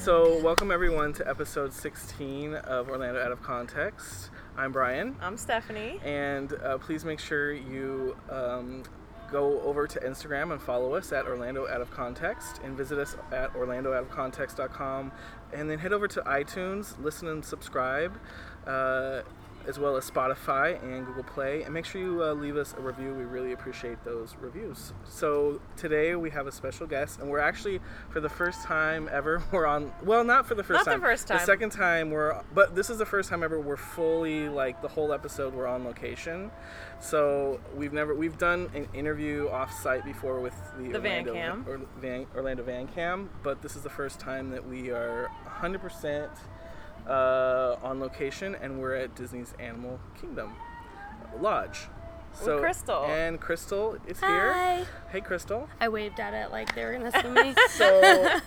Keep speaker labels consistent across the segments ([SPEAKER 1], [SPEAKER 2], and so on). [SPEAKER 1] So, welcome everyone to episode 16 of Orlando Out of Context. I'm Brian,
[SPEAKER 2] I'm Stephanie.
[SPEAKER 1] and uh, please make sure you um, go over to Instagram and follow us at Orlando Out of Context and visit us at orlandooutofcontext.com. And then head over to iTunes, listen and subscribe, uh, as well as Spotify and Google Play. And make sure you uh, leave us a review. We really appreciate those reviews. So today we have a special guest, and we're actually, for the first time ever, we're on, well, not for the first
[SPEAKER 2] Not the
[SPEAKER 1] time.
[SPEAKER 2] first time.
[SPEAKER 1] The second time we're, but this is the first time ever we're fully, like, the whole episode we're on location. So we've never, we've done an interview off site before with the,
[SPEAKER 2] The van
[SPEAKER 1] Orlando,
[SPEAKER 2] cam.
[SPEAKER 1] Or, van, Orlando Van Cam, but this is the first time that we are 100% uh, on location, and we're at Disney's Animal Kingdom Lodge.
[SPEAKER 2] Crystal.
[SPEAKER 1] And Crystal is here.
[SPEAKER 3] Hi.
[SPEAKER 1] Hey, Crystal.
[SPEAKER 3] I waved at it like they were gonna sue me.
[SPEAKER 1] So,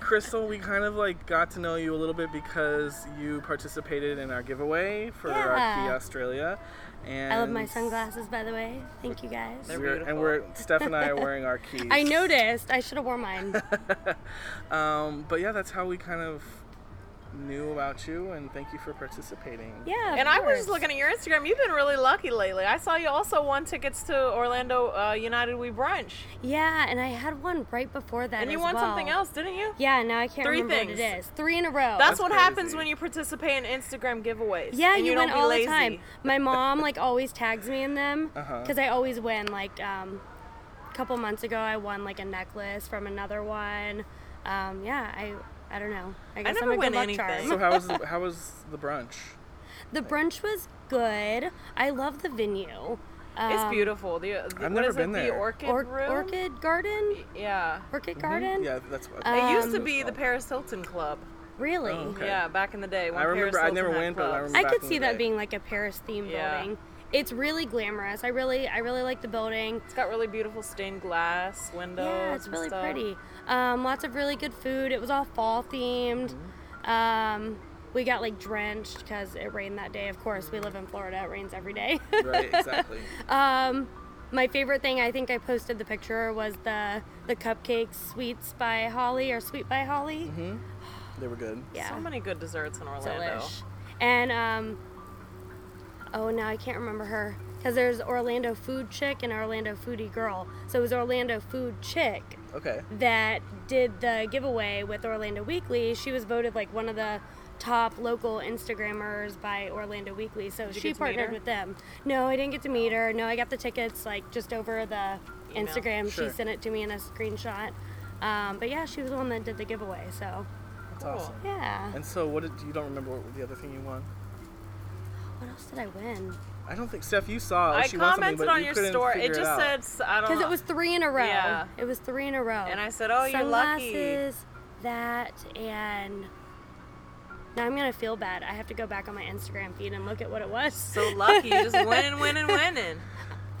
[SPEAKER 1] Crystal, we kind of like got to know you a little bit because you participated in our giveaway for our
[SPEAKER 3] Yeah.
[SPEAKER 1] Key Australia. And
[SPEAKER 3] I love my sunglasses, by the way. Thank you guys.
[SPEAKER 2] They're-
[SPEAKER 1] We're, and
[SPEAKER 2] Beautiful.
[SPEAKER 1] we're Steph and I are wearing our keys.
[SPEAKER 3] I noticed. I should have worn mine.
[SPEAKER 1] Um, but yeah, that's how we kind of knew about you, and thank you for participating.
[SPEAKER 3] Yeah. of
[SPEAKER 2] And I was
[SPEAKER 3] course.
[SPEAKER 2] just looking at your Instagram. You've been really lucky lately. I saw you also won tickets to Orlando uh, United We Brunch,
[SPEAKER 3] Yeah, and I had one right before that.
[SPEAKER 2] and you
[SPEAKER 3] as
[SPEAKER 2] won
[SPEAKER 3] well.
[SPEAKER 2] something else, didn't you?
[SPEAKER 3] Yeah. Now I can't
[SPEAKER 2] Three
[SPEAKER 3] remember what it
[SPEAKER 2] things.
[SPEAKER 3] is. Three in a row.
[SPEAKER 2] That's, what
[SPEAKER 1] crazy.
[SPEAKER 2] happens when you participate in Instagram giveaways.
[SPEAKER 3] yeah,
[SPEAKER 2] and
[SPEAKER 3] you,
[SPEAKER 2] you
[SPEAKER 3] win
[SPEAKER 2] don't be
[SPEAKER 3] all
[SPEAKER 2] lazy.
[SPEAKER 3] the time. My mom like always tags me in them
[SPEAKER 1] Uh-huh.
[SPEAKER 3] because I always win. Like um, a couple months ago, I won like a necklace from another one. Um, yeah, I I don't know. I guess
[SPEAKER 2] never
[SPEAKER 3] am a
[SPEAKER 2] win
[SPEAKER 3] good luck
[SPEAKER 2] anything.
[SPEAKER 3] charm.
[SPEAKER 1] So how was the, how was the brunch?
[SPEAKER 3] The brunch was good. I love the venue.
[SPEAKER 2] It's
[SPEAKER 3] Um,
[SPEAKER 2] beautiful. The, the,
[SPEAKER 1] I've
[SPEAKER 2] what
[SPEAKER 1] never
[SPEAKER 2] is
[SPEAKER 1] been
[SPEAKER 2] it, The
[SPEAKER 1] there.
[SPEAKER 2] Orchid
[SPEAKER 3] Or-
[SPEAKER 2] Room. Mm-hmm.
[SPEAKER 3] Orchid Garden?
[SPEAKER 2] Yeah.
[SPEAKER 3] Orchid Garden?
[SPEAKER 1] Yeah, that's what.
[SPEAKER 3] Uh,
[SPEAKER 2] It used to
[SPEAKER 3] Um,
[SPEAKER 2] be the Paris Hilton Club.
[SPEAKER 3] Really?
[SPEAKER 1] Oh, okay.
[SPEAKER 2] Yeah, back in the day. When
[SPEAKER 1] I remember-
[SPEAKER 2] Paris
[SPEAKER 1] I never
[SPEAKER 2] Hilton
[SPEAKER 1] went,
[SPEAKER 2] had
[SPEAKER 1] but I
[SPEAKER 2] clubs.
[SPEAKER 1] remember-
[SPEAKER 3] I
[SPEAKER 1] Back
[SPEAKER 3] could
[SPEAKER 1] in
[SPEAKER 3] see
[SPEAKER 1] the day.
[SPEAKER 3] that being like a Paris themed
[SPEAKER 2] Yeah.
[SPEAKER 3] building. It's really glamorous. I really I really like the building.
[SPEAKER 2] It's got really beautiful stained glass windows.
[SPEAKER 3] yeah, it's
[SPEAKER 2] and
[SPEAKER 3] really
[SPEAKER 2] stuff.
[SPEAKER 3] pretty. Um, lots of really good food. It was all fall themed.
[SPEAKER 1] Mm-hmm.
[SPEAKER 3] Um, we got like drenched because it rained that day. Of course, we live in Florida. It rains every day.
[SPEAKER 1] right, exactly.
[SPEAKER 3] Um, my favorite thing I think I posted the picture was the the cupcake sweets by Holly or sweet by Holly.
[SPEAKER 1] They were good.
[SPEAKER 3] Yeah,
[SPEAKER 2] So many good desserts in Orlando.
[SPEAKER 3] delish. And um, oh, now I can't remember her because there's Orlando food chick and Orlando foodie girl. So it was Orlando food chick
[SPEAKER 1] Okay.
[SPEAKER 3] that did the giveaway with Orlando Weekly. She was voted like one of the top local Instagrammers by Orlando Weekly. So
[SPEAKER 2] you
[SPEAKER 3] she
[SPEAKER 2] get to meet
[SPEAKER 3] partnered
[SPEAKER 2] her?
[SPEAKER 3] with them. No, I didn't get to meet her. No, I got the tickets like just over the
[SPEAKER 2] Email.
[SPEAKER 3] Instagram.
[SPEAKER 1] Sure.
[SPEAKER 3] She sent it to me in a screenshot. Um, but yeah, she was the one that did the giveaway. So
[SPEAKER 1] That's
[SPEAKER 2] Cool.
[SPEAKER 1] awesome.
[SPEAKER 3] yeah.
[SPEAKER 1] And so, what did you don't remember what the other thing you won?
[SPEAKER 3] What else did I win?
[SPEAKER 1] I don't think Steph, you saw.
[SPEAKER 2] I
[SPEAKER 1] Oh, she won something,
[SPEAKER 2] commented
[SPEAKER 1] but
[SPEAKER 2] on
[SPEAKER 1] you
[SPEAKER 2] your
[SPEAKER 1] couldn't
[SPEAKER 2] story. It
[SPEAKER 1] figure
[SPEAKER 2] just
[SPEAKER 1] out.
[SPEAKER 2] said s- I don't
[SPEAKER 3] Because
[SPEAKER 2] know.
[SPEAKER 3] it was three in a row.
[SPEAKER 2] Uh-huh. Yeah.
[SPEAKER 3] It was three in a row.
[SPEAKER 2] And I said, "Oh, you're lucky."
[SPEAKER 3] Sunglasses, that, and now I'm gonna feel bad. I have to go back on my Instagram feed and look at what it was.
[SPEAKER 2] so lucky, just winning, winning, winning.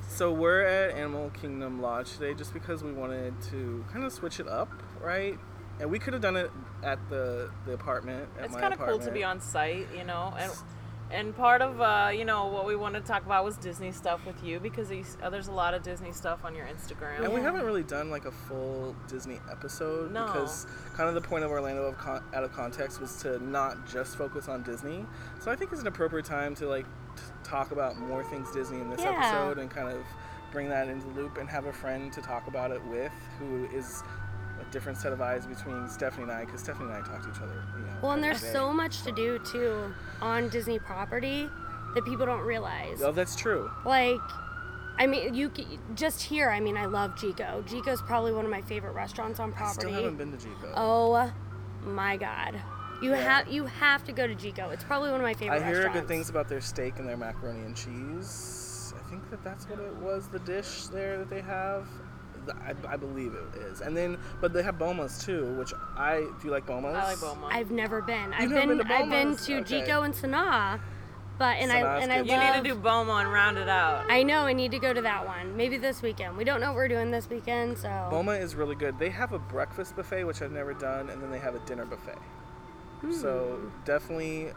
[SPEAKER 1] So we're at Animal Kingdom Lodge today, just because we wanted to kind of switch it up, right? And we could have done it at the the apartment. At
[SPEAKER 2] It's
[SPEAKER 1] my
[SPEAKER 2] kind of cool to
[SPEAKER 1] apartment.
[SPEAKER 2] be on site, you know. And and part of uh, you know what we wanted to talk about was Disney stuff with you because you, s- uh, there's a lot of Disney stuff on your Instagram.
[SPEAKER 1] And we
[SPEAKER 3] Yeah.
[SPEAKER 1] haven't really done like a full Disney episode
[SPEAKER 2] No.
[SPEAKER 1] because kind of the point of Orlando of con- out of context was to not just focus on Disney. So I think it's an appropriate time to like t- talk about more things Disney in this
[SPEAKER 3] Yeah.
[SPEAKER 1] episode and kind of bring that into the loop and have a friend to talk about it with who is a different set of eyes between Stephanie and I because Stephanie and I talk to each other. You know,
[SPEAKER 3] well, and
[SPEAKER 1] every
[SPEAKER 3] there's
[SPEAKER 1] day.
[SPEAKER 3] so much to do too on Disney property that people don't realize.
[SPEAKER 1] Oh, that's true.
[SPEAKER 3] Like, I mean, you c- just here. I mean, I love Jico. Jico's probably one of my favorite restaurants on
[SPEAKER 1] I
[SPEAKER 3] property.
[SPEAKER 1] still haven't been to Jico.
[SPEAKER 3] oh my God. You
[SPEAKER 1] Yeah.
[SPEAKER 3] have you have to go to Jico. It's probably one of my favorite.
[SPEAKER 1] I hear good
[SPEAKER 3] restaurants.
[SPEAKER 1] things about their steak and their macaroni and cheese. I think that that's what it was, the dish there that they have. I, I believe it is. And then, but they have bomas too, which I do you like bomas?
[SPEAKER 2] I like Beaumont.
[SPEAKER 3] I've never been. I've
[SPEAKER 1] never
[SPEAKER 3] been,
[SPEAKER 1] been to
[SPEAKER 3] I've been
[SPEAKER 1] Beaumont's?
[SPEAKER 3] to
[SPEAKER 1] Okay.
[SPEAKER 3] Jico and Sanaa, But and I
[SPEAKER 1] Sounds
[SPEAKER 3] and I
[SPEAKER 1] good.
[SPEAKER 2] You
[SPEAKER 3] love.
[SPEAKER 2] need to do Boma and round it out.
[SPEAKER 3] I know I need to go to that one. Maybe this weekend. We don't know what we're doing this weekend, so
[SPEAKER 1] Boma is really good. They have a breakfast buffet, which I've never done, and then they have a dinner buffet. So definitely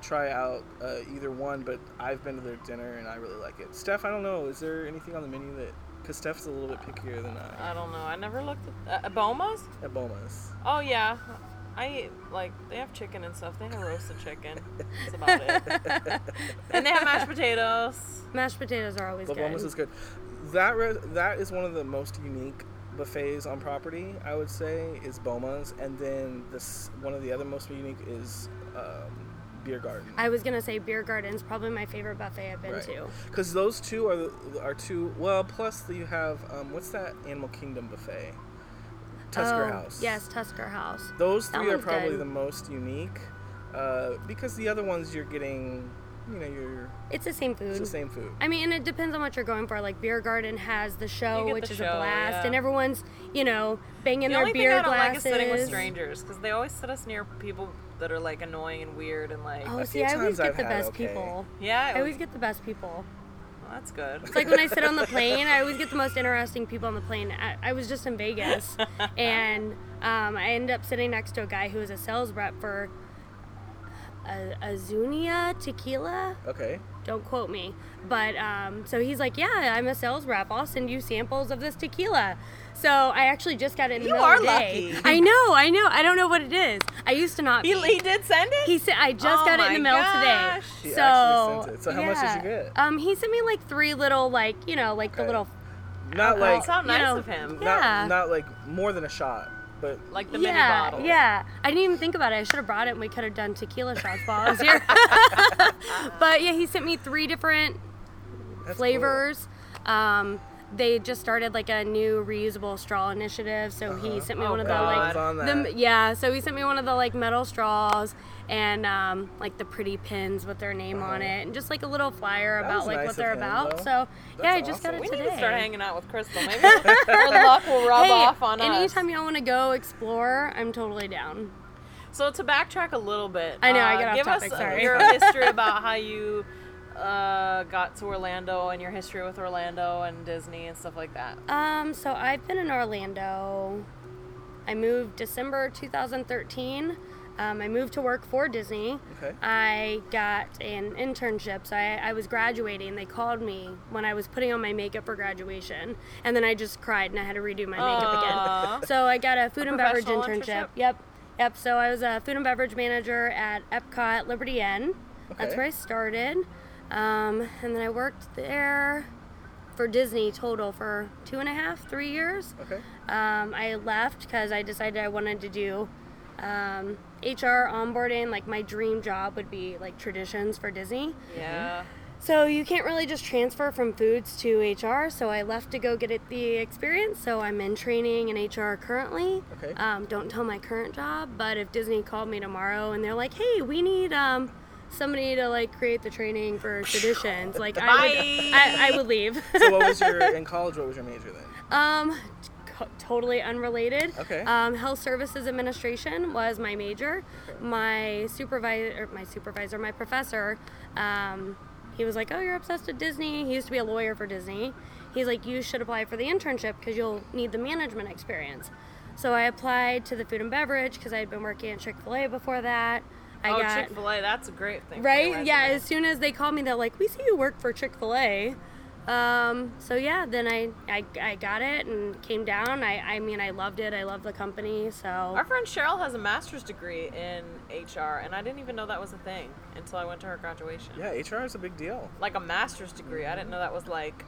[SPEAKER 1] try out uh, either one, but I've been to their dinner and I really like it. Steph, I don't know, is there anything on the menu that. Because Steph's a little bit pickier than I
[SPEAKER 2] I don't know. I never looked at uh, Boma's.
[SPEAKER 1] at Boma's.
[SPEAKER 2] Oh yeah, I eat, like they have chicken and stuff. They have roasted chicken. That's about it. and they have mashed potatoes.
[SPEAKER 3] mashed potatoes are always
[SPEAKER 1] But
[SPEAKER 3] good.
[SPEAKER 1] Boma's is good. That, re- that is one of the most unique buffets on property, I would say, is Boma's. And then this one of the other most unique is um, Beer Garden.
[SPEAKER 3] I was gonna say beer garden's probably my favorite buffet I've been to.
[SPEAKER 1] Because those two are the, are two. Well, plus you have um, what's that Animal Kingdom buffet? Tusker
[SPEAKER 3] Oh,
[SPEAKER 1] House.
[SPEAKER 3] Yes, Tusker House.
[SPEAKER 1] Those
[SPEAKER 3] that
[SPEAKER 1] three are
[SPEAKER 3] one's
[SPEAKER 1] probably
[SPEAKER 3] good.
[SPEAKER 1] the most unique, uh, because the other ones you're getting, you know, you're
[SPEAKER 3] It's the same
[SPEAKER 1] it's
[SPEAKER 3] food.
[SPEAKER 1] the same food.
[SPEAKER 3] I mean, and it depends on what you're going for. Like beer garden has the
[SPEAKER 2] You
[SPEAKER 3] show,
[SPEAKER 2] get
[SPEAKER 3] which
[SPEAKER 2] the
[SPEAKER 3] is
[SPEAKER 2] show,
[SPEAKER 3] a blast,
[SPEAKER 2] yeah.
[SPEAKER 3] and everyone's you know banging
[SPEAKER 2] the
[SPEAKER 3] their
[SPEAKER 2] only
[SPEAKER 3] beer
[SPEAKER 2] thing I don't
[SPEAKER 3] glasses.
[SPEAKER 2] like is sitting with strangers because they always sit us near people that are like annoying and weird and like.
[SPEAKER 3] Oh,
[SPEAKER 1] A
[SPEAKER 3] see,
[SPEAKER 1] few
[SPEAKER 3] I always
[SPEAKER 1] times
[SPEAKER 3] get
[SPEAKER 1] I've
[SPEAKER 3] the
[SPEAKER 1] had
[SPEAKER 3] best
[SPEAKER 1] okay.
[SPEAKER 3] people.
[SPEAKER 2] Yeah,
[SPEAKER 3] I always get the best people.
[SPEAKER 2] well, that's good.
[SPEAKER 3] It's like when I sit on the plane, I always get the most interesting people on the plane. I, I was just in Vegas, and um, I ended up sitting next to a guy who was a sales rep for a, Azunia Tequila.
[SPEAKER 1] Okay.
[SPEAKER 3] Don't quote me, but um, so he's like, "Yeah, I'm a sales rep. I'll send you samples of this tequila." So I actually just got it. In the
[SPEAKER 2] You
[SPEAKER 3] middle of the
[SPEAKER 2] are
[SPEAKER 3] day.
[SPEAKER 2] lucky.
[SPEAKER 3] I know, I know. I don't know what it is. I used to not.
[SPEAKER 2] He,
[SPEAKER 3] be.
[SPEAKER 2] he did send it.
[SPEAKER 3] He said I just
[SPEAKER 2] Oh
[SPEAKER 3] got it in
[SPEAKER 2] my
[SPEAKER 3] the mail
[SPEAKER 2] gosh.
[SPEAKER 3] today.
[SPEAKER 1] He
[SPEAKER 3] so
[SPEAKER 1] actually sent it. So how much did you
[SPEAKER 3] yeah.
[SPEAKER 1] get?
[SPEAKER 3] Um, he sent me like three little like you know like the
[SPEAKER 1] Okay.
[SPEAKER 3] little
[SPEAKER 1] Not like
[SPEAKER 2] That's how
[SPEAKER 3] you
[SPEAKER 2] nice
[SPEAKER 3] know,
[SPEAKER 2] of him.
[SPEAKER 1] not
[SPEAKER 3] yeah.
[SPEAKER 1] not like more than a shot, but
[SPEAKER 2] Like the mini
[SPEAKER 3] yeah
[SPEAKER 2] bottle.
[SPEAKER 3] yeah. I didn't even think about it. I should have brought it and we could have done tequila shots while I was here. but yeah, he sent me three different
[SPEAKER 1] that's cool.
[SPEAKER 3] flavors. Um, they just started like a new reusable straw initiative, so
[SPEAKER 1] Uh-huh.
[SPEAKER 3] he sent me
[SPEAKER 2] Oh,
[SPEAKER 3] one of the
[SPEAKER 2] God.
[SPEAKER 3] like
[SPEAKER 1] Everyone's on
[SPEAKER 3] the,
[SPEAKER 1] that.
[SPEAKER 3] yeah, so he sent me one of the like metal straws and um, like the pretty pins with their name on it, and just like a little flyer
[SPEAKER 1] Uh-huh. That was
[SPEAKER 3] about like
[SPEAKER 1] nice
[SPEAKER 3] what they're
[SPEAKER 1] of him,
[SPEAKER 3] about.
[SPEAKER 1] though.
[SPEAKER 3] So yeah,
[SPEAKER 1] That's
[SPEAKER 3] I just
[SPEAKER 1] awesome.
[SPEAKER 3] got it
[SPEAKER 2] We
[SPEAKER 3] today.
[SPEAKER 2] need to start hanging out with Crystal. Maybe her luck will rub
[SPEAKER 3] Hey,
[SPEAKER 2] off on us.
[SPEAKER 3] anytime y'all want to go explore, I'm totally down.
[SPEAKER 2] So to backtrack a little bit,
[SPEAKER 3] I know, I
[SPEAKER 2] uh,
[SPEAKER 3] got off
[SPEAKER 2] give us
[SPEAKER 3] topic,
[SPEAKER 2] uh,
[SPEAKER 3] sorry.
[SPEAKER 2] your history about how you uh, got to Orlando and your history with Orlando and Disney and stuff like that.
[SPEAKER 3] Um, so I've been in Orlando. I moved December 2013. Um, I moved to work for Disney.
[SPEAKER 1] Okay.
[SPEAKER 3] I got an internship, so I, I was graduating. They called me when I was putting on my makeup for graduation, and then I just cried and I had to redo my makeup
[SPEAKER 2] Aw.
[SPEAKER 3] again. So I got a food and beverage
[SPEAKER 2] professional
[SPEAKER 3] internship.
[SPEAKER 2] internship?
[SPEAKER 3] Yep, yep. So I was a food and beverage manager at Epcot Liberty Inn. That's
[SPEAKER 1] Okay.
[SPEAKER 3] where I started, um, and then I worked there for Disney total for two and a half, three years.
[SPEAKER 1] Okay.
[SPEAKER 3] Um, I left because I decided I wanted to do um, HR onboarding. Like my dream job would be like traditions for Disney.
[SPEAKER 2] Yeah.
[SPEAKER 3] So you can't really just transfer from foods to HR. So I left to go get it, the experience. So I'm in training in HR currently.
[SPEAKER 1] Okay.
[SPEAKER 3] Um, don't tell my current job, but if Disney called me tomorrow and they're like, "Hey, we need um, somebody to like create the training for traditions," like I would,
[SPEAKER 2] Bye.
[SPEAKER 3] I, I would leave.
[SPEAKER 1] So what was your in college? What was your major then?
[SPEAKER 3] Um, co- totally unrelated.
[SPEAKER 1] Okay.
[SPEAKER 3] Um, health services administration was my major. My supervisor, my supervisor, my professor, um, he was like, "Oh, you're obsessed with Disney." He used to be a lawyer for Disney. He's like, "You should apply for the internship because you'll need the management experience." So I applied to the food and beverage because I had been working at Chick Fil A before that. I
[SPEAKER 2] oh,
[SPEAKER 3] got
[SPEAKER 2] Chick Fil A. That's a great thing. for your
[SPEAKER 3] Right? Yeah,
[SPEAKER 2] resume.
[SPEAKER 3] as soon as they called me, they're like, we see you work for Chick fil A. Um, so yeah, then I, I, I got it and came down. I, I mean, I loved it. I love the company. So
[SPEAKER 2] Our friend Cheryl has a master's degree in HR, and I didn't even know that was a thing until I went to her graduation.
[SPEAKER 1] Yeah, HR is a big deal.
[SPEAKER 2] Like a master's degree. I didn't know that was like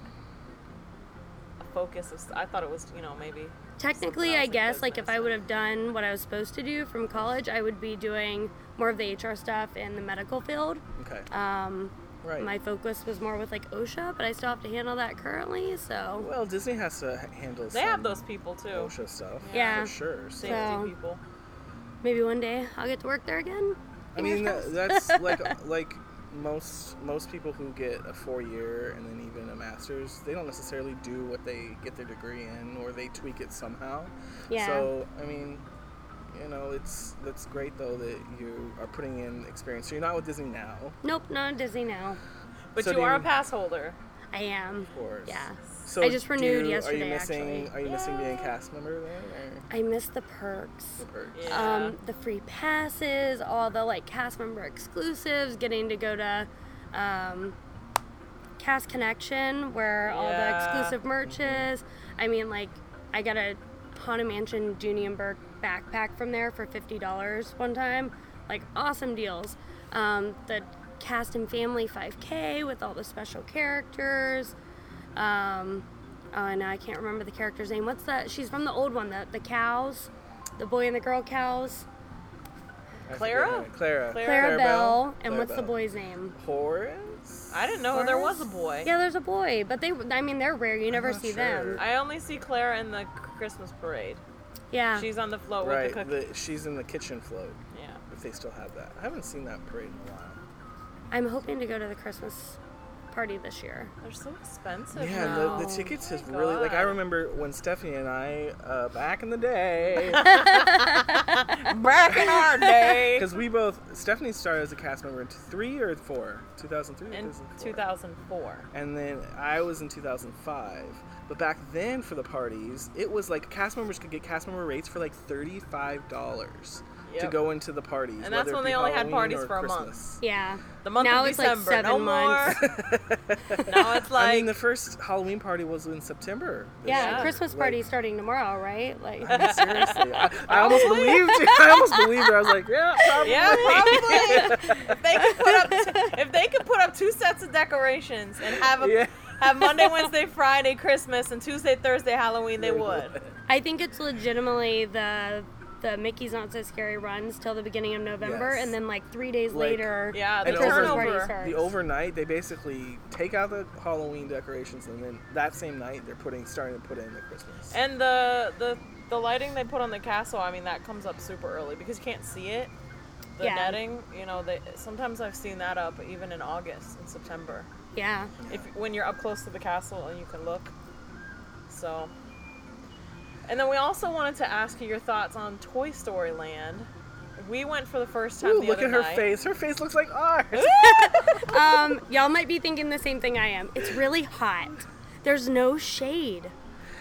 [SPEAKER 2] a focus of. I thought it was, you know, maybe.
[SPEAKER 3] technically,
[SPEAKER 2] something
[SPEAKER 3] I
[SPEAKER 2] else in
[SPEAKER 3] guess like if
[SPEAKER 2] business.
[SPEAKER 3] I would have done what I was supposed to do from college, I would be doing more of the HR stuff in the medical field.
[SPEAKER 1] Okay.
[SPEAKER 3] Um,
[SPEAKER 1] right.
[SPEAKER 3] my focus was more with like OSHA, but I still have to handle that currently. So
[SPEAKER 1] well, Disney has to h- handle.
[SPEAKER 2] They
[SPEAKER 1] some
[SPEAKER 2] have those people too.
[SPEAKER 1] OSHA stuff.
[SPEAKER 3] Yeah.
[SPEAKER 1] For sure. So,
[SPEAKER 2] Safety
[SPEAKER 3] So-
[SPEAKER 2] people.
[SPEAKER 3] maybe one day I'll get to work there again.
[SPEAKER 1] I
[SPEAKER 3] Fingers
[SPEAKER 1] mean, that,
[SPEAKER 3] crossed.
[SPEAKER 1] that's like like most most people who get a four year and then even a master's, they don't necessarily do what they get their degree in, or they tweak it somehow.
[SPEAKER 3] Yeah.
[SPEAKER 1] So I mean, you know, it's that's great though that you are putting in experience. So you're not with Disney now,
[SPEAKER 3] Nope, not at Disney now.
[SPEAKER 2] But
[SPEAKER 1] So
[SPEAKER 2] you
[SPEAKER 1] do
[SPEAKER 2] are
[SPEAKER 1] you-
[SPEAKER 2] a pass holder.
[SPEAKER 3] I am.
[SPEAKER 1] of course.
[SPEAKER 3] Yeah.
[SPEAKER 1] So
[SPEAKER 3] I just
[SPEAKER 1] do
[SPEAKER 3] renewed
[SPEAKER 1] you- Are
[SPEAKER 3] yesterday,
[SPEAKER 1] you missing?
[SPEAKER 3] actually.
[SPEAKER 1] Are you missing being a cast member then?
[SPEAKER 3] I miss the perks.
[SPEAKER 1] Or, or-
[SPEAKER 2] Yeah.
[SPEAKER 3] Um, the free passes, all the like cast member exclusives, getting to go to um, Cast Connection where all the
[SPEAKER 2] Yeah. Mm-hmm.
[SPEAKER 3] exclusive merch is. I mean, like, I got a Haunted Mansion Dunienberg backpack from there for $50 one time. Like, awesome deals. Um, the Cast and Family 5K with all the special characters. Um, oh, and I can't remember the character's name. What's that? She's from the old one, the, the cows, the boy and the girl cows.
[SPEAKER 1] I forget
[SPEAKER 2] Clara?
[SPEAKER 1] her name. Clara.
[SPEAKER 2] Clara
[SPEAKER 3] Clara,
[SPEAKER 1] Clara
[SPEAKER 3] Bell. And
[SPEAKER 1] Clara
[SPEAKER 3] what's the
[SPEAKER 1] Bell.
[SPEAKER 3] boy's name?
[SPEAKER 1] Horace.
[SPEAKER 2] I didn't know Oh, there was a boy.
[SPEAKER 3] Yeah, there's a boy, but they, I mean, they're rare. You never
[SPEAKER 1] not
[SPEAKER 3] see
[SPEAKER 1] sure.
[SPEAKER 3] them.
[SPEAKER 2] I only see Clara in the Christmas parade.
[SPEAKER 3] Yeah.
[SPEAKER 2] She's on the float
[SPEAKER 1] Right.
[SPEAKER 2] with the cookie.
[SPEAKER 1] The, she's in the kitchen float.
[SPEAKER 2] yeah.
[SPEAKER 1] If they still have that, I haven't seen that parade in a while.
[SPEAKER 3] I'm hoping to go to the Christmas party this year.
[SPEAKER 2] They're so expensive.
[SPEAKER 1] Yeah,
[SPEAKER 2] now.
[SPEAKER 1] and the, the
[SPEAKER 3] No.
[SPEAKER 1] tickets
[SPEAKER 2] Oh
[SPEAKER 1] is
[SPEAKER 2] my
[SPEAKER 1] really like I
[SPEAKER 2] God.
[SPEAKER 1] remember when Stephanie and I uh, back in the day
[SPEAKER 2] Back in our day.
[SPEAKER 1] because we both Stephanie started as a cast member in three or four, 2003
[SPEAKER 2] in
[SPEAKER 1] 2004.
[SPEAKER 2] 2004.
[SPEAKER 1] and then I was in 2005. But back then for the parties, it was like cast members could get cast member rates for like thirty-five dollars to
[SPEAKER 2] Yep.
[SPEAKER 1] go into the parties,
[SPEAKER 2] And that's
[SPEAKER 1] whether it
[SPEAKER 2] when
[SPEAKER 1] be
[SPEAKER 2] they only had
[SPEAKER 1] Halloween
[SPEAKER 2] parties
[SPEAKER 1] or
[SPEAKER 2] for a month.
[SPEAKER 1] Christmas.
[SPEAKER 3] Yeah.
[SPEAKER 2] The month
[SPEAKER 3] Now
[SPEAKER 2] of
[SPEAKER 3] it's, like,
[SPEAKER 2] December. no
[SPEAKER 3] seven months.
[SPEAKER 2] more. now it's like
[SPEAKER 1] I mean, the first Halloween party was in September. this
[SPEAKER 3] Yeah,
[SPEAKER 1] year.
[SPEAKER 3] Christmas
[SPEAKER 1] Like,
[SPEAKER 3] party starting tomorrow, right? Like,
[SPEAKER 1] I mean, seriously, I, I almost believed you. I almost believed her. I was like, yeah, probably.
[SPEAKER 2] Yeah, probably. if they could put up, if they could put up two sets of decorations and have a,
[SPEAKER 1] Yeah.
[SPEAKER 2] have Monday, Wednesday, Friday, Christmas, and Tuesday, Thursday, Halloween, they would.
[SPEAKER 3] I think it's legitimately the the Mickey's Not So Scary runs till the beginning of November,
[SPEAKER 1] Yes.
[SPEAKER 3] and then like three days
[SPEAKER 1] Like-
[SPEAKER 3] later,
[SPEAKER 2] Yeah, the
[SPEAKER 1] And
[SPEAKER 3] Christmas
[SPEAKER 1] over-
[SPEAKER 3] party
[SPEAKER 2] turnover.
[SPEAKER 3] starts.
[SPEAKER 1] The overnight, they basically take out the Halloween decorations, and then that same night, they're putting starting to put in the Christmas.
[SPEAKER 2] And the the the lighting they put on the castle, I mean, that comes up super early because you can't see it. The
[SPEAKER 3] Yeah.
[SPEAKER 2] netting, you know, they, sometimes I've seen that up even in August and September.
[SPEAKER 3] yeah,
[SPEAKER 2] if when you're up close to the castle and you can look. So, and then we also wanted to ask you your thoughts on Toy Story Land. We went for the first time.
[SPEAKER 1] Ooh,
[SPEAKER 2] the
[SPEAKER 1] look
[SPEAKER 2] other
[SPEAKER 1] at her
[SPEAKER 2] night.
[SPEAKER 1] face. Her face looks like ours.
[SPEAKER 3] um, y'all might be thinking the same thing I am. It's really hot. There's no shade.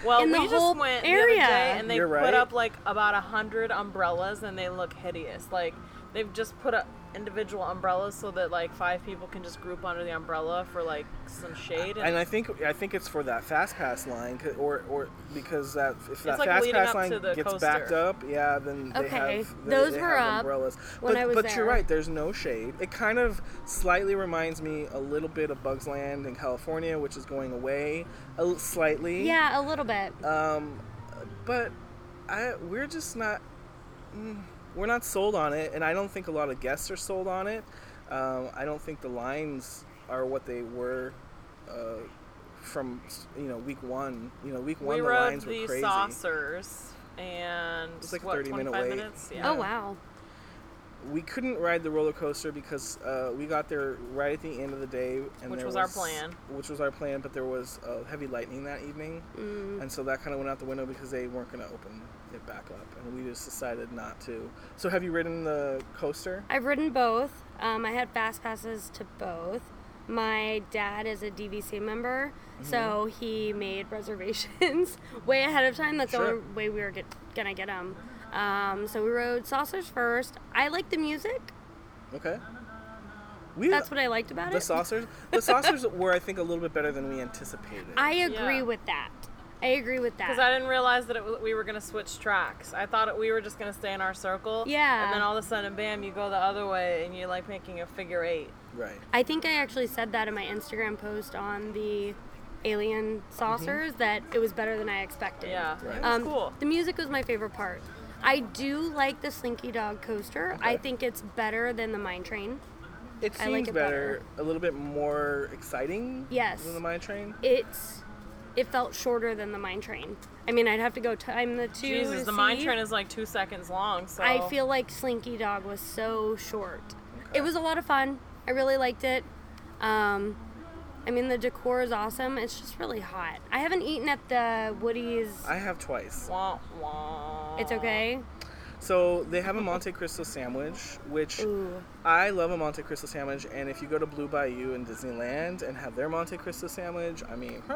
[SPEAKER 2] Well,
[SPEAKER 3] in the
[SPEAKER 2] we
[SPEAKER 3] whole
[SPEAKER 2] just went
[SPEAKER 3] area.
[SPEAKER 2] the other day and they
[SPEAKER 1] You're right.
[SPEAKER 2] put up like about a hundred umbrellas and they look hideous. Like they've just put up individual umbrellas so that like five people can just group under the umbrella for like some shade.
[SPEAKER 1] And I think I think it's for that fast pass line, 'cause- or or because that if that
[SPEAKER 2] like
[SPEAKER 1] fast
[SPEAKER 2] leading
[SPEAKER 1] pass
[SPEAKER 2] up
[SPEAKER 1] line
[SPEAKER 2] to the
[SPEAKER 1] gets
[SPEAKER 2] coaster.
[SPEAKER 1] backed up, yeah, then they
[SPEAKER 3] Okay,
[SPEAKER 1] have they,
[SPEAKER 3] those
[SPEAKER 1] they
[SPEAKER 3] were
[SPEAKER 1] have
[SPEAKER 3] up
[SPEAKER 1] umbrellas.
[SPEAKER 3] when
[SPEAKER 1] but
[SPEAKER 3] I was
[SPEAKER 1] but
[SPEAKER 3] there.
[SPEAKER 1] you're right. There's no shade. It kind of slightly reminds me a little bit of Bugs Land in California, which is going away a l- slightly.
[SPEAKER 3] Yeah, a little bit.
[SPEAKER 1] Um, but I we're just not mm, we're not sold on it, and I don't think a lot of guests are sold on it. Um, I don't think the lines are what they were uh, from you know week one. You know week one
[SPEAKER 2] we
[SPEAKER 1] the
[SPEAKER 2] rode
[SPEAKER 1] lines
[SPEAKER 2] the
[SPEAKER 1] were crazy.
[SPEAKER 2] saucers and
[SPEAKER 1] It's like a
[SPEAKER 2] what
[SPEAKER 1] 30-minute
[SPEAKER 2] 25
[SPEAKER 1] wait.
[SPEAKER 2] minutes. Yeah.
[SPEAKER 3] Oh wow.
[SPEAKER 1] We couldn't ride the roller coaster because uh, we got there right at the end of the day, and
[SPEAKER 2] Which
[SPEAKER 1] there
[SPEAKER 2] was our plan.
[SPEAKER 1] Which was our plan, but there was uh, heavy lightning that evening,
[SPEAKER 2] Mm.
[SPEAKER 1] and so that kind of went out the window because they weren't going to open it back up, and we just decided not to. So, have you ridden the coaster?
[SPEAKER 3] I've ridden both. Um, I had fast passes to both. My dad is a DVC member,
[SPEAKER 1] Mm-hmm.
[SPEAKER 3] so he made reservations way ahead of time. That's the
[SPEAKER 1] Sure.
[SPEAKER 3] only way we were get, gonna get them. Um, so we rode saucers first. I liked the music.
[SPEAKER 1] Okay. We
[SPEAKER 3] That's what I liked about
[SPEAKER 1] the
[SPEAKER 3] it.
[SPEAKER 1] saucers. The saucers were, I think, a little bit better than we anticipated.
[SPEAKER 3] I agree
[SPEAKER 2] Yeah.
[SPEAKER 3] with that. I agree with that.
[SPEAKER 2] Because I didn't realize that it, w- we were gonna switch tracks. I thought we were just gonna stay in our circle.
[SPEAKER 3] Yeah.
[SPEAKER 2] And then all of a sudden, bam! You go the other way, and you're like making a figure eight.
[SPEAKER 1] right.
[SPEAKER 3] I think I actually said that in my Instagram post on the alien
[SPEAKER 1] Mm-hmm.
[SPEAKER 3] saucers that it was better than I expected.
[SPEAKER 2] Yeah.
[SPEAKER 1] Right.
[SPEAKER 2] It was
[SPEAKER 3] Um,
[SPEAKER 2] cool.
[SPEAKER 3] The music was my favorite part. I do like the Slinky Dog coaster. I
[SPEAKER 1] Okay.
[SPEAKER 3] think it's better than the Mine Train.
[SPEAKER 1] It
[SPEAKER 3] I
[SPEAKER 1] seems
[SPEAKER 3] like it
[SPEAKER 1] better, a little bit more exciting.
[SPEAKER 3] Yes.
[SPEAKER 1] Than the mine train.
[SPEAKER 3] It's it felt shorter than the Mine Train. I mean, I'd have to go time the two.
[SPEAKER 2] Jesus,
[SPEAKER 3] to
[SPEAKER 2] the mine
[SPEAKER 3] see.
[SPEAKER 2] train is like two seconds long. So
[SPEAKER 3] I feel like Slinky Dog was so short. It was a lot of fun. I really liked it. Um, I mean, the decor is awesome. It's just really hot. I haven't eaten at the Woody's.
[SPEAKER 1] I have twice.
[SPEAKER 2] Wah, wah.
[SPEAKER 3] it's okay.
[SPEAKER 1] So they have a Monte Cristo sandwich, which
[SPEAKER 3] Ooh.
[SPEAKER 1] I love a Monte Cristo sandwich. And if you go to Blue Bayou in Disneyland and have their Monte Cristo sandwich, I mean,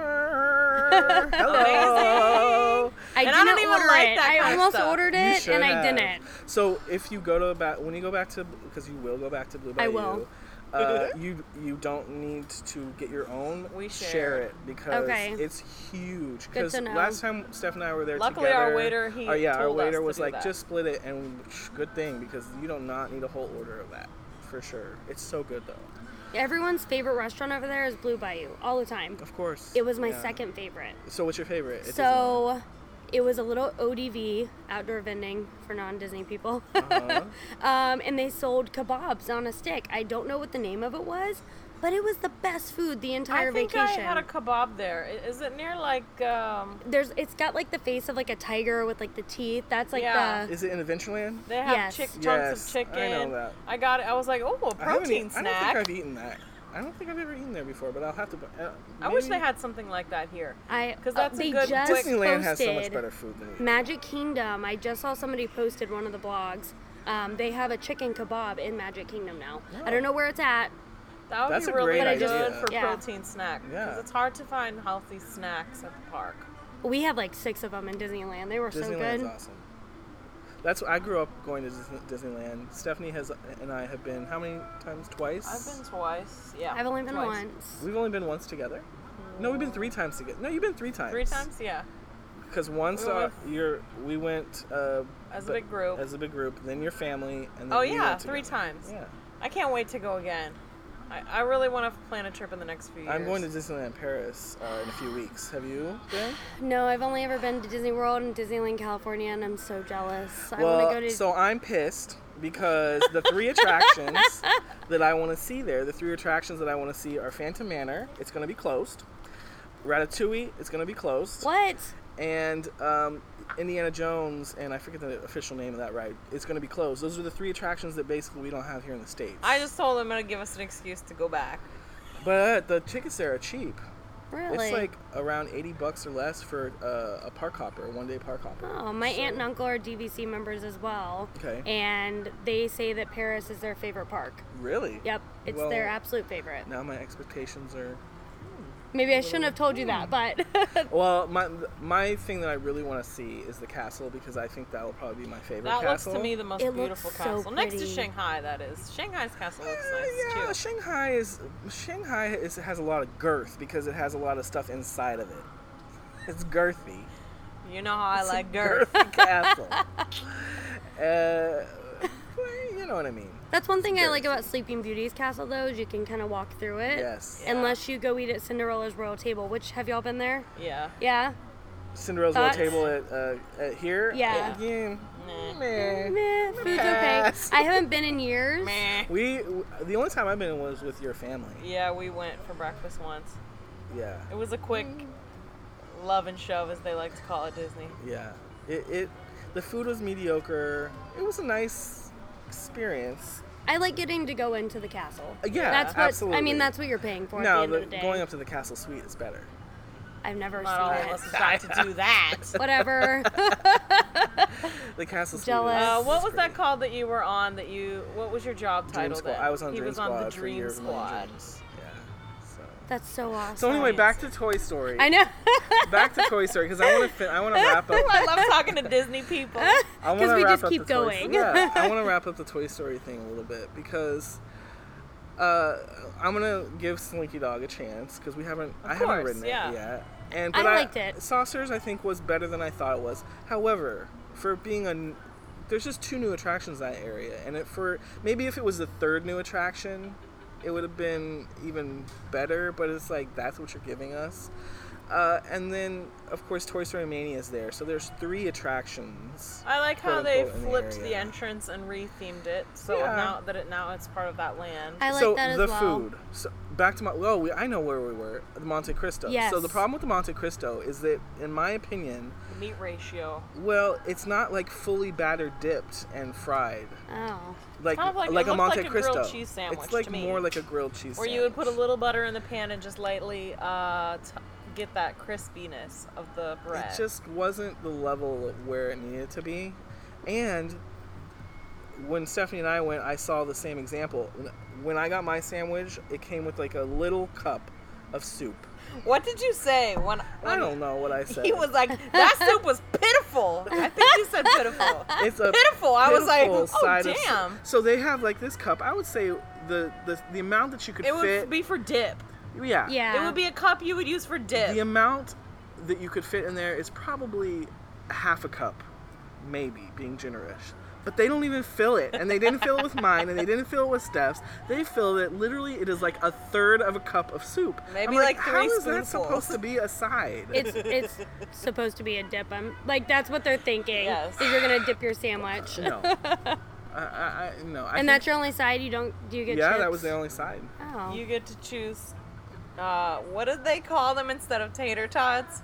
[SPEAKER 1] hello.
[SPEAKER 3] I
[SPEAKER 2] And I
[SPEAKER 3] didn't
[SPEAKER 2] don't even
[SPEAKER 3] order
[SPEAKER 2] like
[SPEAKER 3] it.
[SPEAKER 2] that
[SPEAKER 3] I
[SPEAKER 2] kind of
[SPEAKER 3] almost
[SPEAKER 2] stuff.
[SPEAKER 3] ordered
[SPEAKER 1] You
[SPEAKER 3] it
[SPEAKER 1] should
[SPEAKER 3] and I
[SPEAKER 1] have.
[SPEAKER 3] didn't.
[SPEAKER 1] So if you go to back when you go back to because you will go back to Blue Bayou.
[SPEAKER 3] I will.
[SPEAKER 1] Uh, you you don't need to get your own.
[SPEAKER 2] We share.
[SPEAKER 1] it because
[SPEAKER 3] Okay.
[SPEAKER 1] it's huge.
[SPEAKER 3] Good
[SPEAKER 1] Because
[SPEAKER 3] to know.
[SPEAKER 1] last time Steph and I were there
[SPEAKER 2] Luckily,
[SPEAKER 1] together.
[SPEAKER 2] our waiter, he
[SPEAKER 1] oh, yeah, our
[SPEAKER 2] told us
[SPEAKER 1] waiter
[SPEAKER 2] to
[SPEAKER 1] was
[SPEAKER 2] do
[SPEAKER 1] like,
[SPEAKER 2] that.
[SPEAKER 1] just split it, and psh, good thing because you do not need a whole order of that for sure. It's so good though.
[SPEAKER 3] Everyone's favorite restaurant over there is Blue Bayou all the time.
[SPEAKER 1] Of course.
[SPEAKER 3] It was my
[SPEAKER 1] Yeah.
[SPEAKER 3] second favorite.
[SPEAKER 1] So what's your favorite? It
[SPEAKER 3] so it was a little ODV, outdoor vending for non Disney people.
[SPEAKER 1] doesn't- uh-huh.
[SPEAKER 3] um, and they sold kebabs on a stick. I don't know what the name of it was, but it was the best food the entire
[SPEAKER 2] I think
[SPEAKER 3] vacation.
[SPEAKER 2] I had a kebab there. I- Is it near like um?
[SPEAKER 3] There's it's got like the face of like a tiger with like the teeth. That's like
[SPEAKER 2] Yeah.
[SPEAKER 3] the
[SPEAKER 1] Is it in Adventureland?
[SPEAKER 2] They have
[SPEAKER 3] Yes.
[SPEAKER 2] chick chunks
[SPEAKER 1] Yes,
[SPEAKER 2] of
[SPEAKER 1] I
[SPEAKER 2] chicken.
[SPEAKER 1] know that.
[SPEAKER 2] I got it. I was like, oh, a
[SPEAKER 1] I haven't
[SPEAKER 2] protein
[SPEAKER 1] eat-
[SPEAKER 2] snack.
[SPEAKER 1] I don't think I've eaten that. I don't think I've ever eaten there before, but I'll have to. bu- Uh,
[SPEAKER 2] I wish
[SPEAKER 1] maybe-
[SPEAKER 2] they had something like that here.
[SPEAKER 3] I uh,
[SPEAKER 2] 'Cause that's a
[SPEAKER 3] they
[SPEAKER 2] good
[SPEAKER 3] just
[SPEAKER 2] quick-
[SPEAKER 1] Disneyland has so much
[SPEAKER 3] posted
[SPEAKER 1] better food than we do.
[SPEAKER 3] Magic Kingdom. I just saw somebody posted one of the blogs. Um, they have a chicken kebab in Magic Kingdom now. I don't know where it's at.
[SPEAKER 2] That would
[SPEAKER 1] That's
[SPEAKER 2] be
[SPEAKER 1] a
[SPEAKER 2] really
[SPEAKER 1] great
[SPEAKER 2] good
[SPEAKER 1] idea.
[SPEAKER 2] for
[SPEAKER 3] Yeah.
[SPEAKER 2] protein snack. Because
[SPEAKER 1] Yeah.
[SPEAKER 2] it's hard to find healthy snacks at the park.
[SPEAKER 3] We had like six of them in Disneyland. They were so
[SPEAKER 1] Disneyland's
[SPEAKER 3] good.
[SPEAKER 1] awesome. That's I grew up going to Disney- Disneyland. Stephanie has and I have been how many times? Twice.
[SPEAKER 2] I've been twice. Yeah.
[SPEAKER 3] I've only been
[SPEAKER 2] twice.
[SPEAKER 3] once.
[SPEAKER 1] We've only been once together. No, we've been three times together. No, you've been three times.
[SPEAKER 2] Three times? Yeah.
[SPEAKER 1] Because once
[SPEAKER 2] We
[SPEAKER 1] uh,
[SPEAKER 2] went-
[SPEAKER 1] you're, we went uh,
[SPEAKER 2] As a
[SPEAKER 1] but-
[SPEAKER 2] big group.
[SPEAKER 1] As a big group, then your family, and then
[SPEAKER 2] Oh,
[SPEAKER 1] we
[SPEAKER 2] yeah,
[SPEAKER 1] went
[SPEAKER 2] three
[SPEAKER 1] together.
[SPEAKER 2] times.
[SPEAKER 1] Yeah,
[SPEAKER 2] I can't wait to go again. I, I really want to plan a trip in the next few years.
[SPEAKER 1] I'm going to Disneyland Paris uh, in a few weeks. Have you been?
[SPEAKER 3] No, I've only ever been to Disney World and Disneyland California, and I'm so jealous. I
[SPEAKER 1] well,
[SPEAKER 3] want to go to.
[SPEAKER 1] so I'm pissed because the three attractions that I want to see there, the three attractions that I want to see are Phantom Manor. It's going to be closed. Ratatouille. It's going to be closed.
[SPEAKER 3] what?
[SPEAKER 1] And um, Indiana Jones, and I forget the official name of that ride. It's going to be closed. Those are the three attractions that basically we don't have here in the states.
[SPEAKER 2] I just told them I'm going to give us an excuse to go back.
[SPEAKER 1] But the tickets there are cheap.
[SPEAKER 3] Really?
[SPEAKER 1] It's like around 80 bucks or less for uh, a park hopper, a one-day park hopper.
[SPEAKER 3] Oh, my aunt and uncle are DVC members as well.
[SPEAKER 1] Okay.
[SPEAKER 3] And they say that Paris is their favorite park.
[SPEAKER 1] Really?
[SPEAKER 3] Yep, it's
[SPEAKER 1] Well,
[SPEAKER 3] their absolute favorite.
[SPEAKER 1] Now my expectations are
[SPEAKER 3] Maybe I shouldn't have told you that, but
[SPEAKER 1] Well, my my thing that I really want to see is the castle because I think that'll probably be my favorite
[SPEAKER 2] That looks
[SPEAKER 1] castle.
[SPEAKER 2] to me the most
[SPEAKER 3] It looks
[SPEAKER 2] beautiful
[SPEAKER 3] so
[SPEAKER 2] castle. Next to
[SPEAKER 3] pretty.
[SPEAKER 2] Shanghai, that is. Shanghai's castle looks
[SPEAKER 1] Uh,
[SPEAKER 2] nice
[SPEAKER 1] yeah,
[SPEAKER 2] too.
[SPEAKER 1] Shanghai is Shanghai is, has a lot of girth because it has a lot of stuff inside of it. It's girthy.
[SPEAKER 2] You know how I
[SPEAKER 1] It's a
[SPEAKER 2] like girth.
[SPEAKER 1] girthy castle. Uh, well, you know what I mean.
[SPEAKER 3] that's one thing I
[SPEAKER 1] Very
[SPEAKER 3] like about Sleeping Beauty's castle though, is you can kind of walk through it.
[SPEAKER 1] Yes.
[SPEAKER 2] Yeah.
[SPEAKER 3] Unless you go eat at Cinderella's Royal Table, which have y'all been there?
[SPEAKER 2] Yeah.
[SPEAKER 3] Yeah.
[SPEAKER 1] Cinderella's little
[SPEAKER 3] Thoughts?
[SPEAKER 1] table at, uh, at here.
[SPEAKER 3] Yeah.
[SPEAKER 1] Again,
[SPEAKER 2] Meh.
[SPEAKER 1] meh.
[SPEAKER 3] Meh, food's okay.
[SPEAKER 1] Pass.
[SPEAKER 3] I haven't been in years.
[SPEAKER 2] Meh.
[SPEAKER 1] We the only time I've been was with your family.
[SPEAKER 2] Yeah, we went for breakfast once.
[SPEAKER 1] Yeah.
[SPEAKER 2] It was a quick love and shove, as they like to call it, Disney.
[SPEAKER 1] Yeah. It, it the food was mediocre. It was a nice experience.
[SPEAKER 3] I like getting to go into the castle.
[SPEAKER 1] Uh, yeah,
[SPEAKER 3] that's what I
[SPEAKER 1] absolutely.
[SPEAKER 3] mean. That's what you're paying for.
[SPEAKER 1] Now
[SPEAKER 3] at the end
[SPEAKER 1] the,
[SPEAKER 3] of the day.
[SPEAKER 1] going up to the castle suite is better.
[SPEAKER 3] I've never
[SPEAKER 2] Not all of
[SPEAKER 3] seen it.
[SPEAKER 2] us got to do that.
[SPEAKER 3] Whatever.
[SPEAKER 1] The castle suite.
[SPEAKER 3] Jealous.
[SPEAKER 1] is-
[SPEAKER 2] Uh,
[SPEAKER 1] is
[SPEAKER 2] what was
[SPEAKER 1] great.
[SPEAKER 2] that called that you were on? That you what was your job
[SPEAKER 1] Dream
[SPEAKER 2] title?
[SPEAKER 1] Squad.
[SPEAKER 2] Then?
[SPEAKER 1] I was on
[SPEAKER 2] He
[SPEAKER 1] Dream
[SPEAKER 2] was
[SPEAKER 1] Squad.
[SPEAKER 2] on the
[SPEAKER 1] for
[SPEAKER 2] Dream
[SPEAKER 1] Year of Million
[SPEAKER 2] Squad.
[SPEAKER 1] Dreams. Yeah. So.
[SPEAKER 3] that's so awesome.
[SPEAKER 1] So anyway, back to Toy Story.
[SPEAKER 3] I know.
[SPEAKER 1] Back to Toy Story because I want to. Fin- I want to wrap up.
[SPEAKER 2] I love talking to Disney people.
[SPEAKER 1] I want to
[SPEAKER 3] Because we
[SPEAKER 1] wrap
[SPEAKER 3] just
[SPEAKER 1] up
[SPEAKER 3] keep
[SPEAKER 1] the Toy-
[SPEAKER 3] going.
[SPEAKER 1] yeah, I want to wrap up the Toy Story thing a little bit because uh, I'm gonna give Slinky Dog a chance because we haven't. I haven't
[SPEAKER 2] course,
[SPEAKER 1] written
[SPEAKER 2] yeah.
[SPEAKER 1] it yet. And
[SPEAKER 3] I
[SPEAKER 1] but
[SPEAKER 3] liked it.
[SPEAKER 1] Saucers, I think, was better than I thought it was. However, for being a n- there's just two new attractions in that area, and it for maybe if it was the third new attraction, it would have been even better. But it's like that's what you're giving us. Uh, and then, of course, Toy Story Mania is there, so there's three attractions.
[SPEAKER 2] I like how
[SPEAKER 1] quote,
[SPEAKER 2] they
[SPEAKER 1] unquote, in the
[SPEAKER 2] flipped the,
[SPEAKER 1] area.
[SPEAKER 2] entrance and rethemed it. So
[SPEAKER 1] Yeah.
[SPEAKER 2] now that it now it's part of that land.
[SPEAKER 3] I like
[SPEAKER 1] so
[SPEAKER 3] that as
[SPEAKER 1] the
[SPEAKER 3] well.
[SPEAKER 1] food. So back to my. Oh, we, I know where we were. The Monte Cristo.
[SPEAKER 3] Yes.
[SPEAKER 1] So the problem with the Monte Cristo is that, in my opinion,
[SPEAKER 2] The meat ratio.
[SPEAKER 1] well, it's not like fully batter dipped and fried,
[SPEAKER 3] Oh.
[SPEAKER 1] like
[SPEAKER 2] kind of like- it
[SPEAKER 1] a
[SPEAKER 2] looked
[SPEAKER 1] Monte
[SPEAKER 2] like a grilled
[SPEAKER 1] Cristo.
[SPEAKER 2] cheese sandwich
[SPEAKER 1] it's like
[SPEAKER 2] to me.
[SPEAKER 1] more like a grilled cheese.
[SPEAKER 2] Where
[SPEAKER 1] sandwich.
[SPEAKER 2] you would put a little butter in the pan and just lightly uh, t- get that crispiness of the bread.
[SPEAKER 1] It just wasn't the level of where it needed to be, and when Stephanie and I went, I saw the same example. When I got my sandwich, it came with like a little cup of soup.
[SPEAKER 2] What did you say when, when
[SPEAKER 1] I don't know what I said.
[SPEAKER 2] He was like, "That soup was pitiful." I think you said pitiful.
[SPEAKER 1] it's a
[SPEAKER 2] pitiful. I was like,
[SPEAKER 1] pitiful
[SPEAKER 2] "Oh,
[SPEAKER 1] side of soup."
[SPEAKER 2] damn."
[SPEAKER 1] so they have like this cup. I would say the the, the amount that you could
[SPEAKER 2] It would
[SPEAKER 1] fit.
[SPEAKER 2] be for dip.
[SPEAKER 1] yeah.
[SPEAKER 3] Yeah.
[SPEAKER 2] It would be a cup you would use for dip.
[SPEAKER 1] The amount that you could fit in there is probably half a cup, maybe being generous. But they don't even fill it, and they didn't fill it with mine, and they didn't fill it with Steph's. They filled it literally. It is like a third of a cup of soup.
[SPEAKER 2] Maybe
[SPEAKER 1] I'm
[SPEAKER 2] like three
[SPEAKER 1] how is that
[SPEAKER 2] spoonfuls."
[SPEAKER 1] supposed to be a side?
[SPEAKER 3] It's it's supposed to be a dip. I'm like that's what they're thinking.
[SPEAKER 2] Yes.
[SPEAKER 3] Is you're gonna dip your sandwich,
[SPEAKER 1] no, I, I, I no. I
[SPEAKER 3] and
[SPEAKER 1] think-
[SPEAKER 3] that's your only side. You don't do you get
[SPEAKER 1] yeah,
[SPEAKER 3] chips?
[SPEAKER 1] that was the only side.
[SPEAKER 3] Oh.
[SPEAKER 2] You get to choose. Uh, what did they call them instead of tater tots?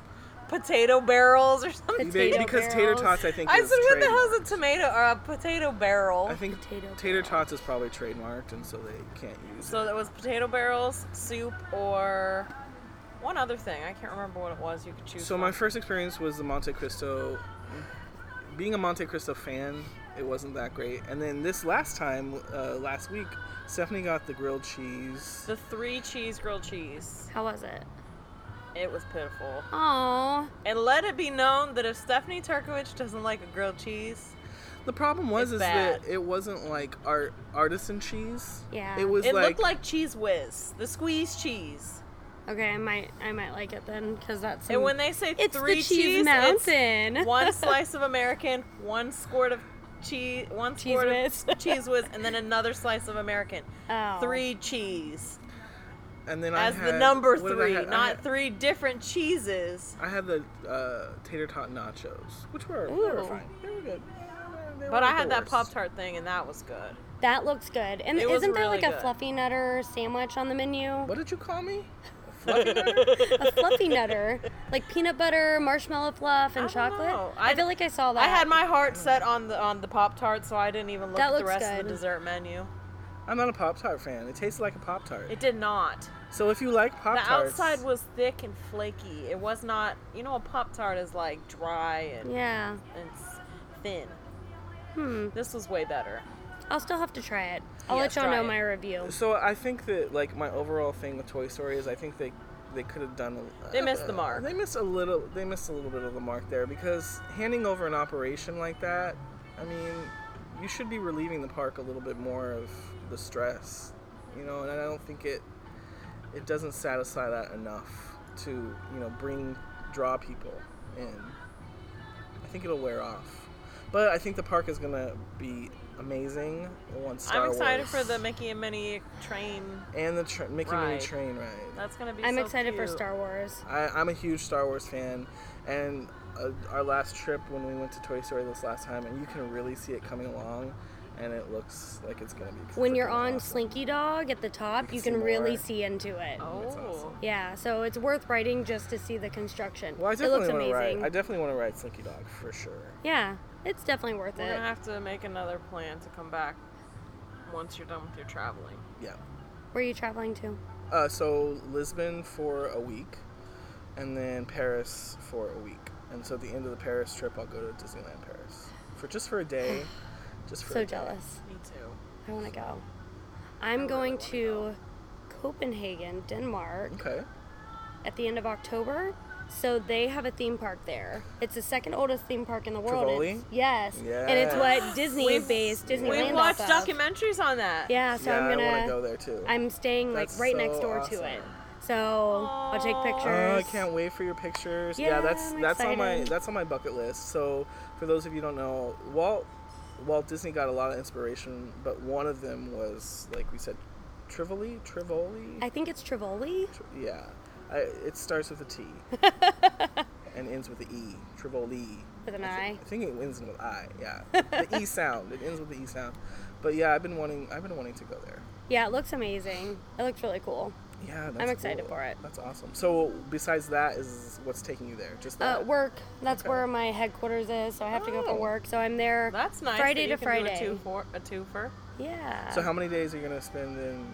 [SPEAKER 2] Potato barrels or something.
[SPEAKER 1] They-
[SPEAKER 3] Potato
[SPEAKER 1] because tater
[SPEAKER 3] barrels.
[SPEAKER 1] tots, I think.
[SPEAKER 2] I
[SPEAKER 1] is
[SPEAKER 2] said, what the
[SPEAKER 1] trademarked.
[SPEAKER 2] hell's a tomato or a potato barrel?
[SPEAKER 1] I think
[SPEAKER 3] Potato
[SPEAKER 1] tater
[SPEAKER 3] barrel.
[SPEAKER 1] tots is probably trademarked, and so they can't use
[SPEAKER 2] So that was potato barrels, soup, or one other thing. I can't remember what it was. You could
[SPEAKER 1] it.
[SPEAKER 2] choose.
[SPEAKER 1] So my
[SPEAKER 2] from.
[SPEAKER 1] first experience was the Monte Cristo. Being a Monte Cristo fan, it wasn't that great. And then this last time, uh, last week, Stephanie got the grilled cheese.
[SPEAKER 2] the three cheese grilled cheese.
[SPEAKER 3] How was it?
[SPEAKER 2] It was pitiful.
[SPEAKER 3] Oh.
[SPEAKER 2] And let it be known that if Stephanie Turkovich doesn't like a grilled cheese,
[SPEAKER 1] The problem was
[SPEAKER 2] It's
[SPEAKER 1] is
[SPEAKER 2] bad.
[SPEAKER 1] that it wasn't like art artisan cheese.
[SPEAKER 3] Yeah.
[SPEAKER 1] It was
[SPEAKER 2] it
[SPEAKER 1] like,
[SPEAKER 2] looked like cheese whiz, the squeeze cheese.
[SPEAKER 3] Okay, I might I might like it then because that's
[SPEAKER 1] Mm.
[SPEAKER 2] And when they say
[SPEAKER 3] it's
[SPEAKER 2] three
[SPEAKER 3] the cheese,
[SPEAKER 2] cheese it's
[SPEAKER 3] mountain.
[SPEAKER 2] one slice of American, one squirt of cheese, one
[SPEAKER 3] Cheese
[SPEAKER 2] squirt
[SPEAKER 3] whiz.
[SPEAKER 2] of cheese whiz, and then another slice of American.
[SPEAKER 3] Oh.
[SPEAKER 2] Three cheese
[SPEAKER 1] and then
[SPEAKER 2] as
[SPEAKER 1] I had,
[SPEAKER 2] the number
[SPEAKER 1] what did I
[SPEAKER 2] three,
[SPEAKER 1] have? I
[SPEAKER 2] not
[SPEAKER 1] had-
[SPEAKER 2] three different cheeses.
[SPEAKER 1] I had the uh, tater tot nachos, which were, they
[SPEAKER 3] Ooh.
[SPEAKER 1] were fine. They were good. They
[SPEAKER 2] But I
[SPEAKER 1] weren't
[SPEAKER 2] had
[SPEAKER 1] the
[SPEAKER 2] that
[SPEAKER 1] worst.
[SPEAKER 2] Pop Tart thing, and that was good.
[SPEAKER 3] That looks good. And
[SPEAKER 2] It was
[SPEAKER 3] isn't there
[SPEAKER 2] really
[SPEAKER 3] like a
[SPEAKER 2] good.
[SPEAKER 3] fluffy nutter sandwich on the menu?
[SPEAKER 1] What did you call me? Fluffy nutter?
[SPEAKER 3] A fluffy nutter, like peanut butter, marshmallow fluff, and
[SPEAKER 2] I don't
[SPEAKER 3] chocolate.
[SPEAKER 2] know.
[SPEAKER 3] I,
[SPEAKER 2] I-
[SPEAKER 3] feel like I saw that.
[SPEAKER 2] I had my
[SPEAKER 1] Mm.
[SPEAKER 2] heart set on the on the Pop Tart, so I didn't even look
[SPEAKER 3] That
[SPEAKER 2] at the
[SPEAKER 3] looks
[SPEAKER 2] rest of
[SPEAKER 3] good.
[SPEAKER 2] the dessert menu.
[SPEAKER 1] I'm not a Pop Tart fan. It tasted like a Pop Tart.
[SPEAKER 2] It did not.
[SPEAKER 1] So if you like Pop
[SPEAKER 2] The
[SPEAKER 1] Tarts,
[SPEAKER 2] outside was thick and flaky. It was not, you know, a Pop Tart is like dry and,
[SPEAKER 3] Yeah.
[SPEAKER 2] and s- thin.
[SPEAKER 3] Hmm.
[SPEAKER 2] This was way better.
[SPEAKER 3] I'll still have to try it. I'll
[SPEAKER 2] Yes,
[SPEAKER 3] let y'all
[SPEAKER 2] try
[SPEAKER 3] know
[SPEAKER 2] it.
[SPEAKER 3] my review.
[SPEAKER 1] so I think that like my overall thing with Toy Story is I think they they could have done. A, uh,
[SPEAKER 2] They missed the mark.
[SPEAKER 1] They missed a little. They missed a little bit of the mark there because handing over an operation like that, I mean, you should be relieving the park a little bit more of the stress, you know. And I don't think it it doesn't satisfy that enough to you know bring draw people in. I think it'll wear off, but I think the park is gonna be amazing once Star
[SPEAKER 2] I'm excited
[SPEAKER 1] Wars
[SPEAKER 2] for the Mickey and Minnie train.
[SPEAKER 1] and the tr Mickey
[SPEAKER 2] ride.
[SPEAKER 1] Mini train ride.
[SPEAKER 2] That's gonna be.
[SPEAKER 3] I'm
[SPEAKER 2] so
[SPEAKER 3] excited for
[SPEAKER 2] cute.
[SPEAKER 3] Star Wars.
[SPEAKER 1] I, I'm a huge Star Wars fan, and uh, our last trip when we went to Toy Story this last time, and you can really see it coming along, and it looks like it's gonna be.
[SPEAKER 3] When you're
[SPEAKER 1] freaking
[SPEAKER 3] on
[SPEAKER 1] awesome.
[SPEAKER 3] Slinky Dog at the top,
[SPEAKER 1] can
[SPEAKER 3] you
[SPEAKER 1] see
[SPEAKER 3] can really
[SPEAKER 1] more.
[SPEAKER 3] see into it.
[SPEAKER 1] That's
[SPEAKER 2] Oh,
[SPEAKER 1] awesome.
[SPEAKER 3] Yeah, so it's worth writing just to see the construction.
[SPEAKER 1] Well, I
[SPEAKER 3] it looks
[SPEAKER 1] definitely want to
[SPEAKER 3] amazing.
[SPEAKER 1] ride. I definitely want to ride Slinky Dog for sure.
[SPEAKER 3] yeah, it's definitely worth
[SPEAKER 2] we're
[SPEAKER 3] it.
[SPEAKER 2] gonna have to make another plan to come back once you're done with your traveling.
[SPEAKER 1] Yeah.
[SPEAKER 3] Where are you traveling to?
[SPEAKER 1] Uh, so Lisbon for a week, and then Paris for a week. And so at the end of the Paris trip, I'll go to Disneyland Paris for just for a day, just for. a
[SPEAKER 3] So
[SPEAKER 1] day.
[SPEAKER 3] jealous.
[SPEAKER 2] Me too.
[SPEAKER 3] I want to go. I'm going to Copenhagen, Denmark
[SPEAKER 1] Okay.
[SPEAKER 3] at the end of October. So they have a theme park there. It's the second oldest theme park in the world.
[SPEAKER 1] Tivoli?
[SPEAKER 3] It's- Yes. And it's what Disney
[SPEAKER 2] We've-
[SPEAKER 3] based Disneyland.
[SPEAKER 2] We've watched
[SPEAKER 3] off of.
[SPEAKER 2] documentaries on that.
[SPEAKER 3] Yeah, Uh, so
[SPEAKER 1] yeah,
[SPEAKER 3] I'm
[SPEAKER 1] I want to go
[SPEAKER 3] gonna
[SPEAKER 1] there too.
[SPEAKER 3] I'm staying like
[SPEAKER 1] That's
[SPEAKER 3] right next
[SPEAKER 1] so
[SPEAKER 3] door to
[SPEAKER 1] awesome.
[SPEAKER 3] it. So I'll take
[SPEAKER 2] Aw.
[SPEAKER 1] Oh,
[SPEAKER 3] pictures.
[SPEAKER 1] I can't wait for your pictures. Yeah,
[SPEAKER 3] Yeah,
[SPEAKER 1] that's
[SPEAKER 3] I'm
[SPEAKER 1] that's on my
[SPEAKER 3] excited.
[SPEAKER 1] that's on my bucket list. So for those of you who don't know, Walt Walt Disney got a lot of inspiration, but one of them was like we said, Trivoli, Trivoli.
[SPEAKER 3] I think it's Trivoli.
[SPEAKER 1] Tri- yeah, I, it starts with a T and ends with an E. Trivoli.
[SPEAKER 3] With an
[SPEAKER 1] I
[SPEAKER 3] I.
[SPEAKER 1] think, I think it ends with I. Yeah, the E sound. It ends with the E sound. But yeah, I've been wanting I've been wanting to go there.
[SPEAKER 3] Yeah, it looks amazing. It looks really cool.
[SPEAKER 1] Yeah, that's
[SPEAKER 3] excited
[SPEAKER 1] cool.
[SPEAKER 3] for it.
[SPEAKER 1] That's awesome. So besides that, is what's taking you there? Just that.
[SPEAKER 3] Uh, work. That's
[SPEAKER 1] Okay.
[SPEAKER 3] where my headquarters is, so I have to go
[SPEAKER 1] Oh.
[SPEAKER 3] for work. So I'm there
[SPEAKER 2] That's nice.
[SPEAKER 3] Friday
[SPEAKER 2] that you
[SPEAKER 3] to
[SPEAKER 2] can do
[SPEAKER 3] Friday.
[SPEAKER 2] a, twofer, a twofer.
[SPEAKER 3] Yeah.
[SPEAKER 1] So how many days are you gonna spend in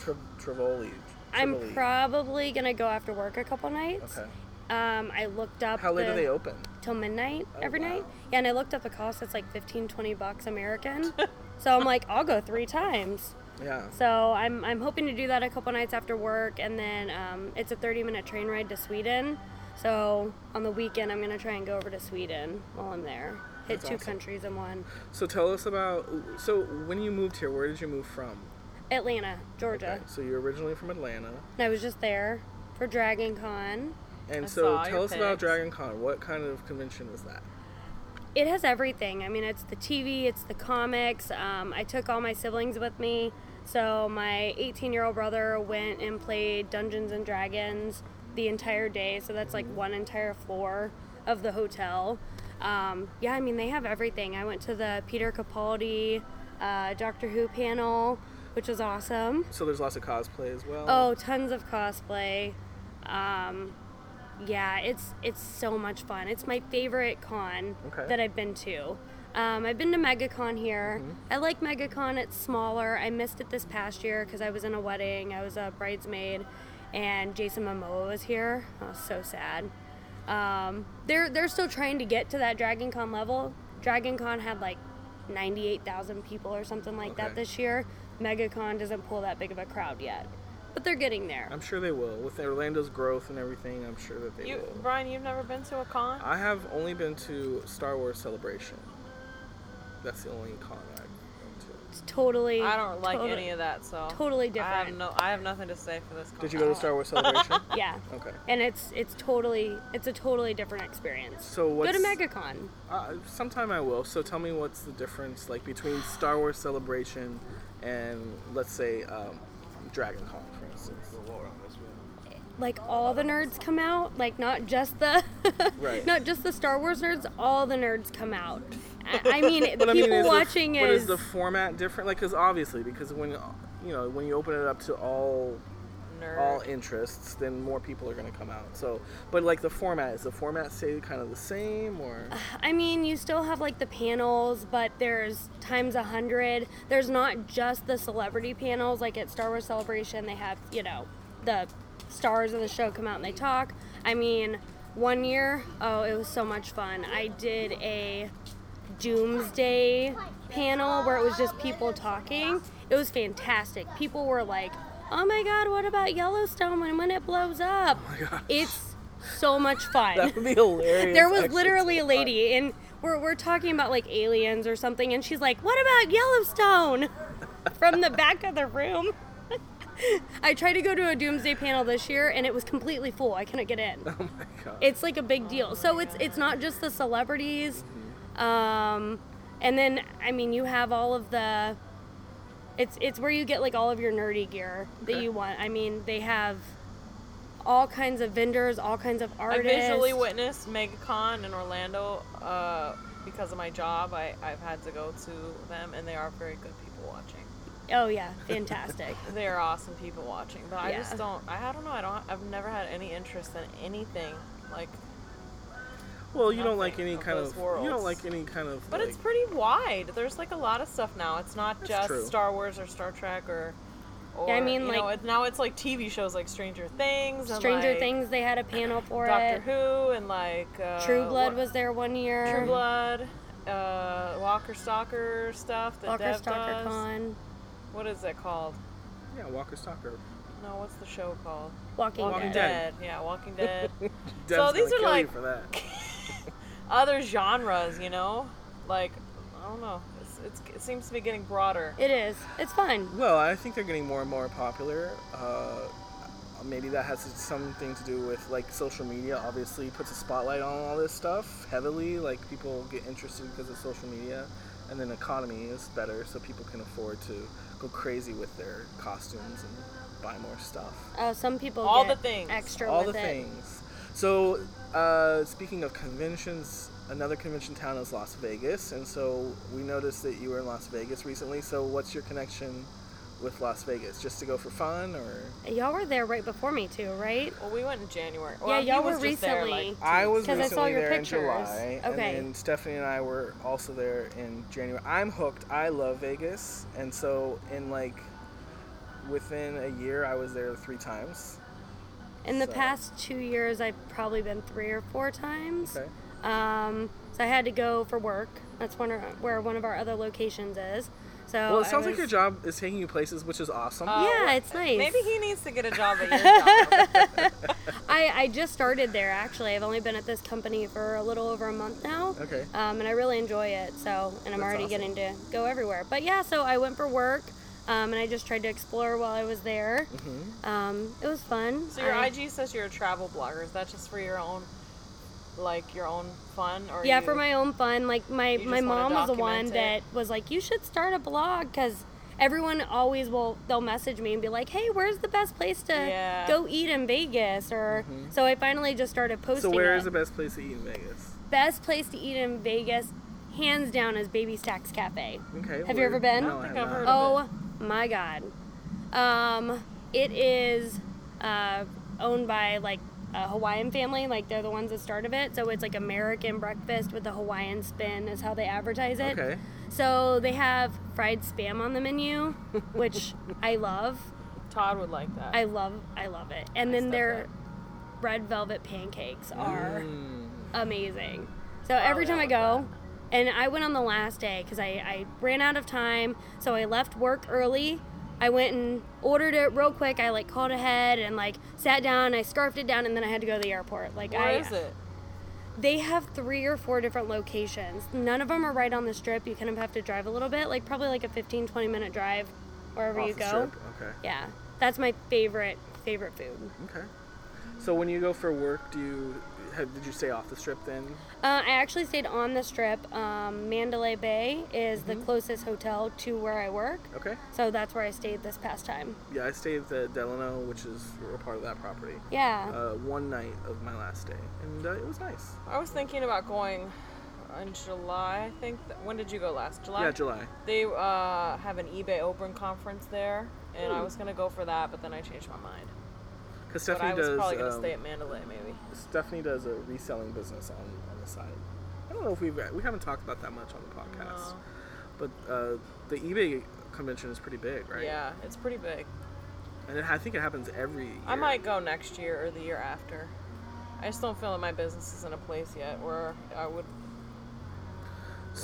[SPEAKER 1] Tri- Tri- Trivoli?
[SPEAKER 3] I'm
[SPEAKER 1] Trivoli?
[SPEAKER 3] probably gonna go after work a couple nights.
[SPEAKER 1] Okay.
[SPEAKER 3] Um, I looked up
[SPEAKER 1] How late
[SPEAKER 3] the-
[SPEAKER 1] do they open?
[SPEAKER 3] till midnight
[SPEAKER 1] Oh,
[SPEAKER 3] every
[SPEAKER 1] wow.
[SPEAKER 3] night. Yeah, and I looked up the cost. It's like 15, 20 bucks American. So I'm like, I'll go three times.
[SPEAKER 1] Yeah.
[SPEAKER 3] So I'm, I'm hoping to do that a couple nights after work, and then um, it's a 30 minute train ride to Sweden. So on the weekend, I'm gonna try and go over to Sweden while I'm there. Hit
[SPEAKER 1] That's
[SPEAKER 3] two
[SPEAKER 1] awesome.
[SPEAKER 3] countries in one.
[SPEAKER 1] So tell us about. So when you moved here, where did you move from?
[SPEAKER 3] Atlanta, Georgia.
[SPEAKER 1] Okay, So you're originally from Atlanta,
[SPEAKER 3] And I was just there for Dragon Con.
[SPEAKER 1] and
[SPEAKER 2] I
[SPEAKER 1] so
[SPEAKER 2] saw
[SPEAKER 1] tell
[SPEAKER 2] your
[SPEAKER 1] us about
[SPEAKER 2] pics.
[SPEAKER 1] Dragon Con. What kind of convention was that?
[SPEAKER 3] It has everything. I mean, it's the TV, it's the comics. Um, I took all my siblings with me. So my 18 year old brother went and played Dungeons and Dragons the entire day. So that's like one entire floor of the hotel. Um, yeah, I mean, they have everything. I went to the Peter Capaldi uh, Doctor Who panel, which was awesome.
[SPEAKER 1] So there's lots of cosplay as well.
[SPEAKER 3] Oh, tons of cosplay. Um, yeah, it's it's so much fun. It's my favorite con
[SPEAKER 1] Okay.
[SPEAKER 3] that I've been to. Um, I've been to MegaCon here.
[SPEAKER 1] Mm-hmm.
[SPEAKER 3] I like MegaCon. It's smaller. I missed it this past year because I was in a wedding. I was a bridesmaid, and Jason Momoa was here. I was so sad. Um, they're they're still trying to get to that Dragon Con level. Dragon Con had like 98,000 people or something like
[SPEAKER 1] Okay.
[SPEAKER 3] that this year. MegaCon doesn't pull that big of a crowd yet, but they're getting there.
[SPEAKER 1] I'm sure they will. With Orlando's growth and everything, I'm sure that they
[SPEAKER 2] You,
[SPEAKER 1] will.
[SPEAKER 2] Brian, you've never been to a con?
[SPEAKER 1] I have only been to Star Wars Celebration. That's the only con I've been
[SPEAKER 3] It's totally.
[SPEAKER 2] I don't like
[SPEAKER 3] totally-
[SPEAKER 2] any of that, so
[SPEAKER 3] Totally
[SPEAKER 2] I have
[SPEAKER 3] different.
[SPEAKER 2] no, I have nothing to say for this. Con.
[SPEAKER 1] to. Did you go to Star Wars Celebration?
[SPEAKER 3] Yeah.
[SPEAKER 1] Okay.
[SPEAKER 3] And it's it's totally it's a totally different experience.
[SPEAKER 1] So
[SPEAKER 3] Go to
[SPEAKER 1] what's-
[SPEAKER 3] MegaCon.
[SPEAKER 1] Uh, sometime I will. So tell me what's the difference like between Star Wars Celebration and let's say um, Dragon Con, for instance.
[SPEAKER 3] Like all the nerds come out. Like not just the
[SPEAKER 1] Right.
[SPEAKER 3] not just the Star Wars nerds. All the nerds come out. I, I mean, the people
[SPEAKER 1] But I mean, is the-
[SPEAKER 3] watching
[SPEAKER 1] but
[SPEAKER 3] is.
[SPEAKER 1] is the format different? Like, because obviously, because when you know when you open it up to all
[SPEAKER 2] Nerd.
[SPEAKER 1] all interests, then more people are going to come out. So, but like the format is the format stay kind of the same or
[SPEAKER 3] I mean, you still have like the panels, but there's times a hundred. There's not just the celebrity panels. Like at Star Wars Celebration, they have you know the stars of the show come out and they talk. I mean, one year, oh, it was so much fun. I did a doomsday panel where it was just people talking. It was fantastic. People were like, "Oh my God, what about Yellowstone when when it blows up?" It's so much fun.
[SPEAKER 1] that would be hilarious.
[SPEAKER 3] There was
[SPEAKER 1] actually,
[SPEAKER 3] literally
[SPEAKER 1] to
[SPEAKER 3] a lady, and we're, we're talking about like aliens or something, and she's like, What about Yellowstone? From the back of the room. I tried to go to a doomsday panel this year, and it was completely full. I couldn't get in.
[SPEAKER 1] watch. Oh my god.
[SPEAKER 3] It's like a big deal. So it's it's not just the celebrities, um, and then I mean you have all of the. It's it's where you get like all of your nerdy gear that
[SPEAKER 1] Okay.
[SPEAKER 3] you want. I mean they have all kinds of vendors, all kinds of
[SPEAKER 2] I
[SPEAKER 3] artists.
[SPEAKER 2] visually witnessed MegaCon in Orlando uh, because of my job. I, I've had to go to them, and they are very good people watching.
[SPEAKER 3] Oh yeah, fantastic.
[SPEAKER 2] They are awesome people watching, but I just
[SPEAKER 3] Yeah.
[SPEAKER 2] don't. I, I don't know. I don't. I've never had any interest in anything like.
[SPEAKER 1] well, you don't like
[SPEAKER 2] nothing
[SPEAKER 1] any
[SPEAKER 2] of
[SPEAKER 1] kind
[SPEAKER 2] those
[SPEAKER 1] of, you don't
[SPEAKER 2] worlds.
[SPEAKER 1] like any kind of.
[SPEAKER 2] But
[SPEAKER 1] like,
[SPEAKER 2] it's pretty wide. There's like a lot of stuff now. It's not
[SPEAKER 1] That's
[SPEAKER 2] just
[SPEAKER 1] true.
[SPEAKER 2] Star Wars or Star Trek or. Or,
[SPEAKER 3] Yeah, I mean,
[SPEAKER 2] you
[SPEAKER 3] like-
[SPEAKER 2] know, it, now it's like TV shows like Stranger Things, and,
[SPEAKER 3] Stranger
[SPEAKER 2] like,
[SPEAKER 3] Things, they had a panel for
[SPEAKER 2] Doctor
[SPEAKER 3] it.
[SPEAKER 2] Who, and like uh,
[SPEAKER 3] True Blood
[SPEAKER 2] what-
[SPEAKER 3] was there one year.
[SPEAKER 2] True Blood, uh, Walker Stalker stuff that
[SPEAKER 3] Walker
[SPEAKER 2] Dev
[SPEAKER 3] Stalker
[SPEAKER 2] does.
[SPEAKER 3] Con,
[SPEAKER 2] What is that called?
[SPEAKER 1] yeah, Walker Stalker.
[SPEAKER 2] No, what's the show called?
[SPEAKER 3] Walking,
[SPEAKER 1] Walking
[SPEAKER 3] Dead.
[SPEAKER 1] Dead.
[SPEAKER 2] Yeah, Walking Dead.
[SPEAKER 1] Dev's
[SPEAKER 2] these
[SPEAKER 1] gonna kill
[SPEAKER 2] are
[SPEAKER 1] you
[SPEAKER 2] like-
[SPEAKER 1] for that.
[SPEAKER 2] Other genres, you know, like I don't know. It's, it's, it seems to be getting broader.
[SPEAKER 3] It is. It's fun.
[SPEAKER 1] Well, I think they're getting more and more popular. Uh, maybe that has something to do with like social media. Obviously, puts a spotlight on all this stuff heavily. Like people get interested because of social media, and then economy is better, so people can afford to go crazy with their costumes and buy more stuff.
[SPEAKER 3] Oh, some people
[SPEAKER 2] All
[SPEAKER 3] get
[SPEAKER 2] the things.
[SPEAKER 3] extra
[SPEAKER 1] All
[SPEAKER 3] with
[SPEAKER 1] the
[SPEAKER 3] it.
[SPEAKER 1] things. So, uh, speaking of conventions, another convention town is Las Vegas, and so we noticed that you were in Las Vegas recently. So, what's your connection with Las Vegas? Just to go for fun, or
[SPEAKER 3] Y'all were there right before me too, right?
[SPEAKER 2] Well, we went in January.
[SPEAKER 3] yeah,
[SPEAKER 2] Well, he
[SPEAKER 3] y'all
[SPEAKER 2] was
[SPEAKER 3] were
[SPEAKER 2] just there,
[SPEAKER 3] recently.
[SPEAKER 2] like,
[SPEAKER 1] I was
[SPEAKER 3] 'Cause I
[SPEAKER 1] recently
[SPEAKER 3] saw your
[SPEAKER 1] there in
[SPEAKER 3] pictures.
[SPEAKER 1] July, and
[SPEAKER 3] Okay.
[SPEAKER 1] then Stephanie and I were also there in January. I'm hooked. I love Vegas, and so in like within a year, I was there three times.
[SPEAKER 3] In the
[SPEAKER 1] So-
[SPEAKER 3] past two years, I've probably been three or four times.
[SPEAKER 1] Okay.
[SPEAKER 3] Um, so I had to go for work. That's one of, where one of our other locations is. So
[SPEAKER 1] Well,
[SPEAKER 3] I
[SPEAKER 1] it sounds like
[SPEAKER 3] was-
[SPEAKER 1] your job is taking you places, which is awesome.
[SPEAKER 2] Oh,
[SPEAKER 3] Yeah,
[SPEAKER 2] well,
[SPEAKER 3] it's nice.
[SPEAKER 2] Maybe he needs to get a job at your job.
[SPEAKER 3] I, I just started there actually. I've only been at this company for a little over a month now.
[SPEAKER 1] Okay.
[SPEAKER 3] Um, and I really enjoy it. So, and I'm
[SPEAKER 1] That's
[SPEAKER 3] already
[SPEAKER 1] awesome.
[SPEAKER 3] getting to go everywhere. But yeah, so I went for work, um, and I just tried to explore while I was there.
[SPEAKER 1] Mm-hmm.
[SPEAKER 3] Um, it was fun.
[SPEAKER 2] So your
[SPEAKER 3] I-
[SPEAKER 2] IG says you're a travel blogger. Is that just for your own, like your own fun, or
[SPEAKER 3] Yeah,
[SPEAKER 2] you-
[SPEAKER 3] for my own fun. Like my
[SPEAKER 2] You just
[SPEAKER 3] my
[SPEAKER 2] wanna
[SPEAKER 3] mom was the one
[SPEAKER 2] document
[SPEAKER 3] that
[SPEAKER 2] it.
[SPEAKER 3] was like, you should start a blog because everyone always will. They'll message me and be like, hey, where's the best place to
[SPEAKER 2] Yeah.
[SPEAKER 3] go eat in Vegas? Or so I finally just started posting.
[SPEAKER 1] Mm-hmm. So where
[SPEAKER 3] it.
[SPEAKER 1] is the best place to eat in Vegas?
[SPEAKER 3] best place to eat in Vegas, hands down, is Baby Stacks Cafe.
[SPEAKER 1] Okay.
[SPEAKER 3] Have you ever been?
[SPEAKER 1] No, I
[SPEAKER 2] I don't think
[SPEAKER 1] have
[SPEAKER 2] I've
[SPEAKER 1] not.
[SPEAKER 2] heard of
[SPEAKER 3] Oh my God. Um, it is uh, owned by like a Hawaiian family. Like they're the ones that started it. So it's like American breakfast with a Hawaiian spin is how they advertise it.
[SPEAKER 1] Okay.
[SPEAKER 3] So they have fried spam on the menu, which I love.
[SPEAKER 2] Todd would like that.
[SPEAKER 3] I love I love it. And then
[SPEAKER 2] stop
[SPEAKER 3] their red velvet pancakes are
[SPEAKER 1] Mm.
[SPEAKER 3] amazing. So every
[SPEAKER 2] yeah,
[SPEAKER 3] time I
[SPEAKER 2] I
[SPEAKER 3] go, and I went on the last day because I, I ran out of time, so I left work early. I went and ordered it real quick. I like called ahead and like sat down. I scarfed it down, and then I had to go to the airport. Like I,
[SPEAKER 2] Where is it?
[SPEAKER 3] they have three or four different locations. None of them are right on the strip. You kind of have to drive a little bit, like probably like a 15, 20 minute drive wherever
[SPEAKER 1] Off
[SPEAKER 3] you
[SPEAKER 1] the
[SPEAKER 3] go.
[SPEAKER 1] strip? Okay.
[SPEAKER 3] Yeah, that's my favorite favorite food.
[SPEAKER 1] Okay. So when you go for work, do you have, did you stay off the strip then?
[SPEAKER 3] Uh, I actually stayed on the strip. Um, Mandalay Bay is
[SPEAKER 2] Mm-hmm.
[SPEAKER 3] the closest hotel to where I work,
[SPEAKER 1] Okay.
[SPEAKER 3] so that's where I stayed this past time.
[SPEAKER 1] Yeah, I stayed at the Delano, which is a part of that property.
[SPEAKER 3] Yeah.
[SPEAKER 1] Uh, one night of my last day, and uh, it was nice.
[SPEAKER 2] I was thinking about going in July. I think. Th- when did you go last? July.
[SPEAKER 1] Yeah, July.
[SPEAKER 2] They uh, have an eBay Open conference there, and I was gonna go for that, but then I changed my mind.
[SPEAKER 1] Because
[SPEAKER 2] But I
[SPEAKER 1] Stephanie
[SPEAKER 2] was
[SPEAKER 1] does.
[SPEAKER 2] probably gonna
[SPEAKER 1] um,
[SPEAKER 2] stay at Mandalay maybe.
[SPEAKER 1] Stephanie does a reselling business on, on the side. I don't know if we've we haven't talked about that much on the podcast,
[SPEAKER 2] No.
[SPEAKER 1] but uh, the eBay convention is pretty big, right?
[SPEAKER 2] Yeah, it's pretty big.
[SPEAKER 1] And it, I think it happens every. Year.
[SPEAKER 2] I might go next year or the year after. I just don't feel that my business is in a place yet where I would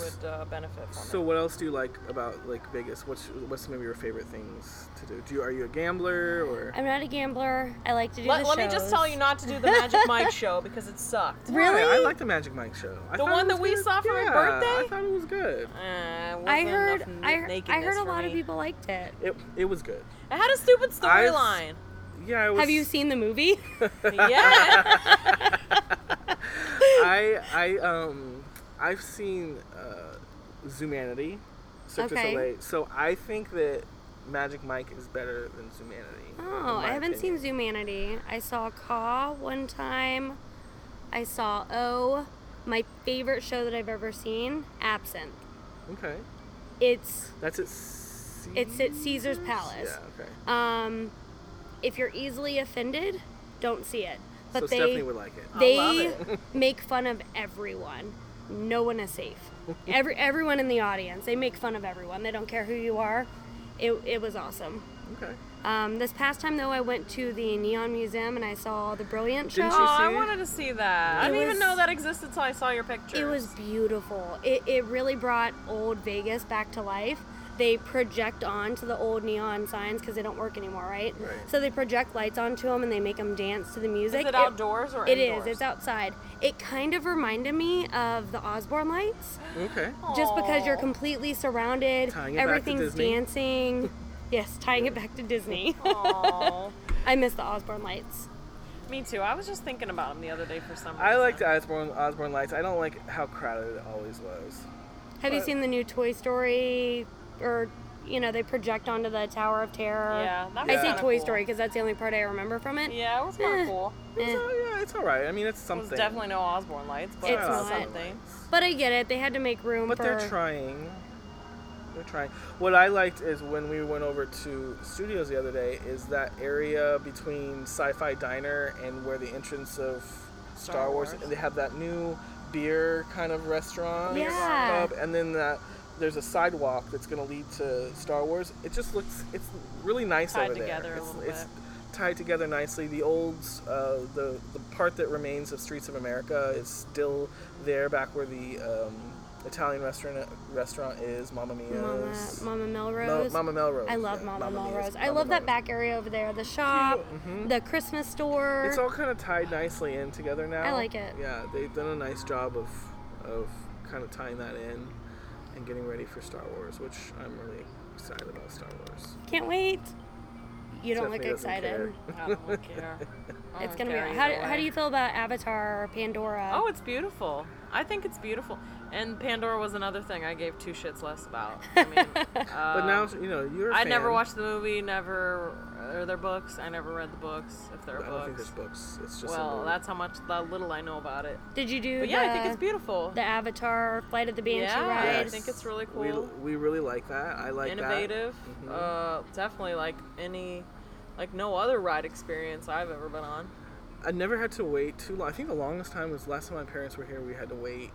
[SPEAKER 2] would uh, benefit from
[SPEAKER 1] So
[SPEAKER 2] it.
[SPEAKER 1] what else do you like about like Vegas? What's what's maybe your favorite things to do? Do you are you a gambler or?
[SPEAKER 3] I'm not a gambler. I like to do
[SPEAKER 2] Let,
[SPEAKER 3] the
[SPEAKER 2] let me just
[SPEAKER 3] shows.
[SPEAKER 2] tell you not to do the Magic Mike show because it sucked. Uh,
[SPEAKER 3] Really?
[SPEAKER 1] Oh, I, I like the Magic Mike show. I
[SPEAKER 2] The
[SPEAKER 1] thought it
[SPEAKER 2] one that
[SPEAKER 1] was
[SPEAKER 2] we
[SPEAKER 1] good.
[SPEAKER 2] saw for my
[SPEAKER 1] yeah, I
[SPEAKER 2] birthday?
[SPEAKER 1] thought it was good.
[SPEAKER 2] Uh, wasn't
[SPEAKER 3] I heard
[SPEAKER 2] enough
[SPEAKER 3] I,
[SPEAKER 2] n-
[SPEAKER 3] I
[SPEAKER 2] nakedness
[SPEAKER 3] heard a
[SPEAKER 2] for
[SPEAKER 3] lot of
[SPEAKER 2] me.
[SPEAKER 3] people liked it.
[SPEAKER 1] It it was good.
[SPEAKER 2] It had a stupid storyline.
[SPEAKER 1] Yeah, it was.
[SPEAKER 3] Have you seen the movie?
[SPEAKER 2] yeah.
[SPEAKER 1] I I um I've seen uh, Zoomanity, Cirque du
[SPEAKER 3] Okay.
[SPEAKER 1] Soleil. So I think that Magic Mike is better than Zoomanity.
[SPEAKER 3] Oh, I haven't seen Zoomanity. I saw Ka one time. I saw O. My favorite show that I've ever seen, Absinthe.
[SPEAKER 1] Zoom. Okay,
[SPEAKER 3] It's
[SPEAKER 1] that's it. C-
[SPEAKER 3] it's at Caesar's Palace.
[SPEAKER 1] Yeah. Okay.
[SPEAKER 3] Um, if you're easily offended, don't see it. But
[SPEAKER 1] so
[SPEAKER 3] they
[SPEAKER 1] Stephanie would like it.
[SPEAKER 2] love
[SPEAKER 3] they
[SPEAKER 2] it.
[SPEAKER 3] make fun of everyone. No one is safe. Every everyone in the audience, they make fun of everyone. They don't care who you are. It it was awesome.
[SPEAKER 1] Oh, Okay.
[SPEAKER 3] Um, this past time though, I went to the Neon Museum and I saw the Brilliant Show.
[SPEAKER 1] Didn't
[SPEAKER 2] Oh, I
[SPEAKER 1] see it?
[SPEAKER 2] wanted to see that. I
[SPEAKER 3] It
[SPEAKER 2] didn't
[SPEAKER 3] was-
[SPEAKER 2] even know that existed until I saw your picture.
[SPEAKER 3] It was beautiful. It, it really brought old Vegas back to life. They project onto the old neon signs because they don't work anymore, right?
[SPEAKER 1] Right.
[SPEAKER 3] So they project lights onto them and they make them dance to the music.
[SPEAKER 2] Is it outdoors or
[SPEAKER 3] It is.
[SPEAKER 2] indoors?
[SPEAKER 3] It's outside. It kind of reminded me of the Osborne lights,
[SPEAKER 1] Okay.
[SPEAKER 3] just because you're
[SPEAKER 2] Aw.
[SPEAKER 3] completely surrounded.
[SPEAKER 1] Tying it back to
[SPEAKER 3] everything's
[SPEAKER 1] Disney.
[SPEAKER 3] dancing. yes, tying it back to Disney.
[SPEAKER 2] Aw.
[SPEAKER 3] I miss the Osborne lights.
[SPEAKER 2] Me too. I was just thinking about them the other day for some reason.
[SPEAKER 1] I uh, like the Osborne Osborne lights. I don't like how crowded it always was.
[SPEAKER 3] Have you
[SPEAKER 1] But-
[SPEAKER 3] seen the new Toy Story, or you know they project onto the Tower of Terror?
[SPEAKER 2] Yeah, that
[SPEAKER 3] I
[SPEAKER 1] was
[SPEAKER 3] say
[SPEAKER 1] kinda
[SPEAKER 3] Toy
[SPEAKER 2] cool.
[SPEAKER 3] Story because that's the only part I remember from it.
[SPEAKER 2] Yeah, it was kind
[SPEAKER 3] Eh.
[SPEAKER 2] of cool.
[SPEAKER 3] Eh.
[SPEAKER 1] So yeah, it's all right. I mean, it's
[SPEAKER 2] It
[SPEAKER 1] something.
[SPEAKER 2] was definitely no Osborne lights, but
[SPEAKER 1] Shout
[SPEAKER 3] It's
[SPEAKER 1] out
[SPEAKER 3] not.
[SPEAKER 1] Osborne
[SPEAKER 2] something.
[SPEAKER 1] lights.
[SPEAKER 3] But I get it. They had to make room
[SPEAKER 1] But
[SPEAKER 3] for.
[SPEAKER 1] they're trying. They're trying. What I liked is when we went over to studios the other day is that area between Sci-Fi Diner and where the entrance of Star,
[SPEAKER 2] Star
[SPEAKER 1] Wars,
[SPEAKER 2] Wars.
[SPEAKER 1] and they have that new beer kind of restaurant
[SPEAKER 3] Yeah.
[SPEAKER 1] pub, and then that there's a sidewalk that's going to lead to Star Wars. It just looks it's really nice
[SPEAKER 2] Tied
[SPEAKER 1] over there.
[SPEAKER 2] together a
[SPEAKER 1] it's,
[SPEAKER 2] little
[SPEAKER 1] it's tied together nicely. The old uh, the the part that remains of Streets of America is still there, back where the um, Italian restaurant restaurant is Mamma
[SPEAKER 3] Mama,
[SPEAKER 1] Mia's.
[SPEAKER 3] Mama
[SPEAKER 1] Mel-
[SPEAKER 3] Melrose.
[SPEAKER 1] Mama Melrose.
[SPEAKER 3] I love
[SPEAKER 1] yeah,
[SPEAKER 3] Mama,
[SPEAKER 1] Mia's,
[SPEAKER 3] Melrose. I
[SPEAKER 1] Mama
[SPEAKER 3] love that
[SPEAKER 1] Melrose.
[SPEAKER 3] back area over there. The shop,
[SPEAKER 2] Mm-hmm.
[SPEAKER 3] the Christmas store.
[SPEAKER 1] It's all kind of tied nicely in together now.
[SPEAKER 3] I like it.
[SPEAKER 1] Yeah, they've done a nice job of of kind of tying that in and getting ready for Star Wars, which I'm really excited about Star Wars.
[SPEAKER 3] Can't wait. You don't
[SPEAKER 1] Stephanie
[SPEAKER 3] look
[SPEAKER 1] doesn't
[SPEAKER 3] excited.
[SPEAKER 1] care.
[SPEAKER 2] I don't care. I
[SPEAKER 3] It's
[SPEAKER 2] don't
[SPEAKER 3] gonna
[SPEAKER 2] care
[SPEAKER 3] be. How,
[SPEAKER 2] either
[SPEAKER 3] how do
[SPEAKER 2] way.
[SPEAKER 3] you feel about Avatar or Pandora?
[SPEAKER 2] Oh, it's beautiful. I think it's beautiful. And Pandora was another thing I gave two shits less about. I mean, uh,
[SPEAKER 1] But now you know you're. a
[SPEAKER 2] Um, I never
[SPEAKER 1] fan.
[SPEAKER 2] watched the movie. Never or their books. I never read the books if there
[SPEAKER 1] I
[SPEAKER 2] are
[SPEAKER 1] don't think there's
[SPEAKER 2] books.
[SPEAKER 1] books. It's just. a
[SPEAKER 2] Well,
[SPEAKER 1] movie.
[SPEAKER 2] that's how much the little I know about it.
[SPEAKER 3] Did you do?
[SPEAKER 2] But yeah, I
[SPEAKER 3] the-
[SPEAKER 2] think it's beautiful.
[SPEAKER 3] The Avatar Flight of the Banshee
[SPEAKER 2] yeah, I
[SPEAKER 3] ride.
[SPEAKER 1] Yes.
[SPEAKER 2] think it's really cool.
[SPEAKER 1] we, we really like that. Mm-hmm. I like that.
[SPEAKER 2] Innovative. Uh, definitely like any, like no other ride experience I've ever been on.
[SPEAKER 1] I never had to wait too long. I think the longest time was last time my parents were here. We had to wait.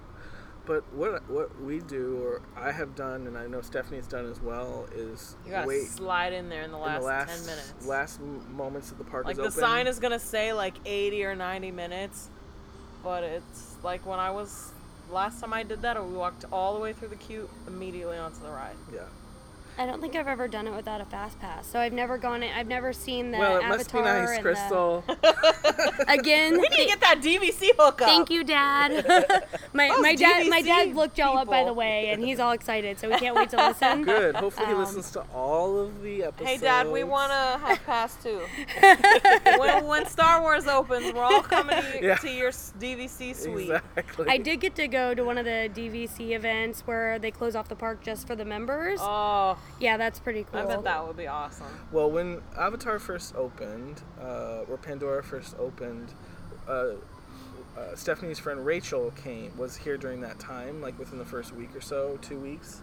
[SPEAKER 1] But what what we do, or I have done, and I know Stephanie's done as well, is
[SPEAKER 2] You gotta
[SPEAKER 1] wait
[SPEAKER 2] slide in there in the
[SPEAKER 1] in
[SPEAKER 2] last,
[SPEAKER 1] the last
[SPEAKER 2] ten minutes.
[SPEAKER 1] last m- moments that the park
[SPEAKER 2] like
[SPEAKER 1] is
[SPEAKER 2] the
[SPEAKER 1] open.
[SPEAKER 2] sign is gonna say like 80 or 90 minutes but it's like when i was last time i did that we walked all the way through the queue immediately onto the ride
[SPEAKER 1] Yeah.
[SPEAKER 3] I don't think I've ever done it without a fast pass, so I've never gone. In, I've never seen the
[SPEAKER 1] well, it
[SPEAKER 3] Avatar
[SPEAKER 1] must be nice,
[SPEAKER 3] and the-
[SPEAKER 1] Crystal.
[SPEAKER 3] again,
[SPEAKER 2] we need to get that dvc hookup
[SPEAKER 3] Thank you, Dad. my
[SPEAKER 2] Those
[SPEAKER 3] my dad my
[SPEAKER 2] DVC
[SPEAKER 3] dad looked y'all up by the
[SPEAKER 2] people.
[SPEAKER 3] way, and he's all excited, so we can't wait to listen.
[SPEAKER 1] Good. Hopefully,
[SPEAKER 3] Um,
[SPEAKER 1] he listens to all of the episodes.
[SPEAKER 2] hey dad we want to have pass too when, when star wars opens we're all coming to,
[SPEAKER 1] Yeah.
[SPEAKER 2] to your s- dvc suite
[SPEAKER 1] Exactly.
[SPEAKER 3] I did get to go to one of the DVC events where they close off the park just for the members.
[SPEAKER 2] oh
[SPEAKER 3] Yeah, that's pretty cool.
[SPEAKER 2] i bet that would be awesome
[SPEAKER 1] Well, when Avatar first opened, uh, or Pandora first opened, uh, uh, Stephanie's friend Rachel came was here during that time, like within the first week or so, two weeks,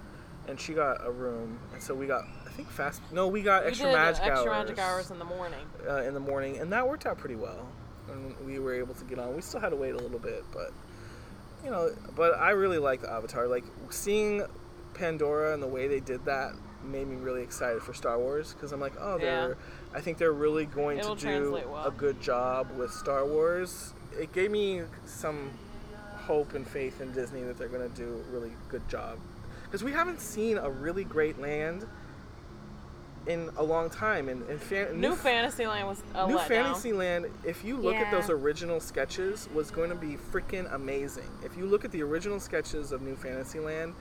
[SPEAKER 1] and she got a room, and so we got I think fast. No, we got extra
[SPEAKER 2] we did
[SPEAKER 1] magic
[SPEAKER 2] extra
[SPEAKER 1] hours,
[SPEAKER 2] magic hours in the morning
[SPEAKER 1] uh, in the morning, and that worked out pretty well. And we were able to get on. We still had to wait a little bit, but you know, but I really like the Avatar. Like seeing Pandora and the way they did that made me really excited for Star Wars because I'm like, oh, they're. I think they're really going
[SPEAKER 2] It'll
[SPEAKER 1] to do
[SPEAKER 2] translate well.
[SPEAKER 1] a good job with Star Wars. It gave me some hope and faith in Disney that they're going to do a really good job because we haven't seen a really great land in a long time and, and fan,
[SPEAKER 2] new
[SPEAKER 1] f-
[SPEAKER 2] fantasyland was a
[SPEAKER 1] New
[SPEAKER 2] letdown
[SPEAKER 1] Fantasyland, if you look at
[SPEAKER 3] Yeah.
[SPEAKER 1] those original sketches, was going to be freaking amazing. If you look at the original sketches of New Fantasyland,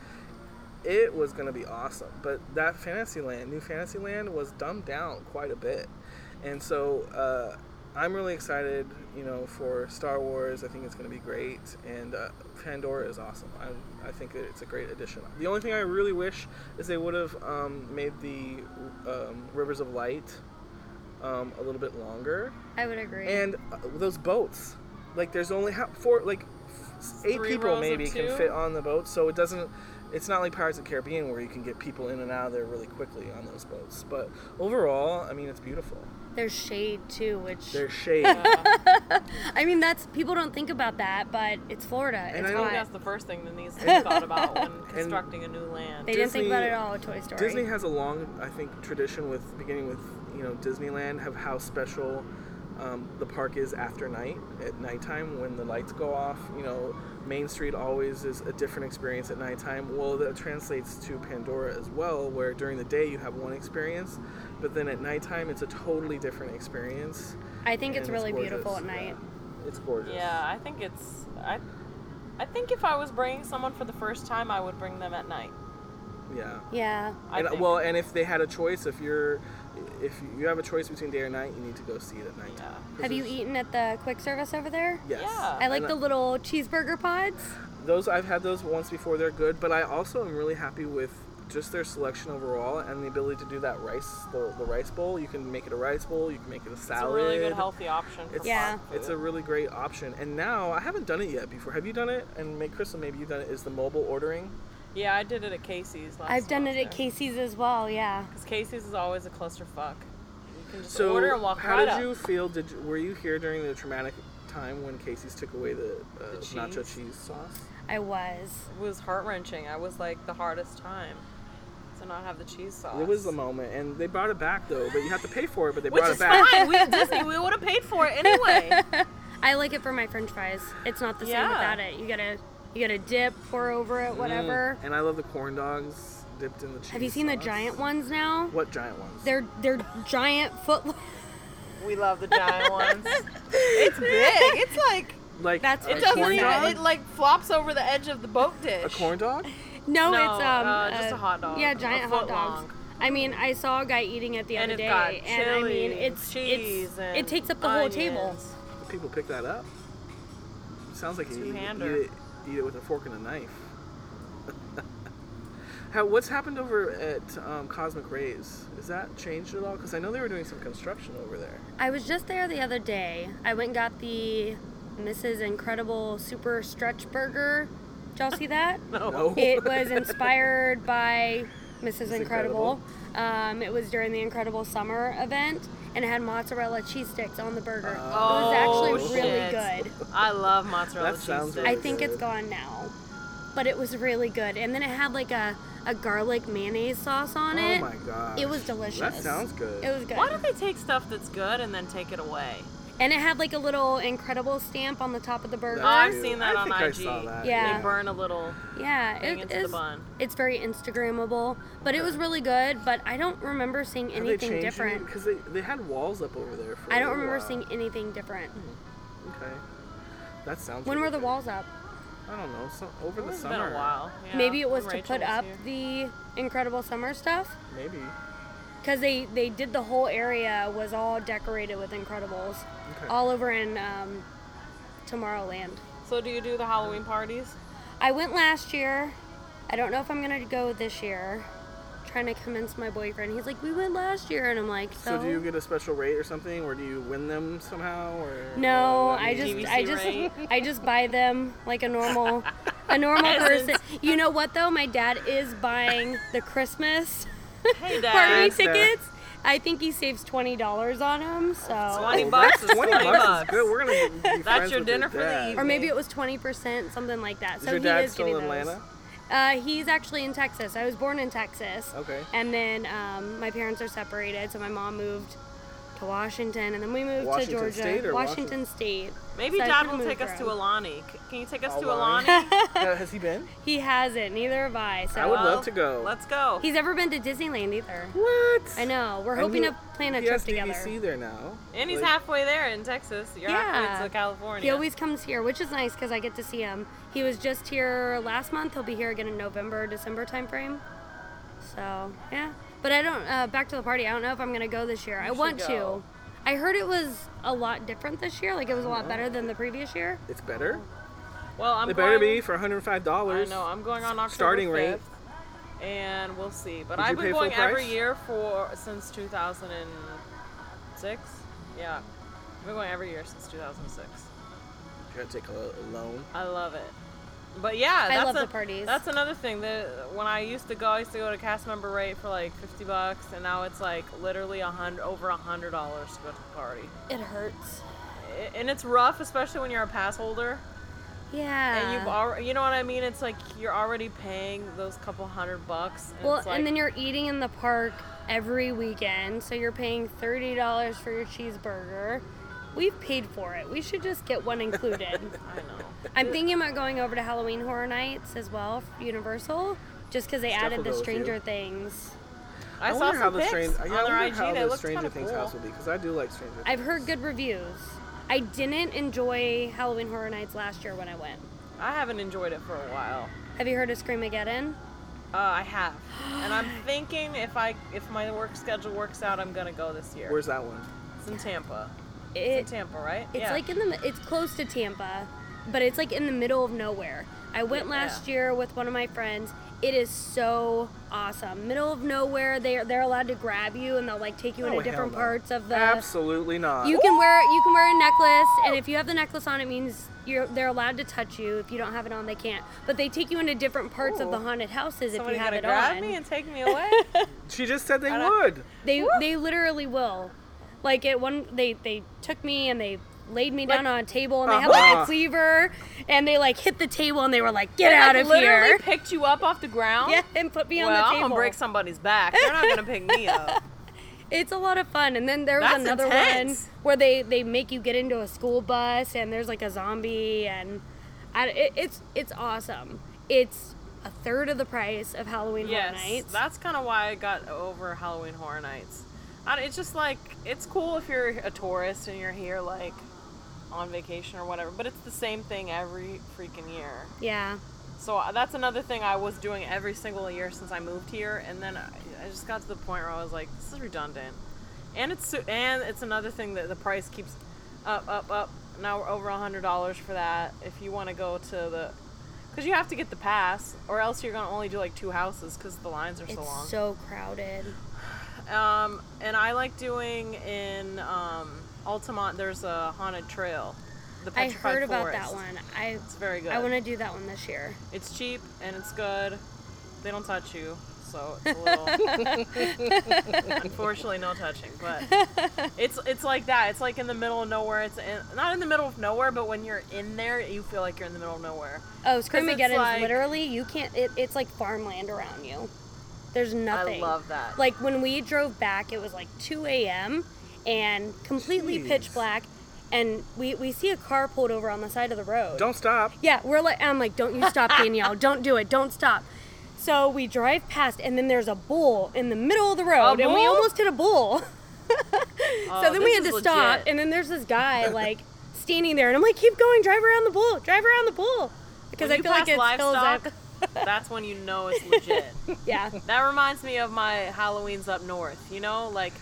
[SPEAKER 1] it was going to be awesome. But that Fantasyland, New Fantasyland, was dumbed down quite a bit. And so uh, I'm really excited, you know, for Star Wars. I think it's going to be great. And uh, Pandora is awesome. I, I think that it's a great addition. The only thing I really wish is they would have um, made the um, Rivers of Light um, a little bit longer.
[SPEAKER 3] I would agree.
[SPEAKER 1] And uh, those boats, like there's only how, four, like f- eight
[SPEAKER 2] Three rows
[SPEAKER 1] people
[SPEAKER 2] of
[SPEAKER 1] maybe can
[SPEAKER 2] two?
[SPEAKER 1] fit on the boat, so it doesn't. It's not like Pirates of the Caribbean where you can get people in and out of there really quickly on those boats. But overall, I mean, it's beautiful.
[SPEAKER 3] There's shade too, which
[SPEAKER 1] There's shade.
[SPEAKER 3] I mean, that's people don't think about that, but it's Florida.
[SPEAKER 1] And I
[SPEAKER 3] it's
[SPEAKER 2] I
[SPEAKER 1] know-
[SPEAKER 2] think
[SPEAKER 3] hot.
[SPEAKER 2] that's the first thing that needs to be thought about when constructing a new land.
[SPEAKER 3] They didn't think about it at
[SPEAKER 1] Disney-
[SPEAKER 3] all. with Toy Story.
[SPEAKER 1] Disney has a long, I think, tradition with beginning with you know Disneyland of how special um, the park is after night at nighttime when the lights go off. You know, Main Street always is a different experience at nighttime. Well, that translates to Pandora as well, where during the day you have one experience, but then at nighttime it's a totally different experience.
[SPEAKER 3] I think it's
[SPEAKER 1] and
[SPEAKER 3] really
[SPEAKER 1] gorgeous.
[SPEAKER 3] beautiful at night.
[SPEAKER 1] Yeah, It's gorgeous.
[SPEAKER 2] Yeah, I think it's I I think if I was bringing someone for the first time, I would bring them at night.
[SPEAKER 1] Yeah.
[SPEAKER 3] Yeah.
[SPEAKER 2] I
[SPEAKER 1] and, uh,
[SPEAKER 2] think.
[SPEAKER 1] well, and if they had a choice, if you're, if you have a choice between day or night, you need to go see it at night.
[SPEAKER 2] Yeah.
[SPEAKER 3] Have you eaten at the quick service over there?
[SPEAKER 1] Yes.
[SPEAKER 2] Yeah.
[SPEAKER 3] I like
[SPEAKER 1] And
[SPEAKER 3] the little cheeseburger pods.
[SPEAKER 1] those I've had those once before. They're good, but I also am really happy with just their selection overall and the ability to do that rice, the, the rice bowl. You can make it a rice bowl. You can make it a
[SPEAKER 2] It's
[SPEAKER 1] salad.
[SPEAKER 2] a really good healthy option. For
[SPEAKER 1] It's,
[SPEAKER 3] Yeah.
[SPEAKER 2] park
[SPEAKER 1] it's a
[SPEAKER 2] food.
[SPEAKER 1] really great option. And now I haven't done it yet before. Have you done it? And may, Crystal, maybe you've done it. Is the mobile ordering?
[SPEAKER 2] yeah. I did it at Casey's last.
[SPEAKER 3] I've done it at Casey's as well. Yeah.
[SPEAKER 2] Because Casey's is always a clusterfuck. You can just
[SPEAKER 1] So
[SPEAKER 2] order and walk
[SPEAKER 1] how
[SPEAKER 2] right
[SPEAKER 1] did
[SPEAKER 2] up.
[SPEAKER 1] you feel? Did you, were you here during the traumatic time when Casey's took away the, uh,
[SPEAKER 2] The
[SPEAKER 1] nacho
[SPEAKER 2] cheese?
[SPEAKER 1] cheese sauce?
[SPEAKER 3] I was.
[SPEAKER 2] It was heart wrenching. I was like the hardest time to not have the cheese sauce.
[SPEAKER 1] It was the moment, and they brought it back though. But you have to pay for it. But they
[SPEAKER 2] which
[SPEAKER 1] brought
[SPEAKER 2] is
[SPEAKER 1] it back.
[SPEAKER 2] fine. We Disney, we would have paid for it anyway.
[SPEAKER 3] I like it for my French fries. It's not the same
[SPEAKER 2] Yeah.
[SPEAKER 3] without it. You gotta You gotta dip, pour over it, whatever.
[SPEAKER 2] Mm.
[SPEAKER 1] And I love the corn dogs dipped in the cheese.
[SPEAKER 3] Have you seen the
[SPEAKER 1] sauce.
[SPEAKER 3] giant ones now?
[SPEAKER 1] What giant ones?
[SPEAKER 3] They're they're giant foot.
[SPEAKER 2] We love the giant ones. It's big. It's like
[SPEAKER 1] like
[SPEAKER 3] That's
[SPEAKER 1] a
[SPEAKER 2] it doesn't
[SPEAKER 1] corn
[SPEAKER 2] even.
[SPEAKER 1] dog.
[SPEAKER 2] It like flops over the edge of the boat dish.
[SPEAKER 1] a corn dog?
[SPEAKER 3] No,
[SPEAKER 2] No,
[SPEAKER 3] it's um
[SPEAKER 2] uh, just a hot dog.
[SPEAKER 3] Yeah,
[SPEAKER 2] A
[SPEAKER 3] giant
[SPEAKER 2] foot
[SPEAKER 3] hot dogs.
[SPEAKER 2] long.
[SPEAKER 3] I mean, I saw a guy eating it the
[SPEAKER 2] And
[SPEAKER 3] other
[SPEAKER 2] it's
[SPEAKER 3] day,
[SPEAKER 2] got
[SPEAKER 3] and I mean,
[SPEAKER 2] chili,
[SPEAKER 3] it's
[SPEAKER 2] cheese,
[SPEAKER 3] it's
[SPEAKER 2] and
[SPEAKER 3] it takes up the
[SPEAKER 2] onions.
[SPEAKER 3] whole table.
[SPEAKER 1] People pick that up. Sounds like you eat, eat
[SPEAKER 2] Two-hander.
[SPEAKER 1] it, eat it with a fork and a knife. How, what's happened over at um, Cosmic Rays? Is that changed at all? Because I know they were doing some construction over there.
[SPEAKER 3] I was just there the other day. I went and got the Mrs. Incredible Super Stretch Burger. Did y'all see that?
[SPEAKER 1] No. Oh
[SPEAKER 3] It was inspired by Mrs.
[SPEAKER 1] Incredible.
[SPEAKER 3] Incredible. Um, it was during the Incredible Summer event, and it had mozzarella cheese sticks on the burger.
[SPEAKER 1] Oh,
[SPEAKER 3] it was
[SPEAKER 2] Oh,
[SPEAKER 3] actually really
[SPEAKER 2] shit.
[SPEAKER 3] good.
[SPEAKER 2] I love mozzarella
[SPEAKER 1] That
[SPEAKER 2] cheese
[SPEAKER 1] sounds
[SPEAKER 2] sticks.
[SPEAKER 3] I
[SPEAKER 1] really
[SPEAKER 3] think it's
[SPEAKER 1] good.
[SPEAKER 3] gone now, but it was really good. And then it had like a, a garlic mayonnaise sauce on
[SPEAKER 1] oh
[SPEAKER 3] it.
[SPEAKER 1] my god.
[SPEAKER 3] It was delicious.
[SPEAKER 1] That sounds good.
[SPEAKER 3] It was good.
[SPEAKER 2] Why do they take stuff that's good and then take it away?
[SPEAKER 3] And it had like a little incredible stamp on the top of the burger.
[SPEAKER 1] That's
[SPEAKER 2] Oh, I've
[SPEAKER 1] cute.
[SPEAKER 2] seen that
[SPEAKER 1] I
[SPEAKER 2] on
[SPEAKER 1] think I
[SPEAKER 2] IG.
[SPEAKER 1] saw that,
[SPEAKER 3] Yeah.
[SPEAKER 2] They burn a little.
[SPEAKER 3] yeah,
[SPEAKER 2] thing
[SPEAKER 3] it
[SPEAKER 2] into the
[SPEAKER 3] is.
[SPEAKER 2] bun.
[SPEAKER 3] It's very Instagrammable, but it was really good. But I don't remember seeing anything different.
[SPEAKER 1] Because they, they had walls up over there for
[SPEAKER 3] I
[SPEAKER 1] a
[SPEAKER 3] don't
[SPEAKER 1] little
[SPEAKER 3] remember
[SPEAKER 1] while.
[SPEAKER 3] seeing anything different.
[SPEAKER 1] Okay. That sounds
[SPEAKER 3] When
[SPEAKER 1] really
[SPEAKER 3] were the
[SPEAKER 1] good.
[SPEAKER 3] walls up?
[SPEAKER 1] I don't know. So, over the
[SPEAKER 2] It's been
[SPEAKER 1] summer.
[SPEAKER 2] a while. Yeah,
[SPEAKER 3] Maybe it was
[SPEAKER 2] when
[SPEAKER 3] to
[SPEAKER 2] Rachel
[SPEAKER 3] put up
[SPEAKER 2] here.
[SPEAKER 3] the incredible summer stuff.
[SPEAKER 1] Maybe.
[SPEAKER 3] Because they, they did the whole area was all decorated with Incredibles,
[SPEAKER 1] Okay.
[SPEAKER 3] all over in um, Tomorrowland.
[SPEAKER 2] So do you do the Halloween parties?
[SPEAKER 3] I went last year. I don't know if I'm gonna go this year. trying to convince my boyfriend. He's like, we went last year, and I'm like, so.
[SPEAKER 1] So do you get a special rate or something, or do you win them somehow? Or
[SPEAKER 3] no,
[SPEAKER 1] what do
[SPEAKER 3] I
[SPEAKER 1] Oh, you-
[SPEAKER 3] just,
[SPEAKER 2] TVC
[SPEAKER 3] I just,
[SPEAKER 2] rate?
[SPEAKER 3] I just buy them like a normal, a normal
[SPEAKER 2] Presents.
[SPEAKER 3] person. You know what though? My dad is buying the Christmas
[SPEAKER 2] Hey,
[SPEAKER 3] party
[SPEAKER 2] Dad.
[SPEAKER 1] Yes, sir.
[SPEAKER 3] tickets. I think he saves twenty dollars on them. So.
[SPEAKER 1] Oh,
[SPEAKER 2] 20
[SPEAKER 1] that's-
[SPEAKER 2] bucks is 20
[SPEAKER 1] 20 bucks.
[SPEAKER 2] bucks.
[SPEAKER 1] Is good. We're gonna. Be friends
[SPEAKER 2] That's your
[SPEAKER 1] with your
[SPEAKER 2] dinner for the
[SPEAKER 1] dad.
[SPEAKER 3] or
[SPEAKER 2] evening.
[SPEAKER 3] maybe it was 20%, something like that.
[SPEAKER 1] Is
[SPEAKER 3] so
[SPEAKER 1] your
[SPEAKER 3] he
[SPEAKER 1] dad
[SPEAKER 3] is
[SPEAKER 1] still
[SPEAKER 3] getting
[SPEAKER 1] in
[SPEAKER 3] those.
[SPEAKER 1] Atlanta?
[SPEAKER 3] Uh, he's actually in Texas. I was born in Texas.
[SPEAKER 1] Okay.
[SPEAKER 3] And then um, my parents are separated, so my mom moved to Washington, and then we moved
[SPEAKER 1] Washington
[SPEAKER 3] to Georgia,
[SPEAKER 1] State or
[SPEAKER 3] Washington,
[SPEAKER 1] Washington-
[SPEAKER 3] State.
[SPEAKER 2] Maybe
[SPEAKER 3] So I
[SPEAKER 2] Dad
[SPEAKER 3] could've
[SPEAKER 2] will
[SPEAKER 3] moved
[SPEAKER 2] take us to
[SPEAKER 3] around.
[SPEAKER 2] Alani. C- Can you take us to
[SPEAKER 1] Alani.
[SPEAKER 2] Alani?
[SPEAKER 1] Uh, has he been?
[SPEAKER 3] He hasn't. Neither have I. So
[SPEAKER 1] I would
[SPEAKER 2] Well,
[SPEAKER 1] love to go.
[SPEAKER 2] Let's go.
[SPEAKER 3] he's ever been to Disneyland either.
[SPEAKER 1] What?
[SPEAKER 3] I know. We're
[SPEAKER 1] And
[SPEAKER 3] hoping
[SPEAKER 1] he-
[SPEAKER 3] to plan a
[SPEAKER 1] he
[SPEAKER 3] trip
[SPEAKER 1] has
[SPEAKER 3] together.
[SPEAKER 1] DVC there now.
[SPEAKER 2] and he's
[SPEAKER 1] Like,
[SPEAKER 2] halfway there in Texas. You're
[SPEAKER 3] Yeah.
[SPEAKER 2] halfway to California.
[SPEAKER 3] He always comes here, which is nice because I get to see him. He was just here last month. He'll be here again in November, December timeframe. So yeah, but I don't. Uh, back to the party. I don't know if I'm gonna go this year. I
[SPEAKER 2] should
[SPEAKER 3] want
[SPEAKER 2] go.
[SPEAKER 3] to. I heard it was a lot different this year. Like it was a lot better than the previous year.
[SPEAKER 1] It's better.
[SPEAKER 2] Well, I'm
[SPEAKER 1] it better
[SPEAKER 2] going-
[SPEAKER 1] be for 105
[SPEAKER 2] I
[SPEAKER 1] dollars.
[SPEAKER 2] know. I'm going on October
[SPEAKER 1] Starting
[SPEAKER 2] 5th,
[SPEAKER 1] rate.
[SPEAKER 2] and we'll see. But
[SPEAKER 1] Did you
[SPEAKER 2] I've
[SPEAKER 1] pay
[SPEAKER 2] been
[SPEAKER 1] full
[SPEAKER 2] going every
[SPEAKER 1] price?
[SPEAKER 2] year for since 2006. Yeah, I've been going every year since 2006.
[SPEAKER 1] Gotta take a, a loan.
[SPEAKER 2] I love it. But yeah,
[SPEAKER 3] I
[SPEAKER 2] that's
[SPEAKER 3] love
[SPEAKER 2] a-
[SPEAKER 3] the parties.
[SPEAKER 2] That's another thing. That when I used to go, I used to go to cast member rate for like 50 bucks, and now it's like literally a hundred over a hundred dollars to go to the party.
[SPEAKER 3] It hurts.
[SPEAKER 2] I- And it's rough, especially when you're a pass holder.
[SPEAKER 3] Yeah.
[SPEAKER 2] and you've
[SPEAKER 3] Uh-huh.
[SPEAKER 2] already, you know what I mean? It's like you're already paying those couple hundred bucks. And
[SPEAKER 3] well,
[SPEAKER 2] it's like,
[SPEAKER 3] and then you're eating in the park every weekend, so you're paying thirty dollars for your cheeseburger. We've paid for it. We should just get one included.
[SPEAKER 2] I know.
[SPEAKER 3] I'm thinking about going over to Halloween Horror Nights as well, for Universal, just because they
[SPEAKER 1] Steph will
[SPEAKER 3] added
[SPEAKER 1] go
[SPEAKER 3] the
[SPEAKER 1] with
[SPEAKER 3] Stranger
[SPEAKER 1] you.
[SPEAKER 3] Things.
[SPEAKER 2] I, saw
[SPEAKER 1] wonder
[SPEAKER 2] some
[SPEAKER 1] how the
[SPEAKER 2] pics
[SPEAKER 1] Stranger, yeah,
[SPEAKER 2] on
[SPEAKER 1] I
[SPEAKER 2] their
[SPEAKER 1] wonder
[SPEAKER 2] IG.
[SPEAKER 1] how
[SPEAKER 2] they
[SPEAKER 1] the
[SPEAKER 2] looked
[SPEAKER 1] Stranger
[SPEAKER 2] kinda
[SPEAKER 1] Things
[SPEAKER 2] cool.
[SPEAKER 1] house will be because I do like Stranger.
[SPEAKER 3] I've
[SPEAKER 1] Things.
[SPEAKER 3] heard good reviews. I didn't enjoy Halloween Horror Nights last year when I went.
[SPEAKER 2] I haven't enjoyed it for a while.
[SPEAKER 3] Have you heard of Screamageddon?
[SPEAKER 2] Uh, I have, and I'm thinking if I if my work schedule works out, I'm gonna go this year.
[SPEAKER 1] Where's that one?
[SPEAKER 2] it's in Tampa.
[SPEAKER 3] It,
[SPEAKER 2] it's in Tampa, right?
[SPEAKER 3] it's
[SPEAKER 2] yeah.
[SPEAKER 3] like in the it's close to Tampa, but it's like in the middle of nowhere. I went
[SPEAKER 2] Yeah.
[SPEAKER 3] last year with one of my friends. It is so awesome. Middle of nowhere. They are they're allowed to grab you and they'll like take you
[SPEAKER 1] Oh,
[SPEAKER 3] into
[SPEAKER 1] hell
[SPEAKER 3] different
[SPEAKER 1] no.
[SPEAKER 3] parts of the
[SPEAKER 1] Absolutely not.
[SPEAKER 3] You can wear you can wear a necklace, and if you have the necklace on, it means you're they're allowed to touch you. If you don't have it on, they can't. But they take you into different parts of the haunted houses if
[SPEAKER 2] Somebody
[SPEAKER 3] you have
[SPEAKER 2] gonna
[SPEAKER 3] it
[SPEAKER 2] grab
[SPEAKER 3] on.
[SPEAKER 2] me and take me away.
[SPEAKER 1] she just said they
[SPEAKER 2] I don't-
[SPEAKER 1] would.
[SPEAKER 3] they they literally will. Like at one, they they took me and they laid me down on a table and they had like
[SPEAKER 1] Uh-huh.
[SPEAKER 3] a cleaver and they like hit the table and they were like get
[SPEAKER 2] They,
[SPEAKER 3] out
[SPEAKER 2] like,
[SPEAKER 3] of
[SPEAKER 2] literally
[SPEAKER 3] here
[SPEAKER 2] picked you up off the ground.
[SPEAKER 3] yeah and put me
[SPEAKER 2] Well,
[SPEAKER 3] on the
[SPEAKER 2] I'm
[SPEAKER 3] table
[SPEAKER 2] gonna break somebody's back. They're not gonna pick me up.
[SPEAKER 3] It's a lot of fun. And then there was
[SPEAKER 2] That's
[SPEAKER 3] another
[SPEAKER 2] intense.
[SPEAKER 3] one where they they make you get into a school bus and there's like a zombie and I, it, it's it's awesome. It's a third of the price of Halloween
[SPEAKER 2] yes,
[SPEAKER 3] Horror Nights.
[SPEAKER 2] that's kind of why I got over Halloween Horror Nights. I, it's just like it's cool if you're a tourist and you're here like on vacation or whatever, but it's the same thing every freaking year.
[SPEAKER 3] yeah,
[SPEAKER 2] So uh, that's another thing I was doing every single year since I moved here, and then I I just got to the point where I was like, this is redundant, and it's so- and it's another thing that the price keeps up, up, up. Now we're over a hundred dollars for that if you want to go to the, because you have to get the pass, or else you're gonna only do like two houses because the lines are so
[SPEAKER 3] it's
[SPEAKER 2] long.
[SPEAKER 3] so crowded.
[SPEAKER 2] Um, and I like doing in um, Altamont. There's a haunted trail. The
[SPEAKER 3] I
[SPEAKER 2] Petrified
[SPEAKER 3] heard about
[SPEAKER 2] Forest.
[SPEAKER 3] that one. I
[SPEAKER 2] It's very good.
[SPEAKER 3] I want to do that one this year.
[SPEAKER 2] It's cheap and it's good. They don't touch you, so it's a little. Unfortunately, no touching, but it's it's like that. It's like in the middle of nowhere. It's in, not in the middle of nowhere, but when you're in there, you feel like you're in the middle of nowhere.
[SPEAKER 3] Oh, Screamageddon is
[SPEAKER 2] like-
[SPEAKER 3] literally you can't. It, it's like farmland around you. There's nothing.
[SPEAKER 2] I love that.
[SPEAKER 3] Like when we drove back, it was like 2 a.m. and completely
[SPEAKER 1] Jeez.
[SPEAKER 3] pitch black, and we we see a car pulled over on the side of the road.
[SPEAKER 1] Don't stop.
[SPEAKER 3] Yeah, we're like, I'm like, don't you stop, Danielle. don't do it. Don't stop. So we drive past, and then there's a bull in the middle of the road, and
[SPEAKER 2] bull?
[SPEAKER 3] we
[SPEAKER 2] Oh,
[SPEAKER 3] almost hit a bull. so then we
[SPEAKER 2] this
[SPEAKER 3] had to
[SPEAKER 2] is
[SPEAKER 3] stop,
[SPEAKER 2] legit.
[SPEAKER 3] and then there's this guy like standing there, and I'm like, keep going, drive around the bull, drive around the bull, because
[SPEAKER 2] When
[SPEAKER 3] I
[SPEAKER 2] you
[SPEAKER 3] feel like
[SPEAKER 2] pass
[SPEAKER 3] it fills up.
[SPEAKER 2] livestock, that's when you know it's legit.
[SPEAKER 3] Yeah,
[SPEAKER 2] that reminds me of my Halloween's up north. You know, like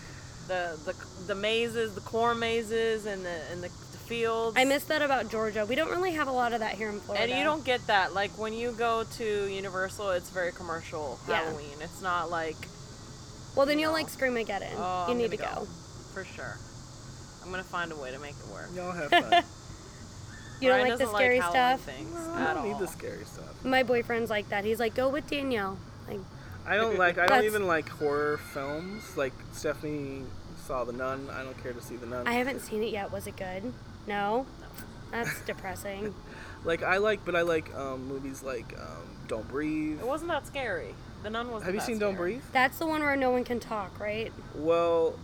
[SPEAKER 2] the the the mazes, the corn mazes, and the and the, the fields.
[SPEAKER 3] I miss that about Georgia. We don't really have a lot of that here in Florida.
[SPEAKER 2] And you don't get that. Like when you go to Universal, it's very commercial
[SPEAKER 3] Yeah.
[SPEAKER 2] Halloween. It's not like
[SPEAKER 3] Well, then
[SPEAKER 2] you
[SPEAKER 3] you'll
[SPEAKER 2] know.
[SPEAKER 3] like Screamageddon.
[SPEAKER 2] oh,
[SPEAKER 3] you
[SPEAKER 2] I'm
[SPEAKER 3] need to
[SPEAKER 2] gonna
[SPEAKER 3] go.
[SPEAKER 2] for sure. I'm gonna find a way to make it work.
[SPEAKER 1] Y'all have fun.
[SPEAKER 3] You don't
[SPEAKER 2] Ryan
[SPEAKER 3] like the
[SPEAKER 2] doesn't
[SPEAKER 3] scary
[SPEAKER 2] Halloween
[SPEAKER 3] stuff.
[SPEAKER 2] Things
[SPEAKER 1] I
[SPEAKER 2] at
[SPEAKER 1] don't
[SPEAKER 2] all.
[SPEAKER 1] need the scary stuff.
[SPEAKER 3] My boyfriend's like that. He's like, go with Danielle. Like,
[SPEAKER 1] I don't like. I don't
[SPEAKER 3] That's-
[SPEAKER 1] even like horror films. Like Stephanie saw The Nun. I don't care to see The Nun.
[SPEAKER 3] I haven't seen it yet. Was it good? No. That's depressing.
[SPEAKER 1] like I like, but I like um, movies like um, Don't Breathe.
[SPEAKER 2] It wasn't that scary. The nun wasn't.
[SPEAKER 1] Have you
[SPEAKER 2] that
[SPEAKER 1] seen
[SPEAKER 2] scary.
[SPEAKER 1] Don't Breathe?
[SPEAKER 3] That's the one where no one can talk, right?
[SPEAKER 1] Well,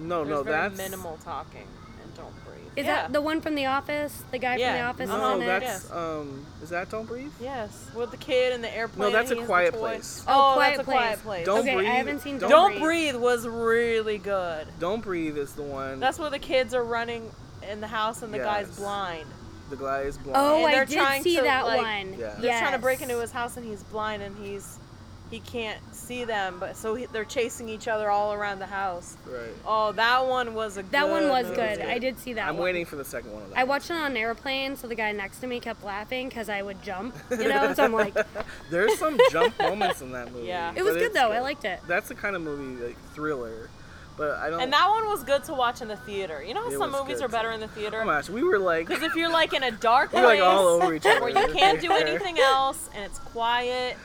[SPEAKER 1] no,
[SPEAKER 2] There's
[SPEAKER 1] no,
[SPEAKER 2] very
[SPEAKER 1] that's
[SPEAKER 2] minimal talking and don't breathe.
[SPEAKER 3] Is
[SPEAKER 2] yeah.
[SPEAKER 3] that the one from The Office? The guy
[SPEAKER 2] Yeah. Uh-huh.
[SPEAKER 3] from The Office
[SPEAKER 1] No,
[SPEAKER 3] is in
[SPEAKER 1] that's
[SPEAKER 3] it.
[SPEAKER 2] Yes.
[SPEAKER 1] um, is that Don't Breathe?
[SPEAKER 2] Yes, with the kid and the airplane.
[SPEAKER 1] No, that's
[SPEAKER 2] and
[SPEAKER 1] A
[SPEAKER 2] he has the
[SPEAKER 1] Quiet
[SPEAKER 2] toy.
[SPEAKER 1] Place.
[SPEAKER 2] Oh,
[SPEAKER 3] Oh, Quiet
[SPEAKER 2] that's a
[SPEAKER 3] Place.
[SPEAKER 2] quiet place.
[SPEAKER 1] Don't
[SPEAKER 3] okay,
[SPEAKER 1] breathe.
[SPEAKER 3] I haven't seen
[SPEAKER 1] Don't
[SPEAKER 3] Don't,
[SPEAKER 2] Don't breathe was really good.
[SPEAKER 1] Don't Breathe is the one.
[SPEAKER 2] That's where the kids are running in the house and the guy's
[SPEAKER 1] Yes.
[SPEAKER 2] blind.
[SPEAKER 1] the guy is blind.
[SPEAKER 3] Oh,
[SPEAKER 2] And
[SPEAKER 3] I
[SPEAKER 2] they're
[SPEAKER 3] did
[SPEAKER 2] trying
[SPEAKER 3] see
[SPEAKER 2] to,
[SPEAKER 3] that
[SPEAKER 2] like-
[SPEAKER 3] one.
[SPEAKER 1] Yeah.
[SPEAKER 2] They're trying to break
[SPEAKER 3] Yes.
[SPEAKER 2] into his house and he's blind and he's he can't see them, but so he, they're chasing each other all around the house.
[SPEAKER 1] right.
[SPEAKER 2] Oh, that one was a
[SPEAKER 3] That one
[SPEAKER 1] was
[SPEAKER 3] was
[SPEAKER 2] movie.
[SPEAKER 3] good.
[SPEAKER 1] good.
[SPEAKER 3] I did see that
[SPEAKER 1] I'm
[SPEAKER 3] one.
[SPEAKER 1] waiting for the second one of that.
[SPEAKER 3] I watched it on an airplane, so the guy next to me kept laughing because I would jump, you know. so I'm like,
[SPEAKER 1] There's some jump moments in that movie.
[SPEAKER 2] Yeah.
[SPEAKER 3] it was
[SPEAKER 1] but
[SPEAKER 3] good
[SPEAKER 1] it's
[SPEAKER 3] though. I liked it.
[SPEAKER 1] That's the kind of movie like thriller, but I don't.
[SPEAKER 2] And that one was good to watch in the theater. You know how
[SPEAKER 1] Oh. It
[SPEAKER 2] some
[SPEAKER 1] was
[SPEAKER 2] movies
[SPEAKER 1] good
[SPEAKER 2] are better
[SPEAKER 1] too.
[SPEAKER 2] in the
[SPEAKER 1] Oh
[SPEAKER 2] theater?
[SPEAKER 1] my gosh, we were like
[SPEAKER 2] Because if you're like in a dark
[SPEAKER 1] we
[SPEAKER 2] place
[SPEAKER 1] were like all over each other.
[SPEAKER 2] where you can't do
[SPEAKER 1] there.
[SPEAKER 2] anything else and it's quiet.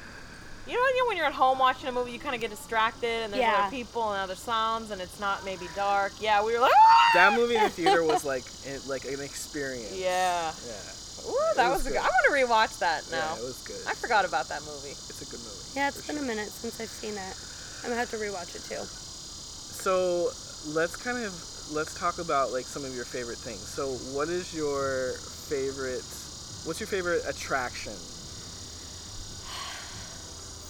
[SPEAKER 2] You know, you know when you're at home watching a movie, you kind of get distracted and there's
[SPEAKER 3] Yeah.
[SPEAKER 2] other people and other sounds and it's not maybe dark. Yeah, we were like, "Ah!"
[SPEAKER 1] That movie in the theater was like it, like an experience.
[SPEAKER 2] yeah.
[SPEAKER 1] Yeah.
[SPEAKER 2] Ooh, that
[SPEAKER 1] It was
[SPEAKER 2] was, a good.
[SPEAKER 1] good.
[SPEAKER 2] I want to rewatch that now.
[SPEAKER 1] Yeah, it was good.
[SPEAKER 2] I forgot about that movie.
[SPEAKER 1] It's a good movie.
[SPEAKER 3] Yeah,
[SPEAKER 1] for
[SPEAKER 3] it's been a
[SPEAKER 1] sure.
[SPEAKER 3] minute since I've seen it. I'm gonna have to rewatch it too.
[SPEAKER 1] So let's kind of let's talk about like some of your favorite things. So what is your favorite? What's your favorite attraction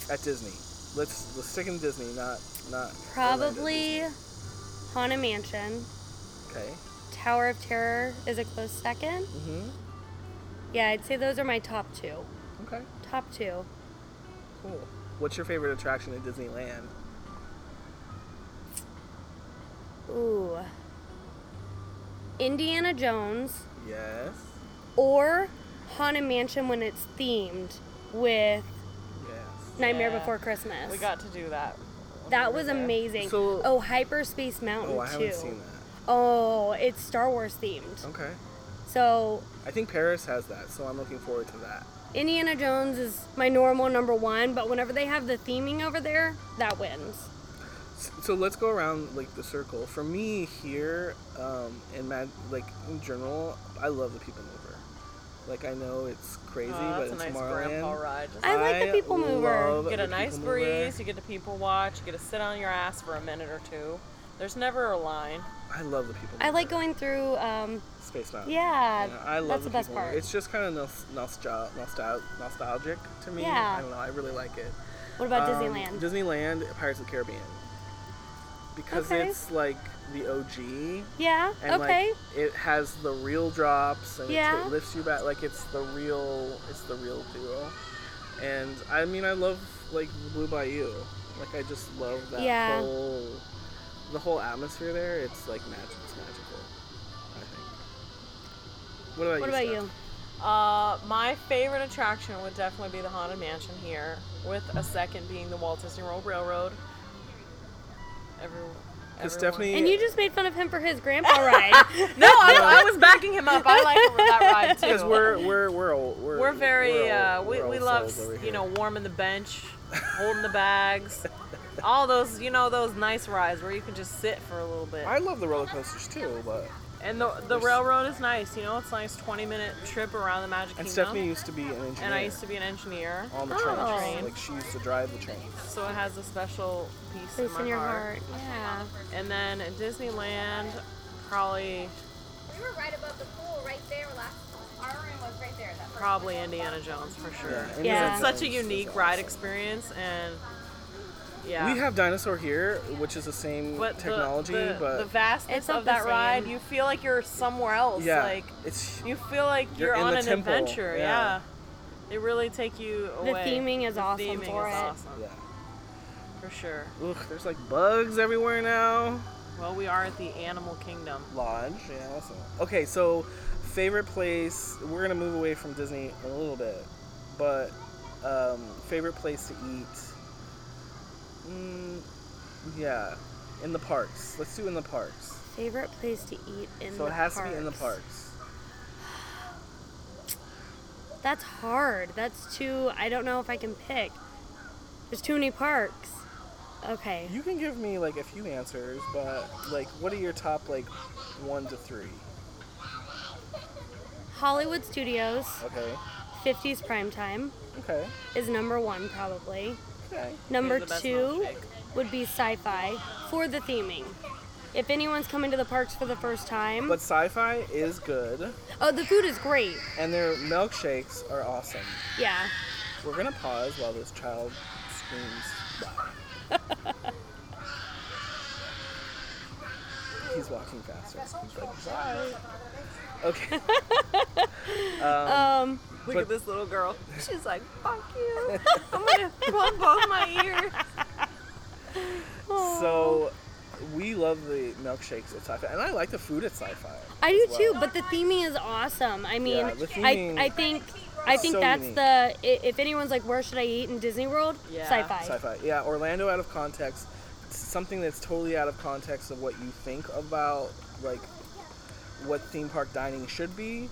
[SPEAKER 1] at Disney? Let's let's stick in Disney, not not Orlando,
[SPEAKER 3] Probably
[SPEAKER 1] Disney.
[SPEAKER 3] Haunted Mansion.
[SPEAKER 1] Okay.
[SPEAKER 3] Tower of Terror is a close second.
[SPEAKER 1] Mm-hmm.
[SPEAKER 3] Yeah, I'd say those are my top two.
[SPEAKER 1] Okay.
[SPEAKER 3] Top two.
[SPEAKER 1] Cool. What's your favorite attraction at Disneyland?
[SPEAKER 3] Ooh. Indiana Jones
[SPEAKER 1] Yes.
[SPEAKER 3] or Haunted Mansion when it's themed with
[SPEAKER 1] Yes.
[SPEAKER 3] Nightmare
[SPEAKER 2] Yeah.
[SPEAKER 3] Before Christmas.
[SPEAKER 2] We got to do that.
[SPEAKER 3] that was amazing.
[SPEAKER 1] So-
[SPEAKER 3] oh, Hyperspace Mountain
[SPEAKER 1] Oh, I
[SPEAKER 3] too.
[SPEAKER 1] haven't seen that. Oh.
[SPEAKER 3] Oh, it's Star Wars themed.
[SPEAKER 1] Okay.
[SPEAKER 3] So
[SPEAKER 1] I think Paris has that, so I'm looking forward to that.
[SPEAKER 3] Indiana Jones is my normal number one, but whenever they have the theming over there, that wins.
[SPEAKER 1] S- So let's go around like the circle. For me here, um, in Mad, like in general, I love the People Mover. Like I know it's crazy,
[SPEAKER 2] Oh, that's
[SPEAKER 1] but
[SPEAKER 2] a
[SPEAKER 1] in
[SPEAKER 2] nice grandpa
[SPEAKER 1] Tomorrowland,
[SPEAKER 2] ride. Just
[SPEAKER 3] I like the People Mover.
[SPEAKER 1] love
[SPEAKER 2] get
[SPEAKER 1] the
[SPEAKER 2] a nice
[SPEAKER 1] People Mover.
[SPEAKER 2] breeze. You get to people watch. You get to sit on your ass for a minute or two. There's never a line.
[SPEAKER 1] I love the people.
[SPEAKER 3] I like
[SPEAKER 1] mover.
[SPEAKER 3] going through. Um,
[SPEAKER 1] Space Mountain.
[SPEAKER 3] yeah,
[SPEAKER 1] Yeah, I love
[SPEAKER 3] that's
[SPEAKER 1] the
[SPEAKER 3] the best
[SPEAKER 1] people mover.
[SPEAKER 3] part.
[SPEAKER 1] It's just kind of nos- nostal- nostal- nostalgic to me.
[SPEAKER 3] Yeah.
[SPEAKER 1] I don't know. I really like it.
[SPEAKER 3] What about
[SPEAKER 1] Um,
[SPEAKER 3] Disneyland?
[SPEAKER 1] Disneyland, Pirates of the Caribbean. Because
[SPEAKER 3] Okay.
[SPEAKER 1] it's like the OG.
[SPEAKER 3] yeah.
[SPEAKER 1] And
[SPEAKER 3] okay.
[SPEAKER 1] like it has the real drops and it's-
[SPEAKER 3] Yeah.
[SPEAKER 1] it lifts you back like it's the real it's the real duo. And I mean I love like Blue Bayou. Like I just love that
[SPEAKER 3] Yeah.
[SPEAKER 1] whole the whole atmosphere there. It's like magic it's magical. I think. What about
[SPEAKER 3] what
[SPEAKER 1] you?
[SPEAKER 3] about
[SPEAKER 1] Steph?
[SPEAKER 3] you?
[SPEAKER 2] Uh, my favorite attraction would definitely be the Haunted Mansion here, with a second being the Walt Disney World Railroad. Everyone. everyone-
[SPEAKER 1] Stephanie-
[SPEAKER 3] And you just made fun of him for his grandpa ride.
[SPEAKER 2] No, I, I was backing him up. I like that ride too.
[SPEAKER 1] Because we're we're we're old, we're
[SPEAKER 2] We're very
[SPEAKER 1] we're
[SPEAKER 2] uh,
[SPEAKER 1] old-
[SPEAKER 2] we,
[SPEAKER 1] we're
[SPEAKER 2] we
[SPEAKER 1] old
[SPEAKER 2] love
[SPEAKER 1] souls over
[SPEAKER 2] you
[SPEAKER 1] here.
[SPEAKER 2] know warming the bench, holding the bags, all those you know those nice rides where you can just sit for a little bit.
[SPEAKER 1] I love the roller coasters too, but
[SPEAKER 2] And the the railroad is nice. You know, it's a nice twenty minute trip around the Magic
[SPEAKER 1] and
[SPEAKER 2] Kingdom.
[SPEAKER 1] Stephanie used to be an engineer
[SPEAKER 2] and I used to be an engineer,
[SPEAKER 1] on the trains.
[SPEAKER 3] Oh.
[SPEAKER 1] Like she used to drive the trains.
[SPEAKER 2] so it has a special piece
[SPEAKER 3] Place
[SPEAKER 2] in my
[SPEAKER 3] in your
[SPEAKER 2] heart.
[SPEAKER 3] heart. Yeah.
[SPEAKER 2] And then at Disneyland, probably
[SPEAKER 4] We were right above the pool, right there last. Our room was right there. That first
[SPEAKER 2] probably
[SPEAKER 4] one.
[SPEAKER 2] Indiana Jones for sure.
[SPEAKER 1] Indiana
[SPEAKER 3] Yeah.
[SPEAKER 2] It's such a
[SPEAKER 1] Jones is
[SPEAKER 2] unique
[SPEAKER 1] awesome.
[SPEAKER 2] ride experience, and yeah.
[SPEAKER 1] We have dinosaur here, which is the same
[SPEAKER 2] but the-
[SPEAKER 1] technology,
[SPEAKER 2] the,
[SPEAKER 1] but
[SPEAKER 2] the vastness
[SPEAKER 3] It's not
[SPEAKER 2] of
[SPEAKER 3] the
[SPEAKER 2] that ride,
[SPEAKER 3] same.
[SPEAKER 2] you feel like you're somewhere else.
[SPEAKER 1] yeah,
[SPEAKER 2] Like
[SPEAKER 1] it's
[SPEAKER 2] you feel like
[SPEAKER 1] You're
[SPEAKER 2] you're,
[SPEAKER 1] in
[SPEAKER 2] on
[SPEAKER 1] the
[SPEAKER 2] an
[SPEAKER 1] temple,
[SPEAKER 2] adventure.
[SPEAKER 1] yeah.
[SPEAKER 2] Yeah. They really take you
[SPEAKER 3] The
[SPEAKER 2] away.
[SPEAKER 3] theming is
[SPEAKER 2] The
[SPEAKER 3] awesome
[SPEAKER 2] theming
[SPEAKER 3] for
[SPEAKER 2] is
[SPEAKER 3] it.
[SPEAKER 2] awesome
[SPEAKER 1] yeah.
[SPEAKER 2] for sure.
[SPEAKER 1] Ugh, there's like bugs everywhere now.
[SPEAKER 2] Well, we are at the animal kingdom.
[SPEAKER 1] Lodge, yeah. That's a, okay, so favorite place. We're gonna move away from Disney in a little bit, but um, favorite place to eat. Mm, yeah, in the parks. Let's do in the parks.
[SPEAKER 3] Favorite place to eat in
[SPEAKER 1] so
[SPEAKER 3] the
[SPEAKER 1] it has
[SPEAKER 3] parks.
[SPEAKER 1] to be in the parks.
[SPEAKER 3] That's hard. That's too. I don't know if I can pick. There's too many parks. Okay.
[SPEAKER 1] You can give me like a few answers, but like, what are your top like one to three?
[SPEAKER 3] Hollywood Studios,
[SPEAKER 1] Okay.
[SPEAKER 3] 50s primetime
[SPEAKER 1] Okay.
[SPEAKER 3] is number one probably.
[SPEAKER 1] Okay.
[SPEAKER 3] Number
[SPEAKER 2] the best
[SPEAKER 3] two
[SPEAKER 2] milkshake.
[SPEAKER 3] would be sci-fi for the theming. If anyone's coming to the parks for the first time,
[SPEAKER 1] But sci-fi is good,
[SPEAKER 3] oh, the food is great.
[SPEAKER 1] and their milkshakes are awesome.
[SPEAKER 3] Yeah.
[SPEAKER 1] We're gonna pause while this child screams. He's walking faster. He's like, "Bye." Okay.
[SPEAKER 3] Um,
[SPEAKER 2] Look
[SPEAKER 1] But-
[SPEAKER 2] at this little girl. She's like, "Fuck you! I'm gonna plug both my ears."
[SPEAKER 1] So we love the milkshakes at sci-fi, and I like the food at sci-fi.
[SPEAKER 3] I do
[SPEAKER 1] as well.
[SPEAKER 3] too, but the theming is awesome. I mean,
[SPEAKER 1] Yeah, the theming-
[SPEAKER 3] I, I think I think
[SPEAKER 1] So
[SPEAKER 3] that's
[SPEAKER 1] unique.
[SPEAKER 3] the i- if anyone's like, where should I eat in Disney World?
[SPEAKER 2] Yeah.
[SPEAKER 3] Sci-fi.
[SPEAKER 1] sci-fi. Yeah, Orlando out of context, something that's totally out of context of what you think about like what theme park dining should be.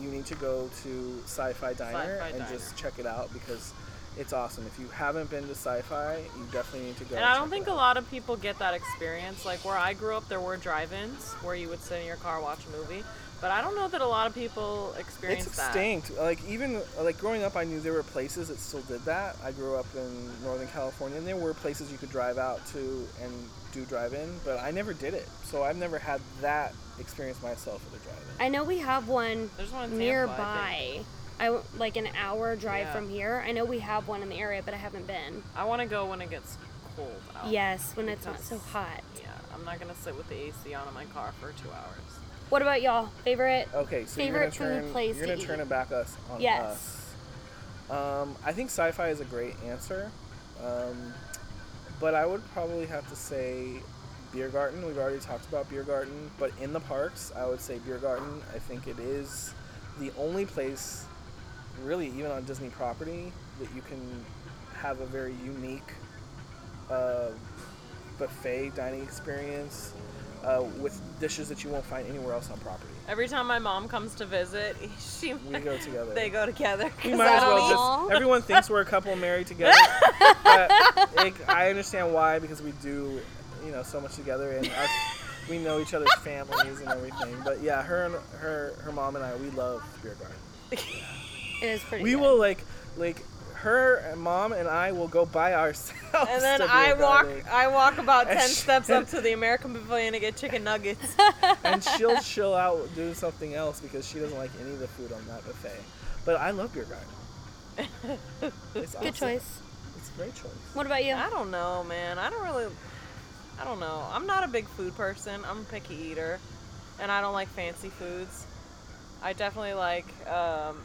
[SPEAKER 1] You need to go to Sci-Fi Diner
[SPEAKER 2] Sci-Fi
[SPEAKER 1] and
[SPEAKER 2] Diner.
[SPEAKER 1] just check it out because it's awesome. If you haven't been to Sci-Fi, you definitely need to go.
[SPEAKER 2] And I don't
[SPEAKER 1] check
[SPEAKER 2] think
[SPEAKER 1] it
[SPEAKER 2] a
[SPEAKER 1] out.
[SPEAKER 2] lot of people get that experience. Like where I grew up, there were drive-ins where you would sit in your car watch a movie, but I don't know that a lot of people experience
[SPEAKER 1] It's
[SPEAKER 2] that.
[SPEAKER 1] extinct. Like even like growing up, I knew there were places that still did that. I grew up in Northern California, and there were places you could drive out to and do drive-in, but I never did it, so I've never had that experience myself with a drive-in.
[SPEAKER 3] I know we have one
[SPEAKER 2] There's one in Tampa, I
[SPEAKER 3] nearby. I w- like an hour drive
[SPEAKER 2] Yeah.
[SPEAKER 3] from here. I know we have one in the area, but I haven't been.
[SPEAKER 2] I want to go when it gets cold out.
[SPEAKER 3] Yes, when it's not so
[SPEAKER 2] Oh. Because-
[SPEAKER 3] hot.
[SPEAKER 2] Yeah, I'm not gonna sit with the AC on in my car for two hours.
[SPEAKER 3] What about y'all? Favorite?
[SPEAKER 1] Okay, so
[SPEAKER 3] Favorite
[SPEAKER 1] you're gonna
[SPEAKER 3] food
[SPEAKER 1] turn
[SPEAKER 3] place
[SPEAKER 1] you're
[SPEAKER 3] to
[SPEAKER 1] gonna turn
[SPEAKER 3] eat?
[SPEAKER 1] it back us on
[SPEAKER 3] Yes.
[SPEAKER 1] uh, us. Um, I think sci-fi is a great answer, um, but I would probably have to say beer garden. We've already talked about beer garden, but in the parks, I would say beer garden. I think it is the only place, really, even on Disney property, that you can have a very unique uh, buffet dining experience uh, with dishes that you won't find anywhere else on property.
[SPEAKER 2] Every time my mom comes to visit, she
[SPEAKER 1] We go together.
[SPEAKER 2] they go together.
[SPEAKER 1] We
[SPEAKER 2] 'cause
[SPEAKER 1] might
[SPEAKER 2] I
[SPEAKER 1] as
[SPEAKER 2] don't
[SPEAKER 1] well
[SPEAKER 2] eat-
[SPEAKER 3] Aw.
[SPEAKER 1] just. Everyone thinks we're a couple married together. but it, I understand why because we do, you know, so much together and our, we know each other's families and everything. But yeah, her and her her mom and I, we love beer garden.
[SPEAKER 3] It is pretty.
[SPEAKER 1] We
[SPEAKER 3] good.
[SPEAKER 1] will like like her and mom and I will go by ourselves.
[SPEAKER 2] And then
[SPEAKER 1] to do
[SPEAKER 2] I
[SPEAKER 1] about
[SPEAKER 2] walk,
[SPEAKER 1] it.
[SPEAKER 2] I walk about
[SPEAKER 1] And
[SPEAKER 2] ten
[SPEAKER 1] she-
[SPEAKER 2] steps up to the American Pavilion to get chicken nuggets.
[SPEAKER 1] and she'll chill out do something else because she doesn't like any of the food on that buffet. But I love Beer Garden. It's awesome.
[SPEAKER 3] Good choice.
[SPEAKER 1] It's a great choice.
[SPEAKER 3] What about you?
[SPEAKER 2] I don't know, man. I don't really. I don't know. I'm not a big food person. I'm a picky eater, and I don't like fancy foods. I definitely like um,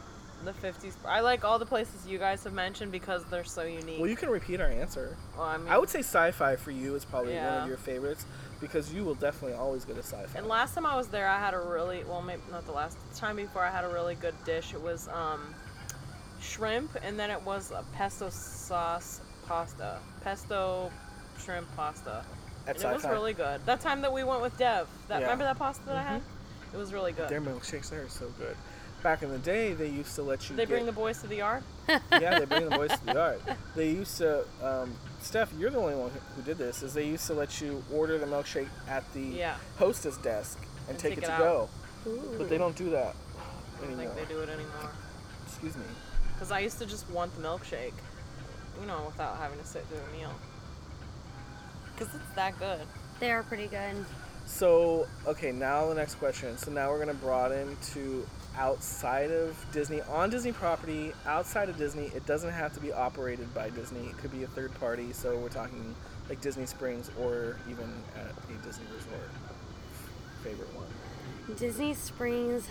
[SPEAKER 2] the 50s. I like all the places you guys have mentioned because they're so unique.
[SPEAKER 1] Well, you can repeat our answer.
[SPEAKER 2] Well, I mean,
[SPEAKER 1] I would say sci-fi for you is probably one
[SPEAKER 2] Yeah.
[SPEAKER 1] of your favorites because you will definitely always go to sci-fi.
[SPEAKER 2] And last time I was there, I had a really well, maybe not the last the time before. I had a really good dish. It was um, shrimp, and then it was a pesto sauce pasta, pesto shrimp pasta.
[SPEAKER 1] At
[SPEAKER 2] and it was
[SPEAKER 1] sci-fi.
[SPEAKER 2] really good. That time that we went with Dev, that
[SPEAKER 1] Yeah. Mm-hmm.
[SPEAKER 2] remember that pasta that I had? It was really good.
[SPEAKER 1] Their milkshakes there are so good. Back in the day, they used to let you.
[SPEAKER 2] they
[SPEAKER 1] get,
[SPEAKER 2] bring the boys to the yard.
[SPEAKER 1] yeah, they bring the boys to the yard. They used to, um, Steph, you're the only one who- who did this, is they used to let you order the milkshake at the
[SPEAKER 2] Yeah.
[SPEAKER 1] hostess desk and,
[SPEAKER 2] And
[SPEAKER 1] take,
[SPEAKER 2] take
[SPEAKER 1] it,
[SPEAKER 2] it
[SPEAKER 1] to
[SPEAKER 2] out.
[SPEAKER 1] go.
[SPEAKER 3] Ooh.
[SPEAKER 1] But they don't do that
[SPEAKER 2] I don't
[SPEAKER 1] anymore.
[SPEAKER 2] think they do it anymore.
[SPEAKER 1] Excuse me.
[SPEAKER 2] Because I used to just want the milkshake, you know, without having to sit through a meal. Because it's that good.
[SPEAKER 3] They are pretty good.
[SPEAKER 1] So, okay, now the next question. So now we're going to broaden to outside of Disney, on Disney property, outside of Disney. It doesn't have to be operated by Disney. It could be a third party. So we're talking like Disney Springs or even at a Disney resort. Favorite one.
[SPEAKER 3] Disney Springs,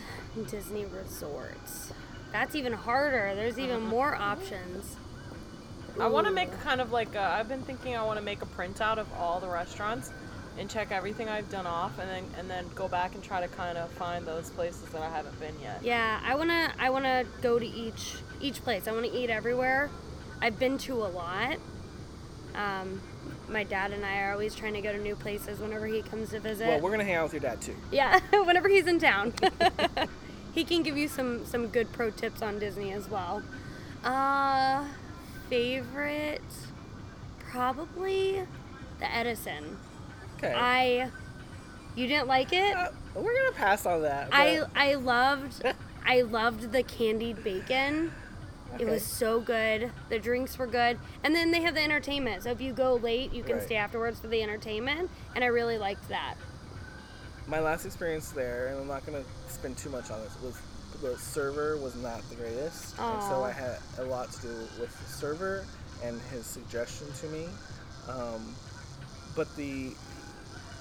[SPEAKER 3] Disney Resorts. That's even harder. There's even more options.
[SPEAKER 2] I want to make kind of like a, I've been thinking I want to make a printout of all the restaurants and check everything I've done off and then and then go back and try to kind of find those places that I haven't been yet.
[SPEAKER 3] Yeah, I wanna I wanna go to each each place. I wanna eat everywhere. I've been to a lot. Um, my dad and I are always trying to go to new places whenever he comes to visit.
[SPEAKER 1] Well, we're going to hang out with your dad too.
[SPEAKER 3] yeah, whenever he's in town, he can give you some some good pro tips on Disney as well. Uh, favorite, probably the Edison.
[SPEAKER 1] Okay.
[SPEAKER 3] I, you didn't like it.
[SPEAKER 1] Uh, we're going to pass on that. but-
[SPEAKER 3] I I loved I loved the candied bacon. It was so good. The drinks were good. And then they have the entertainment. So if you go late, you can
[SPEAKER 1] Right.
[SPEAKER 3] stay afterwards for the entertainment. And I really liked that.
[SPEAKER 1] my last experience there, and I'm not gonna spend too much on this, was the server was not the greatest, and so
[SPEAKER 3] Aw.
[SPEAKER 1] I had a lot to do with the server and his suggestion to me. Um, but the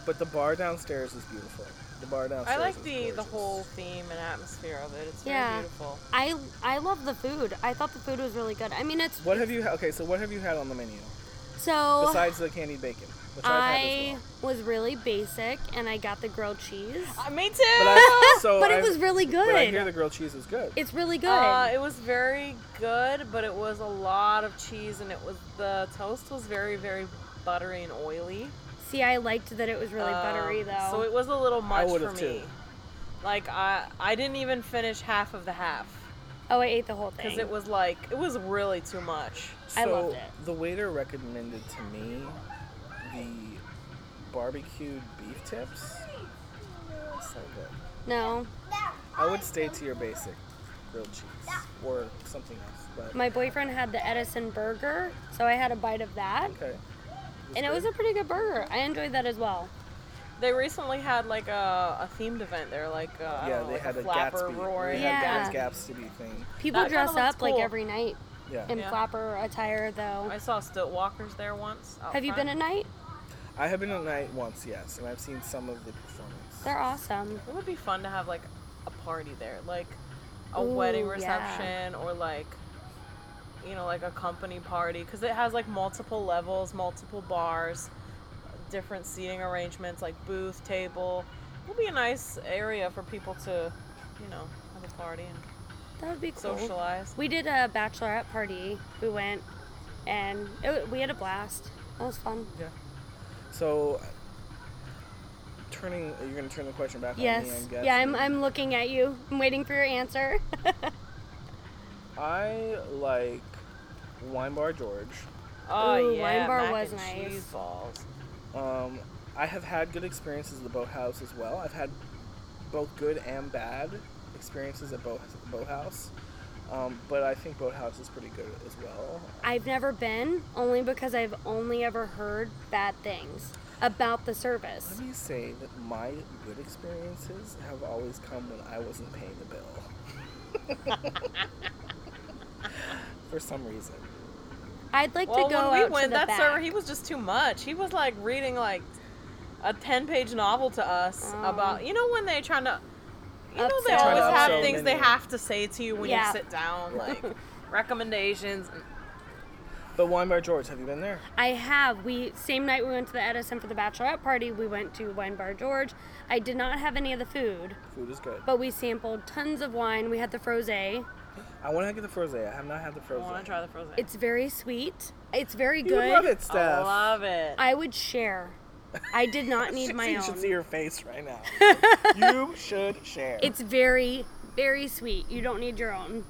[SPEAKER 1] but the bar downstairs is beautiful. The bar
[SPEAKER 2] I
[SPEAKER 1] downstairs.
[SPEAKER 2] like
[SPEAKER 1] is
[SPEAKER 2] the the
[SPEAKER 1] gorgeous.
[SPEAKER 2] whole theme and atmosphere of it. It's very
[SPEAKER 3] Yeah.
[SPEAKER 2] beautiful.
[SPEAKER 3] I I love the food. I thought the food was really good. I mean, it's
[SPEAKER 1] What have you? ha- Okay, so what have you had on the menu
[SPEAKER 3] so
[SPEAKER 1] besides the candied bacon, which I've had as
[SPEAKER 3] I
[SPEAKER 1] well?
[SPEAKER 3] was really basic and I got the grilled cheese.
[SPEAKER 2] Uh, me too.
[SPEAKER 1] But, I, so
[SPEAKER 3] but it
[SPEAKER 1] I've-
[SPEAKER 3] was really
[SPEAKER 1] But I hear
[SPEAKER 3] good.
[SPEAKER 1] the grilled cheese is good.
[SPEAKER 3] It's really good.
[SPEAKER 2] Uh, it was very good, but it was a lot of cheese and it was the toast was very very buttery and oily.
[SPEAKER 3] See, I liked that it was really
[SPEAKER 2] Um,
[SPEAKER 3] buttery though.
[SPEAKER 2] So it was a little much for
[SPEAKER 1] would've
[SPEAKER 2] me.
[SPEAKER 1] too.
[SPEAKER 2] Like I I didn't even finish half of the half
[SPEAKER 3] oh, I ate the whole thing.
[SPEAKER 2] because it was like it was really too much.
[SPEAKER 1] So
[SPEAKER 3] I loved it.
[SPEAKER 1] the waiter recommended to me the barbecued beef tips. So good.
[SPEAKER 3] no,
[SPEAKER 1] I would stay to your basic grilled cheese or something else, but
[SPEAKER 3] My boyfriend had the Edison burger, so I had a bite of that,
[SPEAKER 1] okay.
[SPEAKER 3] and it was a pretty good burger. I enjoyed that as well.
[SPEAKER 2] They recently had like a, a themed event there, like uh, I
[SPEAKER 1] Yeah,
[SPEAKER 2] don't know,
[SPEAKER 1] they
[SPEAKER 2] like
[SPEAKER 1] had
[SPEAKER 2] a
[SPEAKER 1] a
[SPEAKER 2] flapper
[SPEAKER 1] Gatsby.
[SPEAKER 2] roaring.
[SPEAKER 1] They
[SPEAKER 3] Yeah.
[SPEAKER 1] had Gatsby's Gatsby thing.
[SPEAKER 3] People
[SPEAKER 2] That kinda
[SPEAKER 3] dress
[SPEAKER 2] looks
[SPEAKER 3] up like
[SPEAKER 2] cool.
[SPEAKER 3] every night
[SPEAKER 1] Yeah.
[SPEAKER 3] in
[SPEAKER 2] Yeah.
[SPEAKER 3] flapper attire, though.
[SPEAKER 2] I saw stilt walkers there once. out
[SPEAKER 3] Have you been
[SPEAKER 2] front.
[SPEAKER 3] at night?
[SPEAKER 1] I have been at night once, yes, and I've seen some of the performance.
[SPEAKER 3] They're awesome.
[SPEAKER 2] It would be fun to have like a party there, like a
[SPEAKER 3] Ooh,
[SPEAKER 2] wedding
[SPEAKER 3] yeah.
[SPEAKER 2] reception or like you know like a company party because it has like multiple levels, multiple bars, different seating arrangements, like booth, table. It would be a nice area for people to, you know, have a party and
[SPEAKER 3] That would be cool.
[SPEAKER 2] socialize.
[SPEAKER 3] We did a bachelorette party. We went, and it, wa- we had a blast. That was fun.
[SPEAKER 1] Yeah. So turning you're gonna turn the question back on me, I'm
[SPEAKER 3] Yes.
[SPEAKER 1] guessing.
[SPEAKER 3] yeah, I'm, I'm looking at you. I'm waiting for your answer.
[SPEAKER 1] I like Wine Bar George.
[SPEAKER 2] Oh
[SPEAKER 3] Ooh,
[SPEAKER 2] yeah,
[SPEAKER 3] wine bar
[SPEAKER 2] mac
[SPEAKER 3] was
[SPEAKER 2] and
[SPEAKER 3] nice.
[SPEAKER 2] cheese balls.
[SPEAKER 1] Um, I have had good experiences at the boathouse as well. I've had both good and bad experiences at boat boathouse. Um, but I think Boathouse is pretty good as well.
[SPEAKER 3] I've never been, only because I've only ever heard bad things about the service.
[SPEAKER 1] Let me say that my good experiences have always come when I wasn't paying the bill. For some reason.
[SPEAKER 3] I'd like
[SPEAKER 2] Well,
[SPEAKER 3] to go
[SPEAKER 2] when we
[SPEAKER 3] out to
[SPEAKER 2] went,
[SPEAKER 3] the
[SPEAKER 2] that
[SPEAKER 3] back.
[SPEAKER 2] server, he was just too much. He was like reading like a ten-page novel to us
[SPEAKER 3] Oh.
[SPEAKER 2] about you know when they're trying to, you know they
[SPEAKER 3] Upsell.
[SPEAKER 2] always
[SPEAKER 1] Trying to
[SPEAKER 2] have
[SPEAKER 1] upsell
[SPEAKER 2] things they
[SPEAKER 1] menu.
[SPEAKER 2] have to say to you when
[SPEAKER 3] Yeah.
[SPEAKER 2] you sit down, like recommendations.
[SPEAKER 1] But Wine Bar George, have you been there?
[SPEAKER 3] I have. We same night we went to the Edison for the bachelorette party. We went to Wine Bar George. I did not have any of the food,
[SPEAKER 1] Food is good.
[SPEAKER 3] but we sampled tons of wine. We had the frosé.
[SPEAKER 1] I want to get the froze. I have not had the
[SPEAKER 2] I
[SPEAKER 1] froze.
[SPEAKER 2] want to try the frozen.
[SPEAKER 3] It's very sweet. It's very
[SPEAKER 1] You
[SPEAKER 3] good.
[SPEAKER 1] love it,
[SPEAKER 2] I
[SPEAKER 1] Steph.
[SPEAKER 2] love it.
[SPEAKER 3] I would share. I did not need my
[SPEAKER 1] you
[SPEAKER 3] own.
[SPEAKER 1] should see your face right now. you should share.
[SPEAKER 3] It's very, very sweet. You don't need your own.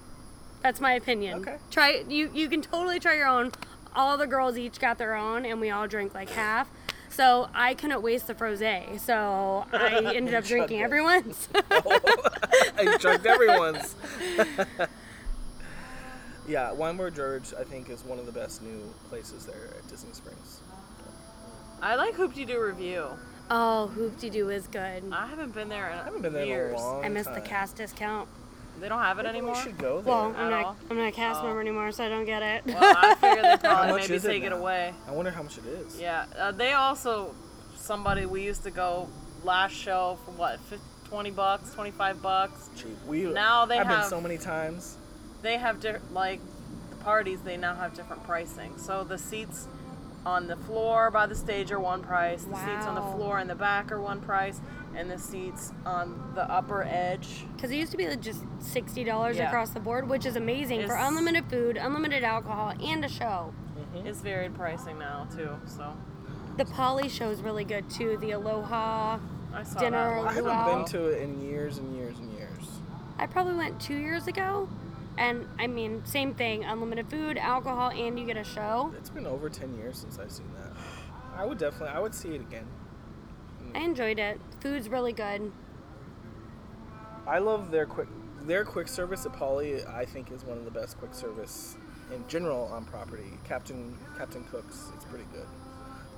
[SPEAKER 3] That's my opinion.
[SPEAKER 1] Okay.
[SPEAKER 3] Try you. You can totally try your own. All the girls each got their own, and we all drank like half. So I couldn't waste the frosé. So I ended up drinking
[SPEAKER 1] it.
[SPEAKER 3] everyone's.
[SPEAKER 1] I chugged everyone's. yeah, Wine Bar George, I think, is one of the best new places there at Disney Springs.
[SPEAKER 2] I like Hoopty Doo Review.
[SPEAKER 3] oh, hoopty doo is good.
[SPEAKER 2] I haven't been there in
[SPEAKER 1] I haven't been there
[SPEAKER 2] years.
[SPEAKER 1] in a long
[SPEAKER 3] I missed the
[SPEAKER 1] time.
[SPEAKER 3] cast discount.
[SPEAKER 2] They don't have it
[SPEAKER 1] Maybe
[SPEAKER 2] anymore.
[SPEAKER 1] We should go there.
[SPEAKER 3] Well,
[SPEAKER 2] At
[SPEAKER 3] I'm
[SPEAKER 2] all?
[SPEAKER 3] not. I'm not a cast
[SPEAKER 2] Oh.
[SPEAKER 3] member anymore, so I don't get it.
[SPEAKER 2] Well, I figure they
[SPEAKER 1] How
[SPEAKER 2] probably
[SPEAKER 1] much
[SPEAKER 2] maybe
[SPEAKER 1] is it
[SPEAKER 2] take it,
[SPEAKER 1] now?
[SPEAKER 2] away.
[SPEAKER 1] I wonder how much it is.
[SPEAKER 2] Yeah, uh, they also somebody we used to go last show for what fif- 20 bucks, 25 bucks.
[SPEAKER 1] Cheap. We,
[SPEAKER 2] Now they
[SPEAKER 1] I've
[SPEAKER 2] have-
[SPEAKER 1] been so many times.
[SPEAKER 2] They have different like the parties they now have different pricing. So the seats on the floor by the stage are one price, the seats on the
[SPEAKER 3] Wow.
[SPEAKER 2] floor in the back are one price, and the seats on the upper edge
[SPEAKER 3] Because it used to be like just sixty dollars
[SPEAKER 2] Yeah.
[SPEAKER 3] across the board, which is amazing for
[SPEAKER 2] It's-
[SPEAKER 3] unlimited food, unlimited alcohol, and a show.
[SPEAKER 1] Hmm?
[SPEAKER 2] is varied pricing now too. So
[SPEAKER 3] The Polly show is really good too. The Aloha.
[SPEAKER 2] I saw
[SPEAKER 3] Dinner,
[SPEAKER 2] that.
[SPEAKER 1] I
[SPEAKER 2] one.
[SPEAKER 1] haven't
[SPEAKER 3] Wow.
[SPEAKER 1] been to it in years and years and years.
[SPEAKER 3] I probably went two years ago, and I mean, same thing: unlimited food, alcohol, and you get a show.
[SPEAKER 1] It's been over 10 years since I've seen that. I would definitely, I would see it again.
[SPEAKER 3] I enjoyed it. Food's really good.
[SPEAKER 1] I love their quick their quick service at Polly. I think is one of the best quick service in general on property. Captain Captain Cook's it's pretty good.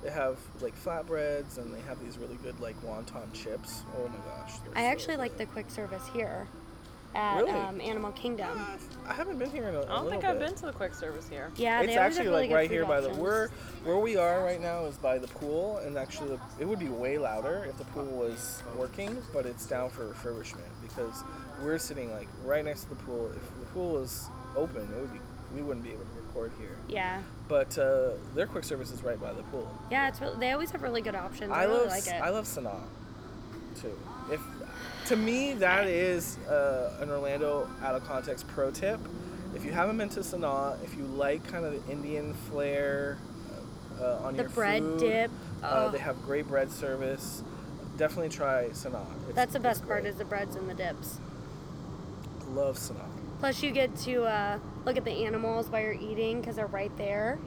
[SPEAKER 1] They have like flatbreads and they have these really good like wonton chips. Oh my gosh! they're
[SPEAKER 3] I
[SPEAKER 1] so
[SPEAKER 3] actually like the
[SPEAKER 1] good.
[SPEAKER 3] quick service here at
[SPEAKER 1] Really?
[SPEAKER 3] um, Animal Kingdom.
[SPEAKER 1] Uh, I haven't been here in a, a
[SPEAKER 2] I don't
[SPEAKER 1] little
[SPEAKER 2] think I've
[SPEAKER 1] bit.
[SPEAKER 2] been to the quick service here.
[SPEAKER 3] Yeah,
[SPEAKER 1] it's
[SPEAKER 3] they always
[SPEAKER 1] actually
[SPEAKER 3] have really
[SPEAKER 1] like
[SPEAKER 3] good
[SPEAKER 1] right
[SPEAKER 3] food
[SPEAKER 1] here by the
[SPEAKER 3] options.
[SPEAKER 1] we're where we are right now is by the pool and actually the, it would be way louder if the pool was working but it's down for refurbishment because we're sitting like right next to the pool if the pool is open it would be we wouldn't be able to record here
[SPEAKER 3] Yeah,
[SPEAKER 1] but uh, their quick service is right by the pool
[SPEAKER 3] yeah. It's really, they always have really good options. I,
[SPEAKER 1] I
[SPEAKER 3] really
[SPEAKER 1] love
[SPEAKER 3] like it.
[SPEAKER 1] I love Sanaa too. If to me that is uh, an Orlando out of context pro tip. If you haven't been to Sanaa, if you like kind of the Indian flair uh, on
[SPEAKER 3] The
[SPEAKER 1] your
[SPEAKER 3] bread
[SPEAKER 1] food,
[SPEAKER 3] dip.
[SPEAKER 1] uh,
[SPEAKER 3] Oh.
[SPEAKER 1] they have great bread service. Definitely try Sanaa. It's-
[SPEAKER 3] That's the
[SPEAKER 1] it's
[SPEAKER 3] best part
[SPEAKER 1] great.
[SPEAKER 3] is the breads and the dips.
[SPEAKER 1] love Sanaa.
[SPEAKER 3] Plus, you get to uh, look at the animals while you're eating because they're right there.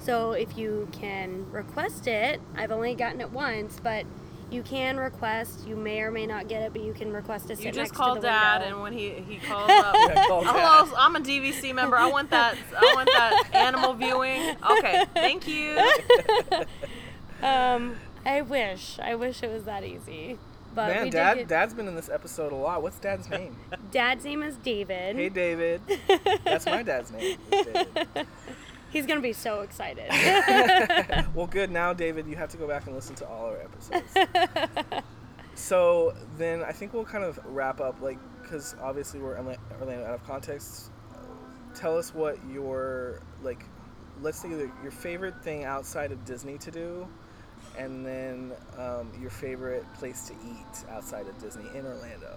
[SPEAKER 3] So, if you can request it, I've only gotten it once, but you can request. You may or may not get it, but you can request to sit
[SPEAKER 2] You
[SPEAKER 3] next
[SPEAKER 2] just
[SPEAKER 3] to
[SPEAKER 2] call
[SPEAKER 3] the
[SPEAKER 2] dad,
[SPEAKER 3] window.
[SPEAKER 2] and when he he calls up,
[SPEAKER 1] Yeah,
[SPEAKER 3] Oh,
[SPEAKER 1] call
[SPEAKER 2] Hello,
[SPEAKER 1] that.
[SPEAKER 2] I'm a DVC member. I want that. I want that animal viewing. Okay, thank you.
[SPEAKER 3] Um, I wish. I wish it was that easy. But we
[SPEAKER 1] Man,
[SPEAKER 3] did
[SPEAKER 1] Dad,
[SPEAKER 3] get-
[SPEAKER 1] Dad's been in this episode a lot. What's Dad's name?
[SPEAKER 3] Dad's name is David.
[SPEAKER 1] hey, David. That's my dad's name. is David.
[SPEAKER 3] He's gonna be so excited.
[SPEAKER 1] well, good. Now, David, you have to go back and listen to all our episodes. so then I think we'll kind of wrap up, like, because obviously we're Orla- Orlando out of context. Tell us what your, like, let's think of the- your favorite thing outside of Disney to do, and then um, your favorite place to eat outside of Disney in Orlando.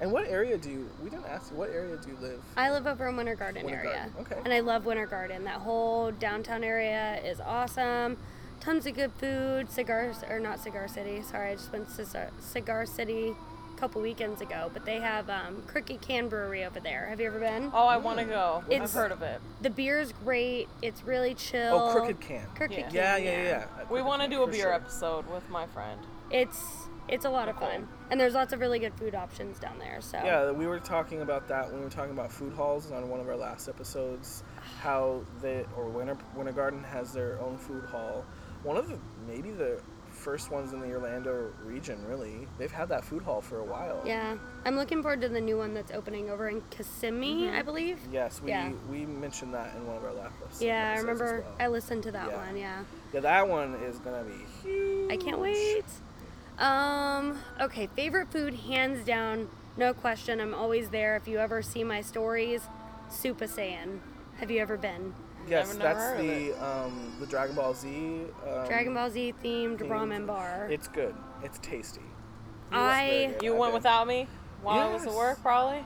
[SPEAKER 1] And what area do you, we didn't ask you, what area do you live?
[SPEAKER 3] I live over in Winter Garden
[SPEAKER 1] Winter
[SPEAKER 3] area.
[SPEAKER 1] Garden, okay.
[SPEAKER 3] And I love Winter Garden. That whole downtown area is awesome. Tons of good food. Cigars or not Cigar City. Sorry, I just went to Cigar- Cigar City a couple weekends ago, but they have um, Cricket Can Brewery over there. Have you ever been?
[SPEAKER 2] Oh, I want to go. I've
[SPEAKER 3] It's-
[SPEAKER 2] heard of it.
[SPEAKER 3] The beer's great. It's really chill.
[SPEAKER 1] Oh, Crooked Can.
[SPEAKER 3] Crooked
[SPEAKER 2] Yeah.
[SPEAKER 3] Can.
[SPEAKER 1] Yeah, yeah, yeah.
[SPEAKER 2] We
[SPEAKER 1] Crooked
[SPEAKER 2] want to
[SPEAKER 1] Can,
[SPEAKER 2] do a
[SPEAKER 1] for
[SPEAKER 2] beer
[SPEAKER 1] sure.
[SPEAKER 2] episode with my friend.
[SPEAKER 3] it's it's a lot of fun, and there's lots of really good food options down there. So
[SPEAKER 1] Yeah, we were talking about that when we were talking about food halls on one of our last episodes. How the or Winter Winter Garden has their own food hall. One of the maybe the first ones in the Orlando region. Really, they've had that food hall for a while.
[SPEAKER 3] Yeah. I'm looking forward to the new one that's opening over in Kissimmee, I believe.
[SPEAKER 1] Yes, we
[SPEAKER 3] Yeah.
[SPEAKER 1] we mentioned that in one of our last episodes.
[SPEAKER 3] Yeah, I
[SPEAKER 1] episodes as
[SPEAKER 3] remember.
[SPEAKER 1] well.
[SPEAKER 3] I listened to that
[SPEAKER 1] Yeah.
[SPEAKER 3] one. Yeah,
[SPEAKER 1] yeah, that one is gonna be huge.
[SPEAKER 3] I can't wait. Um, okay, favorite food, hands down, no question. I'm always there. If you ever see my stories, Super Saiyan. Have you ever been?
[SPEAKER 1] Yes,
[SPEAKER 2] I've never
[SPEAKER 1] that's
[SPEAKER 2] heard of
[SPEAKER 1] the um, the Dragon Ball Z. Um,
[SPEAKER 3] Dragon Ball Z themed
[SPEAKER 1] themed-
[SPEAKER 3] ramen bar.
[SPEAKER 1] It's good. It's tasty.
[SPEAKER 3] I-
[SPEAKER 1] It's very good.
[SPEAKER 2] You
[SPEAKER 1] I've
[SPEAKER 2] went
[SPEAKER 1] been-
[SPEAKER 2] without me while I was
[SPEAKER 1] Yes.
[SPEAKER 2] at work, probably.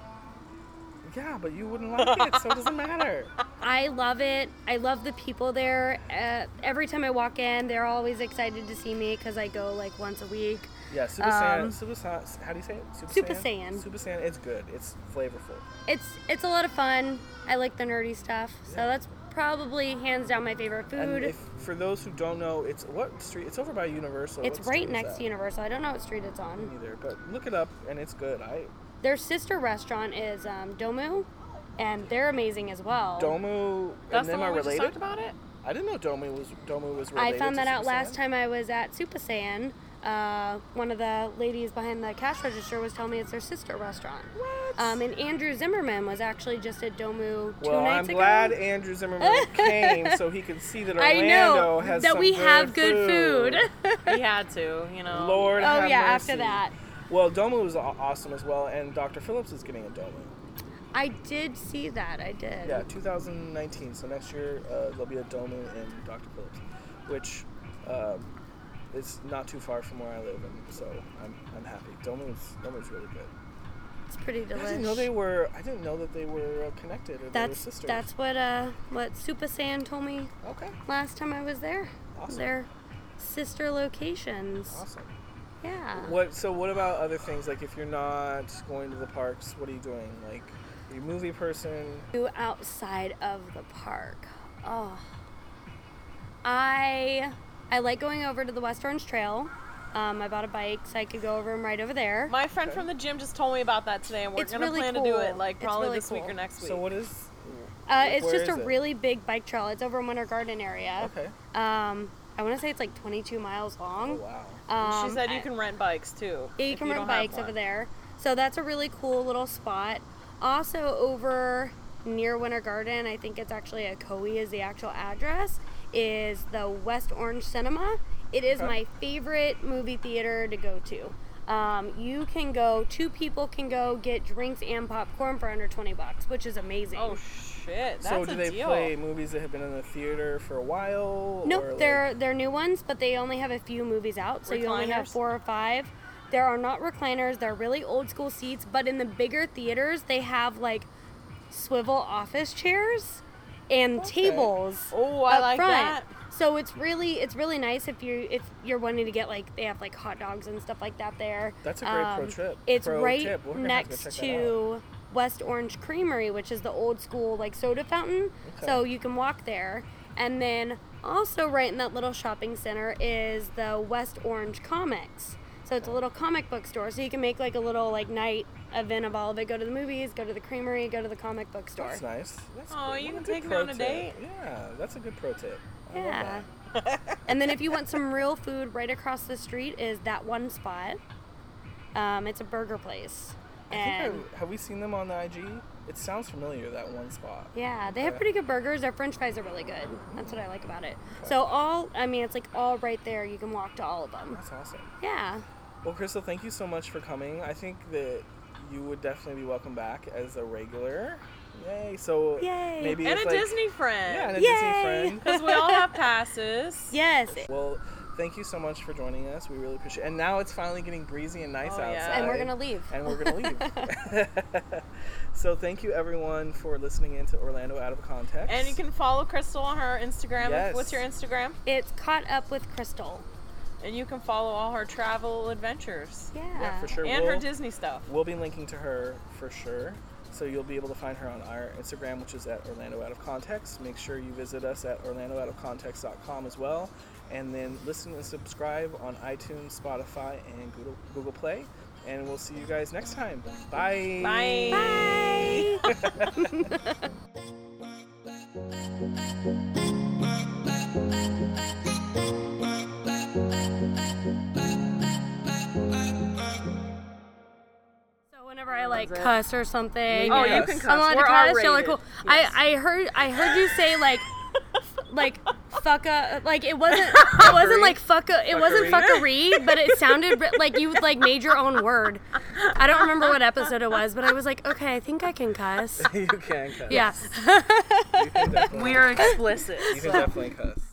[SPEAKER 1] Yeah, but you wouldn't like it, so it doesn't matter.
[SPEAKER 3] I love it. I love the people there. Uh, every time I walk in, they're always excited to see me because I go like once a week.
[SPEAKER 1] Yeah, Super
[SPEAKER 3] Um,
[SPEAKER 1] Saiyan. Super Saiyan. How do you say it?
[SPEAKER 3] Super Saiyan.
[SPEAKER 1] Super Saiyan. It's good. It's flavorful.
[SPEAKER 3] It's it's a lot of fun. I like the nerdy stuff, so
[SPEAKER 1] Yeah.
[SPEAKER 3] that's probably hands down my favorite food.
[SPEAKER 1] And if, for those who don't know, it's what street? It's over by Universal.
[SPEAKER 3] It's
[SPEAKER 1] What street
[SPEAKER 3] right
[SPEAKER 1] is
[SPEAKER 3] next
[SPEAKER 1] that?
[SPEAKER 3] to Universal. I don't know what street it's on.
[SPEAKER 1] Neither, but look it up, and it's good. I
[SPEAKER 3] Their sister restaurant is um, Domu, and they're amazing as well.
[SPEAKER 1] Domu
[SPEAKER 2] That's
[SPEAKER 1] and
[SPEAKER 2] the
[SPEAKER 1] them
[SPEAKER 2] one
[SPEAKER 1] are
[SPEAKER 2] we just
[SPEAKER 1] related.
[SPEAKER 2] talked about it.
[SPEAKER 1] I didn't know Domu was Domu was related.
[SPEAKER 3] I
[SPEAKER 1] to
[SPEAKER 3] found that out
[SPEAKER 1] Super
[SPEAKER 3] last
[SPEAKER 1] Saiyan.
[SPEAKER 3] time I was at Super Saiyan. Uh, one of the ladies behind the cash register was telling me it's their sister restaurant. What? Um, and Andrew Zimmerman was actually just at Domu two
[SPEAKER 1] Well, I'm
[SPEAKER 3] nights ago.
[SPEAKER 1] glad Andrew Zimmerman came so he can see that
[SPEAKER 3] I
[SPEAKER 1] Orlando
[SPEAKER 3] know
[SPEAKER 1] has
[SPEAKER 3] that
[SPEAKER 1] some
[SPEAKER 3] we
[SPEAKER 1] good
[SPEAKER 3] have good food.
[SPEAKER 2] He had to, you know.
[SPEAKER 1] Lord,
[SPEAKER 3] oh
[SPEAKER 1] have
[SPEAKER 3] yeah, after
[SPEAKER 1] mercy.
[SPEAKER 3] that.
[SPEAKER 1] Well, Domu was aw- awesome as well, and Dr. Phillips is getting a Domu.
[SPEAKER 3] I did see that. I did.
[SPEAKER 1] Yeah, 2019. So next year uh, there'll be a Domu in Dr. Phillips, which um, is not too far from where I live, and so I'm, I'm happy. Domu's Domu's really good.
[SPEAKER 3] It's pretty
[SPEAKER 1] I
[SPEAKER 3] delicious.
[SPEAKER 1] didn't know they were. I didn't know that they were uh, connected or they were
[SPEAKER 3] That's
[SPEAKER 1] sisters.
[SPEAKER 3] that's what uh what Super Saiyan told me
[SPEAKER 1] okay.
[SPEAKER 3] last time I was there.
[SPEAKER 1] Awesome.
[SPEAKER 3] Their sister locations.
[SPEAKER 1] Awesome.
[SPEAKER 3] Yeah.
[SPEAKER 1] What? So what about other things? Like if you're not going to the parks, what are you doing? Like, are you a movie person?
[SPEAKER 3] Do outside of the park. Oh. I I like going over to the West Orange Trail. Um, I bought a bike so I could go over and ride over there.
[SPEAKER 2] My friend from the gym just told me about that today, and we're
[SPEAKER 3] It's
[SPEAKER 2] gonna
[SPEAKER 3] really
[SPEAKER 2] plan to do
[SPEAKER 3] cool.
[SPEAKER 2] it like
[SPEAKER 3] It's
[SPEAKER 2] probably
[SPEAKER 3] really
[SPEAKER 2] this week
[SPEAKER 3] cool.
[SPEAKER 2] or next week.
[SPEAKER 1] So what is?
[SPEAKER 3] uh, it's
[SPEAKER 1] where
[SPEAKER 3] just a
[SPEAKER 1] is it?
[SPEAKER 3] really big bike trail. It's over in Winter Garden area.
[SPEAKER 1] Okay.
[SPEAKER 3] Um, I want to say it's like 22 miles
[SPEAKER 1] Oh,
[SPEAKER 3] long.
[SPEAKER 1] wow.
[SPEAKER 3] Um,
[SPEAKER 2] she said
[SPEAKER 3] I-
[SPEAKER 2] you can rent bikes too.
[SPEAKER 3] Yeah, you
[SPEAKER 2] if
[SPEAKER 3] can rent
[SPEAKER 2] don't have
[SPEAKER 3] bikes over
[SPEAKER 2] one.
[SPEAKER 3] there. So that's a really cool little spot. Also over near Winter Garden, I think it's actually a Coe is the actual address, is the West Orange Cinema. It is
[SPEAKER 1] Okay.
[SPEAKER 3] my favorite movie theater to go to. Um, you can go, two people can go get drinks and popcorn for under 20 bucks, which is amazing.
[SPEAKER 2] Oh shit, that's
[SPEAKER 1] so
[SPEAKER 2] a
[SPEAKER 1] do they
[SPEAKER 2] deal.
[SPEAKER 1] play movies that have been in the theater for a while?
[SPEAKER 3] Nope,
[SPEAKER 1] or, like-
[SPEAKER 3] they're they're new ones, but they only have a few movies out, so you only have
[SPEAKER 2] Recliners?
[SPEAKER 3] four or five. There are not recliners; they're really old school seats. But in the bigger theaters, they have like swivel office chairs and tables.
[SPEAKER 2] Oh, I
[SPEAKER 3] up
[SPEAKER 2] like
[SPEAKER 3] front.
[SPEAKER 2] that.
[SPEAKER 3] So it's really it's really nice if you if you're wanting to get like they have like hot dogs and stuff like that there. Um,
[SPEAKER 1] That's a great pro trip-
[SPEAKER 3] It's
[SPEAKER 1] pro
[SPEAKER 3] right
[SPEAKER 1] tip. We're gonna have to go
[SPEAKER 3] next
[SPEAKER 1] check that out.
[SPEAKER 3] to West Orange Creamery, which is the old school like soda fountain.
[SPEAKER 1] Okay.
[SPEAKER 3] So you can walk there. And then also right in that little shopping center is the West Orange Comics. So it's a little comic book store. So you can make like a little like night event of all of it. Go to the movies, go to the creamery, go to the comic book store.
[SPEAKER 1] That's nice. That's
[SPEAKER 2] Aw,
[SPEAKER 1] good. What
[SPEAKER 2] you can
[SPEAKER 1] a good
[SPEAKER 2] take me
[SPEAKER 1] pro
[SPEAKER 2] on a
[SPEAKER 1] tip.
[SPEAKER 2] date.
[SPEAKER 1] Yeah, that's a good pro tip. I love
[SPEAKER 3] Yeah.
[SPEAKER 1] that.
[SPEAKER 3] and then if you want some real food, right across the street is that one spot. Um, it's a burger place.
[SPEAKER 1] I
[SPEAKER 3] And
[SPEAKER 1] think I, have we seen them on the IG? It sounds familiar that one spot.
[SPEAKER 3] yeah, they have
[SPEAKER 1] Okay.
[SPEAKER 3] pretty good burgers. Their French fries are really good. That's what I like about it. So all, I mean, it's like all right there. You can walk to all of them.
[SPEAKER 1] That's awesome.
[SPEAKER 3] Yeah.
[SPEAKER 1] Well, Crystal, thank you so much for coming. I think that you would definitely be welcome back as a regular. Yay! So
[SPEAKER 3] Yay.
[SPEAKER 1] maybe
[SPEAKER 2] And
[SPEAKER 1] if,
[SPEAKER 2] a
[SPEAKER 1] like-
[SPEAKER 2] Disney
[SPEAKER 1] Yeah, and
[SPEAKER 2] friend.
[SPEAKER 1] a
[SPEAKER 3] Yay.
[SPEAKER 1] Disney friend.
[SPEAKER 2] Because we all have passes.
[SPEAKER 3] Yes.
[SPEAKER 1] well, thank you so much for joining us. We really appreciate. And now it's finally getting breezy and nice
[SPEAKER 2] Oh, yeah.
[SPEAKER 1] outside.
[SPEAKER 3] And we're gonna leave.
[SPEAKER 1] and we're going to leave. so thank you everyone for listening in to Orlando Out of Context.
[SPEAKER 2] And you can follow Crystal on her Instagram.
[SPEAKER 1] Yes.
[SPEAKER 2] What's your Instagram?
[SPEAKER 3] It's caught up with Crystal.
[SPEAKER 2] And you can follow all her travel adventures
[SPEAKER 3] Yeah.
[SPEAKER 1] yeah, for sure.
[SPEAKER 2] and her
[SPEAKER 1] We'll-
[SPEAKER 2] Disney stuff.
[SPEAKER 1] We'll be linking to her for sure. So you'll be able to find her on our Instagram, which is at Orlando Out of Context. Make sure you visit us at orlandooutofcontext.com as well. And then listen and subscribe on iTunes, Spotify, and Google, Google Play. And we'll see you guys next time. Bye.
[SPEAKER 2] Bye.
[SPEAKER 3] Bye. So whenever I like
[SPEAKER 2] That's it.
[SPEAKER 3] cuss or something,
[SPEAKER 2] Oh,
[SPEAKER 3] or
[SPEAKER 1] you can
[SPEAKER 3] I'm
[SPEAKER 1] cuss.
[SPEAKER 3] allowed to
[SPEAKER 2] We're
[SPEAKER 3] cuss. You're
[SPEAKER 2] R-rated.
[SPEAKER 3] like, cool. I, I heard I heard you say like like fuck a like it wasn't it wasn't like fuck a, it wasn't fuckery, but it sounded br- like you like made your own word. I don't remember what episode it was, but I was like, okay, I think I can cuss.
[SPEAKER 1] you can cuss.
[SPEAKER 3] Yeah.
[SPEAKER 1] You can definitely-
[SPEAKER 2] We are explicit.
[SPEAKER 1] You
[SPEAKER 2] so-
[SPEAKER 1] can definitely cuss.